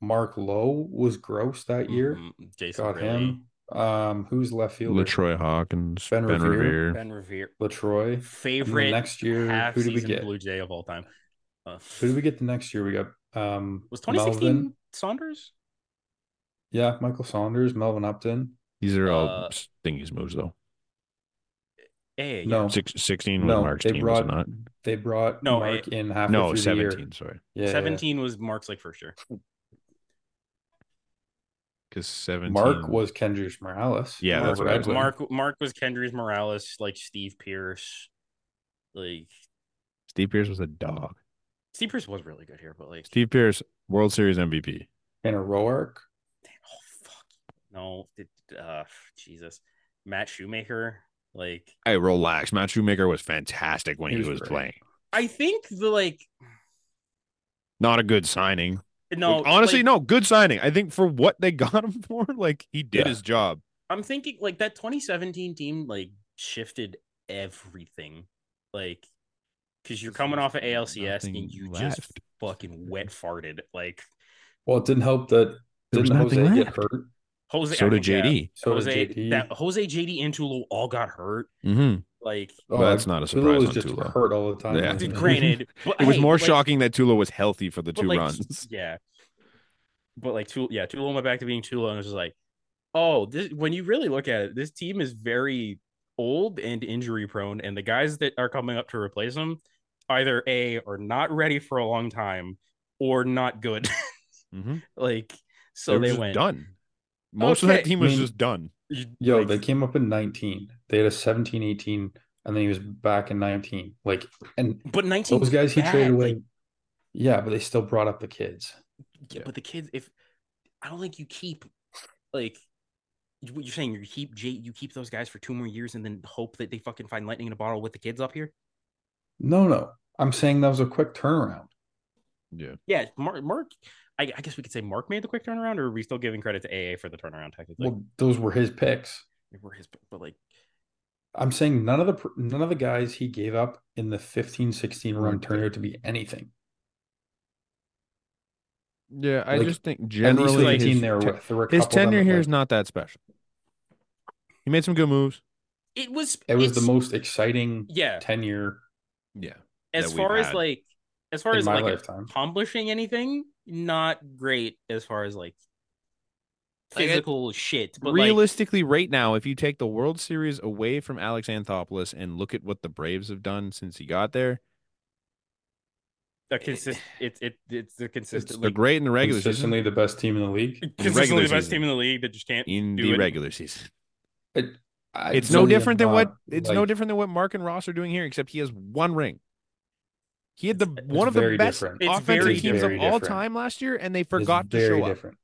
[SPEAKER 2] Mark Lowe was gross that year.
[SPEAKER 3] mhm, Jason
[SPEAKER 2] Got
[SPEAKER 3] Bailey,
[SPEAKER 2] him. Um who's left fielder?
[SPEAKER 1] Latroy Hawkins, Ben,
[SPEAKER 2] Ben
[SPEAKER 1] Revere.
[SPEAKER 2] Revere.
[SPEAKER 3] Ben Revere.
[SPEAKER 2] Latroy. And then
[SPEAKER 3] Favorite
[SPEAKER 2] next year,
[SPEAKER 3] half
[SPEAKER 2] who did we
[SPEAKER 3] season
[SPEAKER 2] get?
[SPEAKER 3] Blue Jay of all time. Uh,
[SPEAKER 2] Who did we get the next year? We got um
[SPEAKER 3] was 2016
[SPEAKER 2] Melvin.
[SPEAKER 3] Saunders?
[SPEAKER 2] Yeah, Michael Saunders, Melvin Upton.
[SPEAKER 1] These are all
[SPEAKER 3] Uh,
[SPEAKER 1] stingies moves though.
[SPEAKER 3] Hey,
[SPEAKER 2] No.
[SPEAKER 1] Six, 16 was
[SPEAKER 2] No,
[SPEAKER 1] Mark's
[SPEAKER 2] they
[SPEAKER 1] team,
[SPEAKER 2] brought-
[SPEAKER 1] was it
[SPEAKER 2] They brought
[SPEAKER 3] No,
[SPEAKER 2] Mark in halfway
[SPEAKER 1] not? No,
[SPEAKER 2] through the year.
[SPEAKER 1] 17, sorry.
[SPEAKER 2] Yeah, yeah, yeah.
[SPEAKER 3] 17 was Mark's like first year.
[SPEAKER 1] Because 17.
[SPEAKER 2] Mark was Kendrick Morales.
[SPEAKER 1] Yeah,
[SPEAKER 2] Mark
[SPEAKER 1] that's what I was
[SPEAKER 2] Redwood.
[SPEAKER 3] Mark Mark was Kendrys Morales, like Steve Pierce. Like
[SPEAKER 1] Steve Pierce was a dog.
[SPEAKER 3] Steve Pierce was really good here, but like
[SPEAKER 1] Steve Pierce, World Series MVP.
[SPEAKER 2] and a Roark.
[SPEAKER 3] oh, fuck. No, did, uh, Jesus, Matt Shoemaker. Like,
[SPEAKER 1] Hey, relax. Matt Shoemaker was fantastic when
[SPEAKER 2] He
[SPEAKER 1] he, was
[SPEAKER 2] was great.
[SPEAKER 1] playing.
[SPEAKER 3] I think the like
[SPEAKER 1] Not a good signing.
[SPEAKER 3] no.
[SPEAKER 1] honestly,
[SPEAKER 3] like,
[SPEAKER 1] no, good signing. I think for what they *laughs* got him for, like he did
[SPEAKER 2] Yeah.
[SPEAKER 1] his job.
[SPEAKER 3] I'm thinking like that 2017 team like shifted everything, like because you're coming off of ALCS
[SPEAKER 1] Nothing
[SPEAKER 3] and you just
[SPEAKER 1] left.
[SPEAKER 3] fucking wet farted. Like
[SPEAKER 2] Well, it didn't help that
[SPEAKER 1] There was
[SPEAKER 2] didn't
[SPEAKER 1] nothing
[SPEAKER 2] Jose get
[SPEAKER 1] left.
[SPEAKER 2] hurt.
[SPEAKER 3] Jose,
[SPEAKER 1] So
[SPEAKER 3] I
[SPEAKER 1] did
[SPEAKER 3] think, yeah,
[SPEAKER 1] JD.
[SPEAKER 2] So did
[SPEAKER 3] Jose,
[SPEAKER 2] JD.
[SPEAKER 3] that Jose, JD, and Tulo all got hurt.
[SPEAKER 1] Mm-hmm.
[SPEAKER 3] Like,
[SPEAKER 1] Well, that's not a surprise
[SPEAKER 2] Oh, was
[SPEAKER 1] on
[SPEAKER 2] just
[SPEAKER 1] Tulo.
[SPEAKER 2] hurt all the time.
[SPEAKER 1] Yeah.
[SPEAKER 2] wasn't he?
[SPEAKER 3] granted, but,
[SPEAKER 1] *laughs* It was
[SPEAKER 3] hey,
[SPEAKER 1] more
[SPEAKER 3] like,
[SPEAKER 1] shocking that Tula was healthy for the
[SPEAKER 3] but,
[SPEAKER 1] two
[SPEAKER 3] like,
[SPEAKER 1] runs.
[SPEAKER 3] *laughs* Yeah. But like Tula, yeah, Tula went back to being Tula and was just like, oh, this when you really look at it, this team is very old and injury prone, and the guys that are coming up to replace them either A are not ready for a long time or not good.
[SPEAKER 1] *laughs*
[SPEAKER 3] *laughs*
[SPEAKER 1] Mm-hmm.
[SPEAKER 3] like so they,
[SPEAKER 1] just
[SPEAKER 3] went
[SPEAKER 1] done. Most of
[SPEAKER 3] Okay.
[SPEAKER 1] that team was
[SPEAKER 2] I mean-
[SPEAKER 1] just done.
[SPEAKER 3] You-
[SPEAKER 2] Yo,
[SPEAKER 3] like,
[SPEAKER 2] they came up in 19. They had a 17, 18, and then he was back in 19. Like, and
[SPEAKER 3] but 19
[SPEAKER 2] those guys he
[SPEAKER 3] bad,
[SPEAKER 2] traded away.
[SPEAKER 3] like,
[SPEAKER 2] yeah, but they still brought up the kids.
[SPEAKER 3] yeah, but the kids if I don't think you keep like you- what you're saying you keep J you keep those guys for two more years and then hope that they fucking find lightning in a bottle with the kids up here.
[SPEAKER 2] No, no. I'm saying that was a quick turnaround.
[SPEAKER 1] Yeah.
[SPEAKER 3] Yeah, Mark. Mark I, I guess we could say Mark made the quick turnaround, or are we still giving credit to AA for the turnaround? Technically,
[SPEAKER 2] Well, those were his picks.
[SPEAKER 3] They were his, but like,
[SPEAKER 2] I'm saying none of the pr- none of the guys he gave up in the 15, 16 run turned out to be anything.
[SPEAKER 1] Yeah, I
[SPEAKER 2] Like,
[SPEAKER 1] just think
[SPEAKER 2] At least
[SPEAKER 1] generally
[SPEAKER 2] the
[SPEAKER 1] his,
[SPEAKER 2] team they were
[SPEAKER 1] te-
[SPEAKER 2] with. There were a
[SPEAKER 1] his
[SPEAKER 2] couple of them
[SPEAKER 1] tenure
[SPEAKER 2] that,
[SPEAKER 1] here
[SPEAKER 2] like,
[SPEAKER 1] is not that special. He made some good moves.
[SPEAKER 3] it was.
[SPEAKER 2] It was the
[SPEAKER 3] it's-
[SPEAKER 2] most exciting
[SPEAKER 3] Yeah,
[SPEAKER 2] tenure
[SPEAKER 1] Yeah.
[SPEAKER 3] as
[SPEAKER 1] we've
[SPEAKER 3] far as
[SPEAKER 1] had.
[SPEAKER 3] like, as far
[SPEAKER 2] in
[SPEAKER 3] as
[SPEAKER 2] my
[SPEAKER 3] like
[SPEAKER 2] lifetime.
[SPEAKER 3] accomplishing anything, not great. As far as like
[SPEAKER 1] Like, it-
[SPEAKER 3] physical shit, but like,
[SPEAKER 1] Realistically, right now, if you take the World Series away from Alex Anthopoulos and look at what the Braves have done since he got there,
[SPEAKER 3] the consist. It's it, it's the consistent.
[SPEAKER 1] it's they're
[SPEAKER 3] like,
[SPEAKER 1] great in the regular season.
[SPEAKER 2] consistently the best team in the league.
[SPEAKER 3] *laughs* consistently
[SPEAKER 1] regular
[SPEAKER 3] the best
[SPEAKER 1] season.
[SPEAKER 3] team in the league that just can't.
[SPEAKER 1] In
[SPEAKER 3] do
[SPEAKER 1] the
[SPEAKER 3] it.
[SPEAKER 1] regular season,
[SPEAKER 2] I
[SPEAKER 1] it's no
[SPEAKER 2] really am
[SPEAKER 1] different than what
[SPEAKER 2] not,
[SPEAKER 1] it's
[SPEAKER 2] like,
[SPEAKER 1] no different than what Mark and Ross are doing here, except he has one ring. He had the
[SPEAKER 3] It's-
[SPEAKER 1] one of the
[SPEAKER 2] very
[SPEAKER 1] best
[SPEAKER 2] different.
[SPEAKER 3] It's
[SPEAKER 1] offensive
[SPEAKER 3] very
[SPEAKER 1] teams of
[SPEAKER 2] different.
[SPEAKER 1] all
[SPEAKER 2] different.
[SPEAKER 1] time last year, and they
[SPEAKER 2] It is
[SPEAKER 1] forgot to
[SPEAKER 2] very
[SPEAKER 1] show up.
[SPEAKER 2] different.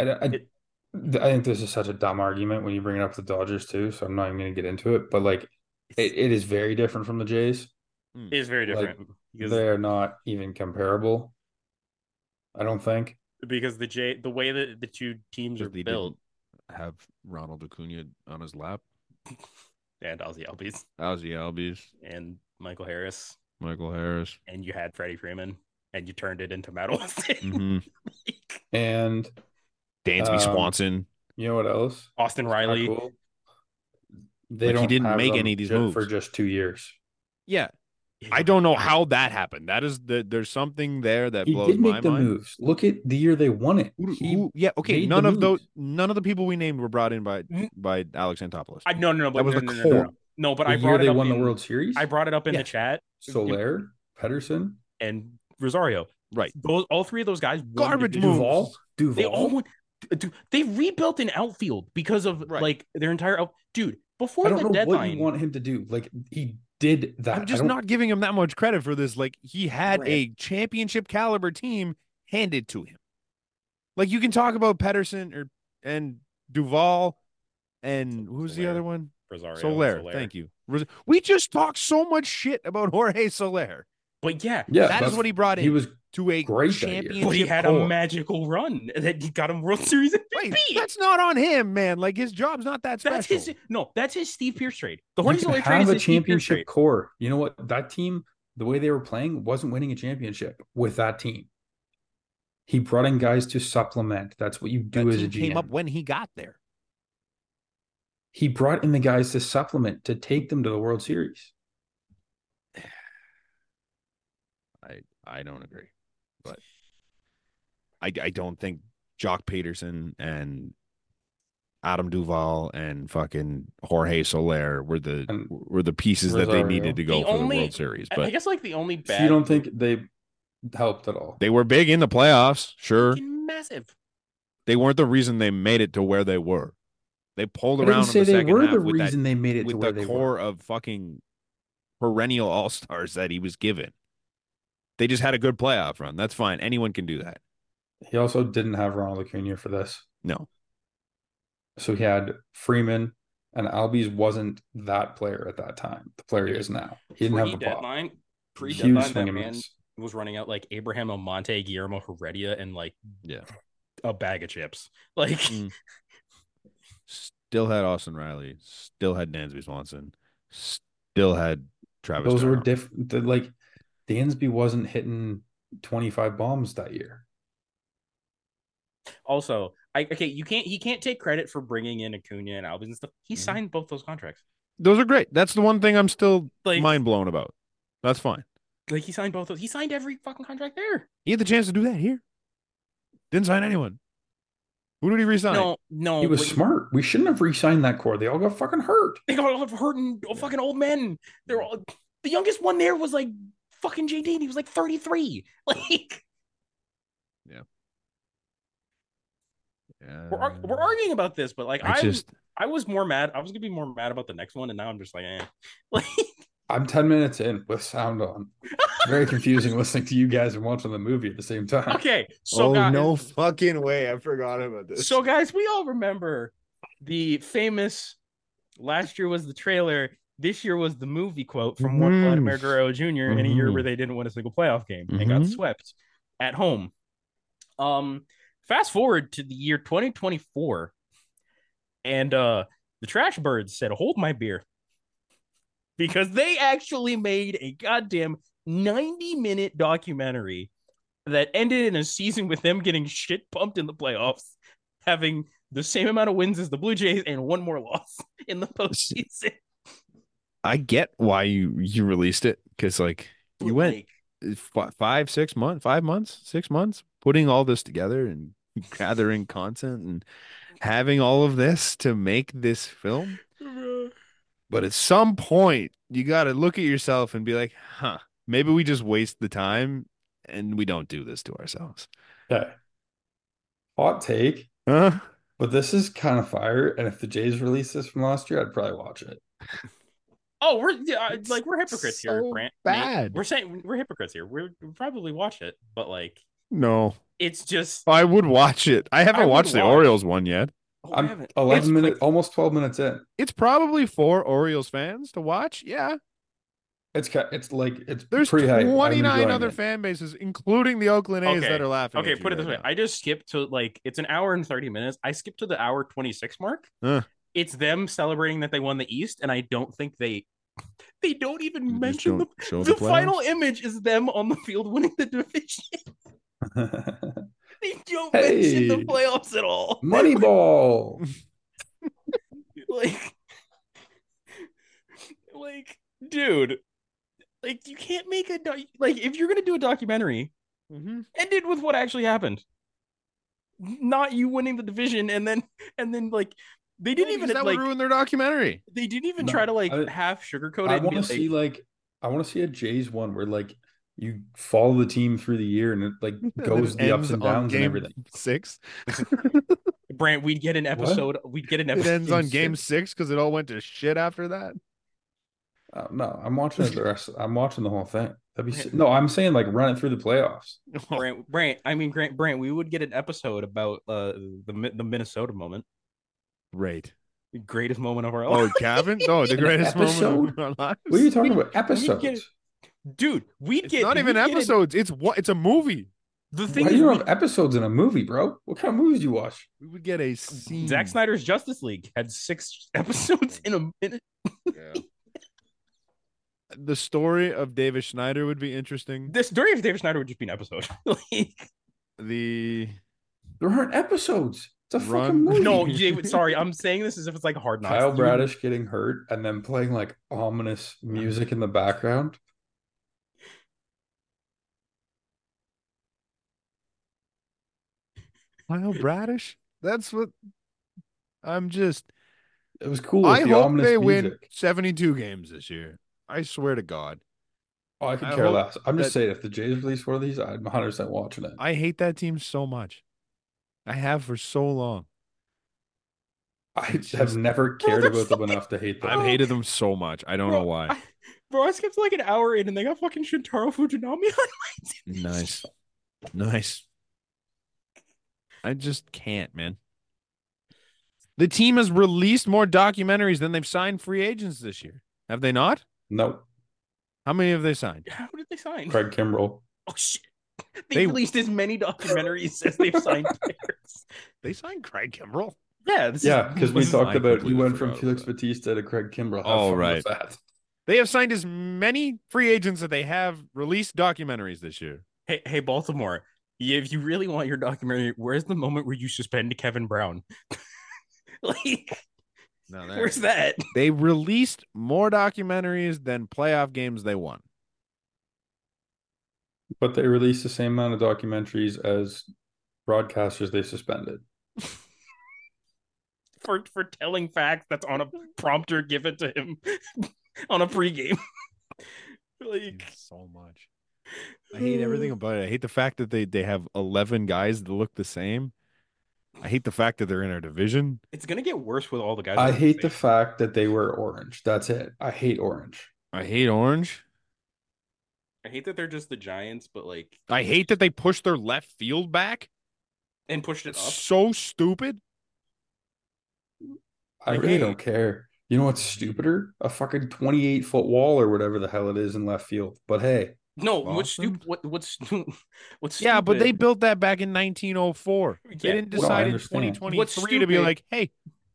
[SPEAKER 2] I, I,
[SPEAKER 3] It-
[SPEAKER 2] th- I think this is such a dumb argument when you bring it up the Dodgers too, so I'm not even going to get into it. But like, it, it is very different from the Jays.
[SPEAKER 3] It is very
[SPEAKER 2] like,
[SPEAKER 3] different because
[SPEAKER 2] They are not even comparable. I don't think.
[SPEAKER 3] because the J the way that the two teams are
[SPEAKER 1] Just they
[SPEAKER 3] built
[SPEAKER 1] didn't have Ronald Acuna on his lap.
[SPEAKER 3] and Ozzy Albies
[SPEAKER 1] Ozzy Albies,
[SPEAKER 3] and Michael Harris
[SPEAKER 1] Michael Harris.
[SPEAKER 3] and you had Freddie Freeman and you turned it into *laughs* Matt Austin.
[SPEAKER 2] Mm-hmm.
[SPEAKER 1] hmm
[SPEAKER 2] And
[SPEAKER 1] *laughs* Dansby
[SPEAKER 2] Um,
[SPEAKER 1] Swanson.
[SPEAKER 2] you know what else?
[SPEAKER 3] Austin
[SPEAKER 2] Kinda
[SPEAKER 3] Riley.
[SPEAKER 2] cool. They
[SPEAKER 1] Like, he
[SPEAKER 2] don't
[SPEAKER 1] didn't
[SPEAKER 2] have
[SPEAKER 1] make
[SPEAKER 2] them
[SPEAKER 1] any of these
[SPEAKER 2] ju- for
[SPEAKER 1] moves.
[SPEAKER 2] just two years.
[SPEAKER 1] Yeah, I don't know how that happened. That is the there's something there that
[SPEAKER 2] He
[SPEAKER 1] blows
[SPEAKER 2] did
[SPEAKER 1] my
[SPEAKER 2] make the
[SPEAKER 1] mind.
[SPEAKER 2] moves. Look at the year they won it.
[SPEAKER 1] Who-
[SPEAKER 2] He-
[SPEAKER 1] who- yeah, okay.
[SPEAKER 2] made
[SPEAKER 1] None
[SPEAKER 2] the
[SPEAKER 1] of those,
[SPEAKER 2] moves.
[SPEAKER 1] none of the people we named were brought in by
[SPEAKER 3] Mm.
[SPEAKER 1] by Alex Antopoulos.
[SPEAKER 3] I no no no. But
[SPEAKER 1] That was
[SPEAKER 3] no,
[SPEAKER 1] the
[SPEAKER 3] no, no, no,
[SPEAKER 1] core.
[SPEAKER 3] no. No, but
[SPEAKER 2] the
[SPEAKER 3] I
[SPEAKER 2] year
[SPEAKER 3] brought
[SPEAKER 2] they
[SPEAKER 3] it up.
[SPEAKER 2] won
[SPEAKER 3] in-
[SPEAKER 2] the World Series.
[SPEAKER 3] I brought it up in
[SPEAKER 1] Yeah.
[SPEAKER 3] the chat
[SPEAKER 2] Solaire, Pedersen,
[SPEAKER 3] and Rosario.
[SPEAKER 1] Right.
[SPEAKER 3] Those all three of those guys. won the
[SPEAKER 1] Garbage
[SPEAKER 3] division.
[SPEAKER 1] moves.
[SPEAKER 2] Duval, Duval.
[SPEAKER 3] They all won. dude, They rebuilt an outfield because of
[SPEAKER 1] Right.
[SPEAKER 3] like their entire out- dude
[SPEAKER 2] I
[SPEAKER 3] before
[SPEAKER 2] don't
[SPEAKER 3] the
[SPEAKER 2] know what
[SPEAKER 3] deadline.
[SPEAKER 2] you want him to do. Like he did that.
[SPEAKER 1] I'm just
[SPEAKER 2] I don't-
[SPEAKER 1] not giving him that much credit for this. Like he had
[SPEAKER 3] Right.
[SPEAKER 1] a championship caliber team handed to him. Like you can talk about Pedersen or and Duval and who's the
[SPEAKER 3] Soler.
[SPEAKER 1] other one?
[SPEAKER 3] Rosario,
[SPEAKER 1] Soler. Thank you. Ros- We just talked so much shit about Jorge Soler.
[SPEAKER 3] But yeah,
[SPEAKER 2] Yeah,
[SPEAKER 1] that is
[SPEAKER 2] that's-
[SPEAKER 1] what he brought in
[SPEAKER 2] He was
[SPEAKER 1] to a
[SPEAKER 2] great that year.
[SPEAKER 1] championship.
[SPEAKER 3] but he had
[SPEAKER 1] core.
[SPEAKER 3] a magical run *laughs* that he got him World Series MVP.
[SPEAKER 1] Wait, that's not on him, man. Like his job's not that special.
[SPEAKER 3] That's his no. That's his Steve Pierce trade. The
[SPEAKER 2] you
[SPEAKER 3] Jorge
[SPEAKER 2] can
[SPEAKER 3] Soler trade
[SPEAKER 2] have
[SPEAKER 3] is
[SPEAKER 2] a
[SPEAKER 3] his Steve Pierce
[SPEAKER 2] championship
[SPEAKER 3] trade.
[SPEAKER 2] core. You know what? That team, the way they were playing, wasn't winning a championship with that team. He brought in guys to supplement. That's what you
[SPEAKER 1] That
[SPEAKER 2] do as a
[SPEAKER 1] team came up
[SPEAKER 2] GM.
[SPEAKER 1] when he got there.
[SPEAKER 2] He brought in the guys to supplement to take them to the World Series.
[SPEAKER 1] I I don't agree, but I I don't think Jock Peterson and Adam Duval and fucking Jorge Soler were the
[SPEAKER 2] And
[SPEAKER 1] were the pieces that they
[SPEAKER 2] Rosario.
[SPEAKER 1] needed to go
[SPEAKER 3] The
[SPEAKER 1] for
[SPEAKER 3] only-
[SPEAKER 1] the World Series,
[SPEAKER 3] I- I
[SPEAKER 1] but
[SPEAKER 3] guess like the only bad.
[SPEAKER 2] So you don't think they helped at all?
[SPEAKER 1] they were big in the playoffs. Sure,
[SPEAKER 3] Fucking massive.
[SPEAKER 1] they weren't the reason they made it to where they were. They pulled
[SPEAKER 2] I
[SPEAKER 1] around
[SPEAKER 2] didn't
[SPEAKER 1] in
[SPEAKER 2] say
[SPEAKER 1] the
[SPEAKER 2] they
[SPEAKER 1] second
[SPEAKER 2] were
[SPEAKER 1] half
[SPEAKER 2] the
[SPEAKER 1] with that
[SPEAKER 2] reason they made it to
[SPEAKER 1] with
[SPEAKER 2] where
[SPEAKER 1] the
[SPEAKER 2] they
[SPEAKER 1] core
[SPEAKER 2] were.
[SPEAKER 1] of fucking perennial all stars that he was given. They just had a good playoff run. That's fine. Anyone can do that.
[SPEAKER 2] He also didn't have Ronald Acuna for this.
[SPEAKER 1] No,
[SPEAKER 2] So he had Freeman, and Albies wasn't that player at that time. The player he is now. He didn't have the pop.
[SPEAKER 3] Pre-deadline,
[SPEAKER 2] Huge
[SPEAKER 3] pre-deadline,
[SPEAKER 2] swing
[SPEAKER 3] that
[SPEAKER 2] and
[SPEAKER 3] man
[SPEAKER 2] miss.
[SPEAKER 3] was running out like Abraham Almonte, Guillermo Heredia, and like
[SPEAKER 1] Yeah.
[SPEAKER 3] a bag of chips. *laughs* Like
[SPEAKER 1] Mm. Still had Austin Riley. Still had Dansby Swanson. Still had Travis.
[SPEAKER 2] Those were
[SPEAKER 1] Darno.
[SPEAKER 2] different. Like Dansby wasn't hitting 25 bombs that year.
[SPEAKER 3] also, I okay, you can't he can't take credit for bringing in Acuna and Albin and stuff. He
[SPEAKER 2] Mm-hmm.
[SPEAKER 1] Mhm.
[SPEAKER 3] signed both those contracts.
[SPEAKER 1] Those are great. That's the one thing I'm still
[SPEAKER 3] Like
[SPEAKER 1] mind blown about. That's fine.
[SPEAKER 3] like he signed both those. He signed every fucking contract there.
[SPEAKER 1] He had the chance to do that here. Didn't sign anyone. Who did he resign?
[SPEAKER 3] No, no,
[SPEAKER 2] He was
[SPEAKER 3] when-
[SPEAKER 2] smart. We shouldn't have re-signed that core. They all got fucking hurt.
[SPEAKER 3] They got all of hurting fucking old men. They're all the youngest one there was like fucking JD. and He was like 33. *laughs* Like we're ar- we're
[SPEAKER 1] Uh,
[SPEAKER 3] arguing about this, but like
[SPEAKER 1] I
[SPEAKER 3] I
[SPEAKER 1] just
[SPEAKER 3] I was more mad. I was gonna be more mad about the next one, and now I'm just like, eh.
[SPEAKER 1] *laughs*
[SPEAKER 3] Like
[SPEAKER 2] I'm 10 minutes in with sound on. It's very confusing listening to you guys and watching the movie at the same time.
[SPEAKER 3] okay, so
[SPEAKER 1] oh
[SPEAKER 3] guys,
[SPEAKER 1] no fucking way! I forgot about this.
[SPEAKER 3] so guys, we all remember the famous last year was the trailer. This year was the movie quote from one
[SPEAKER 1] Mhm.
[SPEAKER 3] Vladimir Guerrero junior in a year
[SPEAKER 1] Mhm.
[SPEAKER 3] where they didn't win a single playoff game and got
[SPEAKER 1] Mhm.
[SPEAKER 3] swept at home. Um, fast forward to the year 2024, and uh, the Trash Birds said, "Hold my beer," because they actually made a goddamn 90 minute documentary that ended in a season with them getting shit pumped in the playoffs, having the same amount of wins as the Blue Jays and one more loss *laughs* in the postseason.
[SPEAKER 1] I get why you you released it because like *laughs* you went
[SPEAKER 3] Like,
[SPEAKER 1] f- five, six months, five months, six months, putting all this together and gathering content and having all of this to make this film.
[SPEAKER 3] bruh.
[SPEAKER 1] But at some point, you got to look at yourself and be like, huh, maybe we just waste the time and we don't do this to ourselves.
[SPEAKER 2] Okay. Hot take,
[SPEAKER 1] Huh?
[SPEAKER 2] but this is kind of fire. And if the Jays released this from last year, I'd probably watch it.
[SPEAKER 3] *laughs* Oh, we're yeah, I-
[SPEAKER 1] It's
[SPEAKER 3] like we're hypocrites here,
[SPEAKER 1] so
[SPEAKER 3] Brant. Nate.
[SPEAKER 1] bad.
[SPEAKER 3] We're saying we're hypocrites here. We're, we probably watch it, but like
[SPEAKER 1] No,
[SPEAKER 3] it's just
[SPEAKER 1] I would watch it. I haven't
[SPEAKER 3] would
[SPEAKER 1] watched the
[SPEAKER 3] watch.
[SPEAKER 1] Orioles one yet.
[SPEAKER 3] oh, I
[SPEAKER 2] I'm
[SPEAKER 3] haven't-
[SPEAKER 2] 11
[SPEAKER 1] It's
[SPEAKER 2] minutes, almost 12 minutes in.
[SPEAKER 1] It's probably for Orioles fans to watch. Yeah.
[SPEAKER 2] It's ca- it's like it's
[SPEAKER 1] There's
[SPEAKER 2] pretty hype. I'm
[SPEAKER 1] 29
[SPEAKER 2] enjoying
[SPEAKER 1] other
[SPEAKER 2] it.
[SPEAKER 1] fan bases, including the Oakland A's
[SPEAKER 3] Okay.
[SPEAKER 1] that are laughing.
[SPEAKER 3] okay,
[SPEAKER 1] at you
[SPEAKER 3] put it this
[SPEAKER 1] right
[SPEAKER 3] way. I just skipped to like it's an hour and 30 minutes. I skipped to the hour 26 mark.
[SPEAKER 1] Huh.
[SPEAKER 3] It's them celebrating that they won the East, and I don't think they *laughs* they don't even
[SPEAKER 1] now. You just
[SPEAKER 3] mention the,
[SPEAKER 1] don't show
[SPEAKER 3] the,
[SPEAKER 1] playoffs?
[SPEAKER 3] final image is them on the field *laughs* winning the division. they don't mention
[SPEAKER 2] Hey.
[SPEAKER 3] the playoffs at all.
[SPEAKER 2] *laughs*
[SPEAKER 1] Mm.
[SPEAKER 2] Moneyball.
[SPEAKER 3] *laughs* like like dude like you can't make a doc- like if you're gonna do a documentary
[SPEAKER 1] Mhm.
[SPEAKER 3] end it with what actually happened not you winning the division and then and then like they didn't
[SPEAKER 1] Yeah, because
[SPEAKER 3] even
[SPEAKER 1] that
[SPEAKER 3] like
[SPEAKER 1] would ruin their documentary.
[SPEAKER 3] they didn't even
[SPEAKER 2] No,
[SPEAKER 3] try to like
[SPEAKER 2] I-
[SPEAKER 3] half sugarcoat it
[SPEAKER 2] I
[SPEAKER 3] and be
[SPEAKER 2] want to
[SPEAKER 3] like,
[SPEAKER 2] see like I want to see a Jays one where like you follow the team through the year and it like
[SPEAKER 1] *laughs* And then
[SPEAKER 2] *laughs* goes
[SPEAKER 1] it
[SPEAKER 2] the
[SPEAKER 1] ends
[SPEAKER 2] ups and
[SPEAKER 1] on
[SPEAKER 2] downs
[SPEAKER 1] game
[SPEAKER 2] and everything.
[SPEAKER 3] *laughs*
[SPEAKER 1] Six.
[SPEAKER 3] brant we'd get an episode we'd get an
[SPEAKER 1] It
[SPEAKER 3] episode
[SPEAKER 1] ends on game six because it all went to shit after that.
[SPEAKER 2] Uh, no, I'm watching the rest. I'm watching the whole thing. That'd be
[SPEAKER 3] Okay.
[SPEAKER 2] si- no. I'm saying like run it through the playoffs.
[SPEAKER 1] *laughs*
[SPEAKER 3] brant brant i mean grant brant we would get an episode about uh the Mi- the minnesota moment
[SPEAKER 1] Great.
[SPEAKER 3] greatest moment of our life
[SPEAKER 1] Oh, Cabin? No, the greatest moment
[SPEAKER 2] episode?
[SPEAKER 1] of our lives.
[SPEAKER 2] What are you talking about?
[SPEAKER 3] get-
[SPEAKER 2] Episodes.
[SPEAKER 3] *laughs* dude we'd
[SPEAKER 1] It's
[SPEAKER 3] get
[SPEAKER 1] not even
[SPEAKER 3] we'd get an-
[SPEAKER 1] episodes. It's what? It's a movie.
[SPEAKER 3] the
[SPEAKER 2] Why
[SPEAKER 3] thing
[SPEAKER 2] do
[SPEAKER 3] is
[SPEAKER 2] you
[SPEAKER 3] we
[SPEAKER 2] don't have episodes in a movie, bro? What kind of movies do you watch?
[SPEAKER 1] We would get a scene.
[SPEAKER 3] Zack Snyder's Justice League had six *laughs* episodes in a minute.
[SPEAKER 1] Yeah. The story of David Schneider would be interesting.
[SPEAKER 3] This story of David Snyder would just be an episode. *laughs* like,
[SPEAKER 1] The
[SPEAKER 2] There aren't episodes. It's a
[SPEAKER 1] Run.
[SPEAKER 2] fucking
[SPEAKER 3] *laughs*
[SPEAKER 2] movie. *laughs*
[SPEAKER 3] no, David, sorry, I'm saying this as if it's like hard knocks.
[SPEAKER 2] Kyle
[SPEAKER 3] You-
[SPEAKER 2] Bradish getting hurt and then playing like ominous music in the background.
[SPEAKER 1] Kyle Bradish? That's what I'm just.
[SPEAKER 2] It was cool. with
[SPEAKER 1] I
[SPEAKER 2] the
[SPEAKER 1] hope
[SPEAKER 2] ominous
[SPEAKER 1] they
[SPEAKER 2] music.
[SPEAKER 1] win 72 games this year. I swear to God.
[SPEAKER 2] Oh, I could
[SPEAKER 1] I
[SPEAKER 2] care
[SPEAKER 1] hope
[SPEAKER 2] less. I'm just
[SPEAKER 1] that-
[SPEAKER 2] saying, if the Jays release one of these, I'm 100 percent watching it.
[SPEAKER 1] I hate that team so much. I have for so long.
[SPEAKER 2] I have
[SPEAKER 1] just-
[SPEAKER 3] Bro,
[SPEAKER 2] never cared
[SPEAKER 3] they're
[SPEAKER 2] about them enough to hate
[SPEAKER 1] I've
[SPEAKER 2] them.
[SPEAKER 3] Oh.
[SPEAKER 1] hated them so much. I don't
[SPEAKER 3] Bro,
[SPEAKER 1] know why.
[SPEAKER 3] I- bro, I skipped like an hour in and they got fucking Shintaro Fujinami on my team.
[SPEAKER 1] *laughs*
[SPEAKER 2] *laughs*
[SPEAKER 1] Nice. Nice. I just can't, man. The team has released more documentaries than they've signed free agents this year. Have they not?
[SPEAKER 2] No,
[SPEAKER 1] How many have they signed?
[SPEAKER 3] How did they sign?
[SPEAKER 2] Craig Kimbrell.
[SPEAKER 3] Oh shit! They,
[SPEAKER 1] They-
[SPEAKER 3] released as many documentaries as they've
[SPEAKER 2] *laughs*
[SPEAKER 3] signed players.
[SPEAKER 1] They signed Craig Kimbrell.
[SPEAKER 3] Yeah, this
[SPEAKER 2] Yeah,
[SPEAKER 3] Is,
[SPEAKER 2] because we
[SPEAKER 1] this-
[SPEAKER 2] talked
[SPEAKER 1] I
[SPEAKER 2] about you
[SPEAKER 1] completely
[SPEAKER 2] went from
[SPEAKER 1] forgot
[SPEAKER 2] Felix
[SPEAKER 1] about
[SPEAKER 2] Batista to Craig Kimbrell. Have
[SPEAKER 1] Oh,
[SPEAKER 2] fun with
[SPEAKER 1] right.
[SPEAKER 2] that.
[SPEAKER 1] They have signed as many free agents that they have released documentaries this year.
[SPEAKER 3] hey, hey, Baltimore, y- if you really want your documentary, where's the moment where you suspend Kevin Brown? *laughs* like,
[SPEAKER 1] No, that-
[SPEAKER 3] where's that?
[SPEAKER 1] They released more documentaries than playoff games they won.
[SPEAKER 2] But they released the same amount of documentaries as broadcasters they suspended.
[SPEAKER 3] For for telling facts that's on a prompter given to him *laughs* on a pregame. *laughs* like,
[SPEAKER 1] So much. I hate everything about it. I hate the fact that they, they have 11 guys that look the same. I hate the fact that they're in our division.
[SPEAKER 3] It's gonna get worse with all the guys.
[SPEAKER 2] I
[SPEAKER 3] that are
[SPEAKER 2] hate the
[SPEAKER 3] safe.
[SPEAKER 2] fact that they were orange. That's it. I hate orange.
[SPEAKER 1] I hate orange.
[SPEAKER 3] I hate that they're just the Giants, but like,
[SPEAKER 1] I hate that they pushed their left field back.
[SPEAKER 3] and pushed it
[SPEAKER 1] It's
[SPEAKER 3] up.
[SPEAKER 1] so stupid.
[SPEAKER 2] I
[SPEAKER 3] Like,
[SPEAKER 2] really
[SPEAKER 3] hey.
[SPEAKER 2] don't care. You know what's stupider? A fucking 28 foot wall or whatever the hell it is in left field. But hey,
[SPEAKER 3] No, what's
[SPEAKER 1] Boston?
[SPEAKER 3] stupid? What what's *laughs* stu- what's
[SPEAKER 1] Yeah, but they
[SPEAKER 3] stupid-
[SPEAKER 1] built that back in 1904. They
[SPEAKER 3] Yeah,
[SPEAKER 1] didn't
[SPEAKER 2] well, I
[SPEAKER 1] decide in
[SPEAKER 2] understand.
[SPEAKER 1] 2023 to
[SPEAKER 3] What's
[SPEAKER 1] be
[SPEAKER 3] stupid-
[SPEAKER 1] like, hey,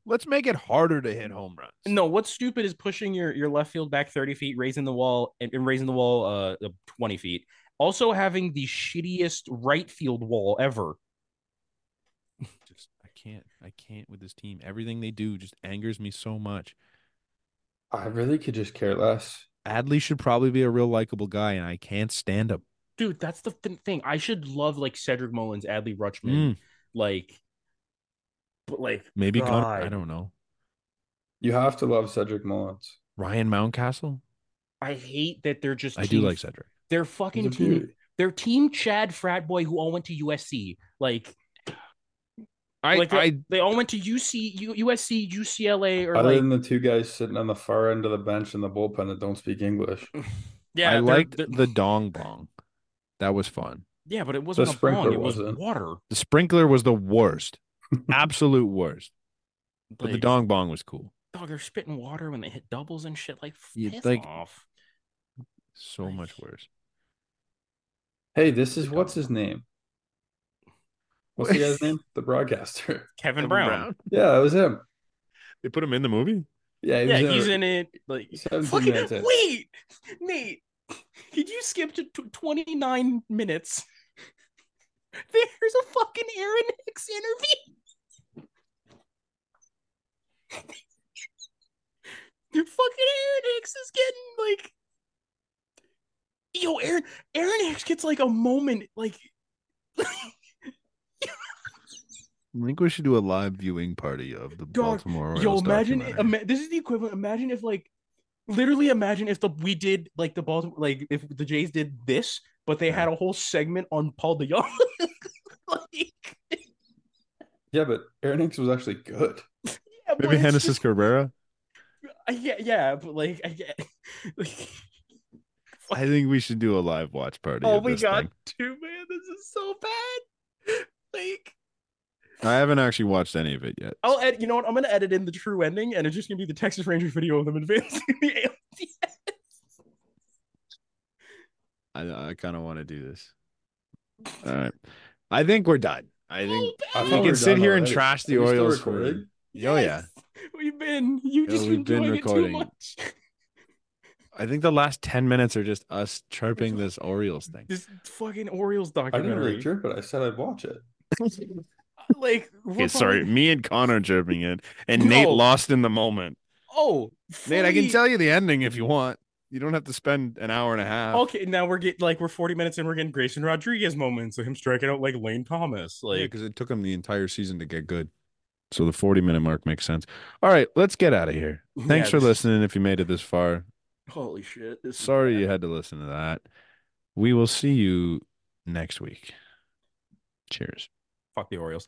[SPEAKER 1] let's make it harder to hit home runs.
[SPEAKER 3] No, what's stupid is pushing your, your left field back 30 feet, raising the wall, and, and raising the wall uh 20 feet. Also having the shittiest right field wall ever.
[SPEAKER 1] just I can't I can't with this team. Everything they do just angers me so much.
[SPEAKER 2] I really could just care less.
[SPEAKER 1] Adley should probably be a real likable guy, and I can't stand him.
[SPEAKER 3] Dude, that's the th- thing. I should love like Cedric Mullins, Adley Rutschman,
[SPEAKER 1] Mm,
[SPEAKER 3] like but like
[SPEAKER 1] maybe Gunn- I
[SPEAKER 3] God.
[SPEAKER 1] don't know.
[SPEAKER 2] You have to love Cedric Mullins.
[SPEAKER 1] Ryan Mountcastle.
[SPEAKER 3] I hate that they're just
[SPEAKER 1] I do
[SPEAKER 3] team-
[SPEAKER 1] like Cedric.
[SPEAKER 3] their
[SPEAKER 2] He's a
[SPEAKER 3] fucking team.
[SPEAKER 2] beauty.
[SPEAKER 3] Their team Chad Frat Boy who all went to USC. Like
[SPEAKER 1] I
[SPEAKER 3] Like, uh,
[SPEAKER 1] I
[SPEAKER 3] they all went to UC U- USC, UCLA or
[SPEAKER 2] Other
[SPEAKER 3] like
[SPEAKER 2] than the two guys sitting on the far end of the bench in the bullpen that don't speak English.
[SPEAKER 3] yeah,
[SPEAKER 1] I
[SPEAKER 3] they're-
[SPEAKER 1] liked
[SPEAKER 3] they're-
[SPEAKER 1] the dong bong. That was fun.
[SPEAKER 3] Yeah, but it wasn't a
[SPEAKER 2] sprinkler
[SPEAKER 3] bong. It was
[SPEAKER 2] wasn't.
[SPEAKER 3] water.
[SPEAKER 1] The sprinkler was
[SPEAKER 3] *laughs*
[SPEAKER 1] the worst, absolute worst. But the
[SPEAKER 3] Like,
[SPEAKER 1] dong bong was cool.
[SPEAKER 3] dog, they're spitting water when they hit doubles and shit. Like,
[SPEAKER 1] Yeah,
[SPEAKER 3] piss
[SPEAKER 1] like-
[SPEAKER 3] off.
[SPEAKER 1] So
[SPEAKER 3] Like-
[SPEAKER 1] much worse.
[SPEAKER 2] Hey, this is what's his name? What's
[SPEAKER 3] *laughs*
[SPEAKER 2] the guy's name? The broadcaster. *laughs*
[SPEAKER 3] Kevin,
[SPEAKER 1] Kevin
[SPEAKER 3] Brown.
[SPEAKER 2] Yeah, that was him.
[SPEAKER 1] They put him in the movie.
[SPEAKER 2] Yeah, he
[SPEAKER 3] Yeah,
[SPEAKER 2] was
[SPEAKER 3] he's in
[SPEAKER 2] in.
[SPEAKER 3] it. Like,
[SPEAKER 2] 17
[SPEAKER 3] fucking
[SPEAKER 2] minutes in.
[SPEAKER 3] wait, Nate. Did you skip to tw- twenty nine minutes? *laughs* There's a fucking Aaron Hicks interview. *laughs* The fucking Aaron Hicks is getting like, yo, Aaron. Aaron Hicks gets like a moment, like. *laughs*
[SPEAKER 1] I think we should do a live viewing party of the
[SPEAKER 3] Dog,
[SPEAKER 1] Baltimore.
[SPEAKER 3] Yo,
[SPEAKER 1] Orioles
[SPEAKER 3] imagine
[SPEAKER 1] documentary.
[SPEAKER 3] ima- this is the equivalent. Imagine if like literally imagine if the we did like the Baltimore like if the Jays did this, but they had a whole segment on Paul DeYoung. *laughs* like,
[SPEAKER 2] Yeah, but Aaron Hicks was actually good.
[SPEAKER 3] yeah, but
[SPEAKER 1] Maybe
[SPEAKER 3] it's
[SPEAKER 1] Hennessy
[SPEAKER 3] just- *laughs*
[SPEAKER 1] Cabrera.
[SPEAKER 3] I- yeah, yeah, but like I get *laughs* like
[SPEAKER 1] I think we should do a live watch party.
[SPEAKER 3] oh
[SPEAKER 1] of
[SPEAKER 3] my
[SPEAKER 1] this
[SPEAKER 3] god,
[SPEAKER 1] thing.
[SPEAKER 3] too man, this is so bad. Like
[SPEAKER 1] I haven't actually watched any of it yet.
[SPEAKER 3] I'll edit you know what? I'm gonna edit in the true ending and it's just gonna be the Texas Rangers video of them *laughs* advancing the ALDS.
[SPEAKER 1] I, I kind of want to do this. All right. I think we're done. I think.
[SPEAKER 2] I
[SPEAKER 3] Oh,
[SPEAKER 1] We
[SPEAKER 2] thought
[SPEAKER 1] can
[SPEAKER 2] were
[SPEAKER 1] sit
[SPEAKER 2] done
[SPEAKER 1] here and
[SPEAKER 2] already.
[SPEAKER 1] trash the
[SPEAKER 2] Are we still
[SPEAKER 1] Orioles for-
[SPEAKER 2] recording?
[SPEAKER 1] Oh yeah.
[SPEAKER 3] Yes, We've been you
[SPEAKER 1] Yeah,
[SPEAKER 3] just
[SPEAKER 1] we've been
[SPEAKER 3] enjoying
[SPEAKER 1] recording.
[SPEAKER 3] it too much.
[SPEAKER 1] I think the last ten minutes are just us chirping this Orioles thing.
[SPEAKER 3] This fucking Orioles
[SPEAKER 2] I didn't really
[SPEAKER 3] documentary.
[SPEAKER 2] jerk, but I said I'd watch it.
[SPEAKER 3] *laughs* like we're
[SPEAKER 1] Okay, sorry,
[SPEAKER 3] probably-
[SPEAKER 1] me and Connor chirping it, and Nate
[SPEAKER 3] No.
[SPEAKER 1] lost in the moment.
[SPEAKER 3] Oh,
[SPEAKER 1] Nate, I can
[SPEAKER 3] fully-
[SPEAKER 1] tell you the ending if you want. You don't have to spend an hour and a half.
[SPEAKER 3] Okay, now we're getting like we're 40 minutes and we're getting Grayson Rodriguez moments of him striking out like Lane Thomas. Like
[SPEAKER 1] because it took him the entire season to get good. So the 40 minute mark makes sense. All right, let's get out of *laughs* here. Thanks
[SPEAKER 3] Yeah,
[SPEAKER 1] for
[SPEAKER 3] this-
[SPEAKER 1] listening if you made it this far.
[SPEAKER 3] holy shit. This is
[SPEAKER 1] Sorry
[SPEAKER 3] bad.
[SPEAKER 1] you had to listen to that. We will see you next week. Cheers.
[SPEAKER 3] fuck the Orioles.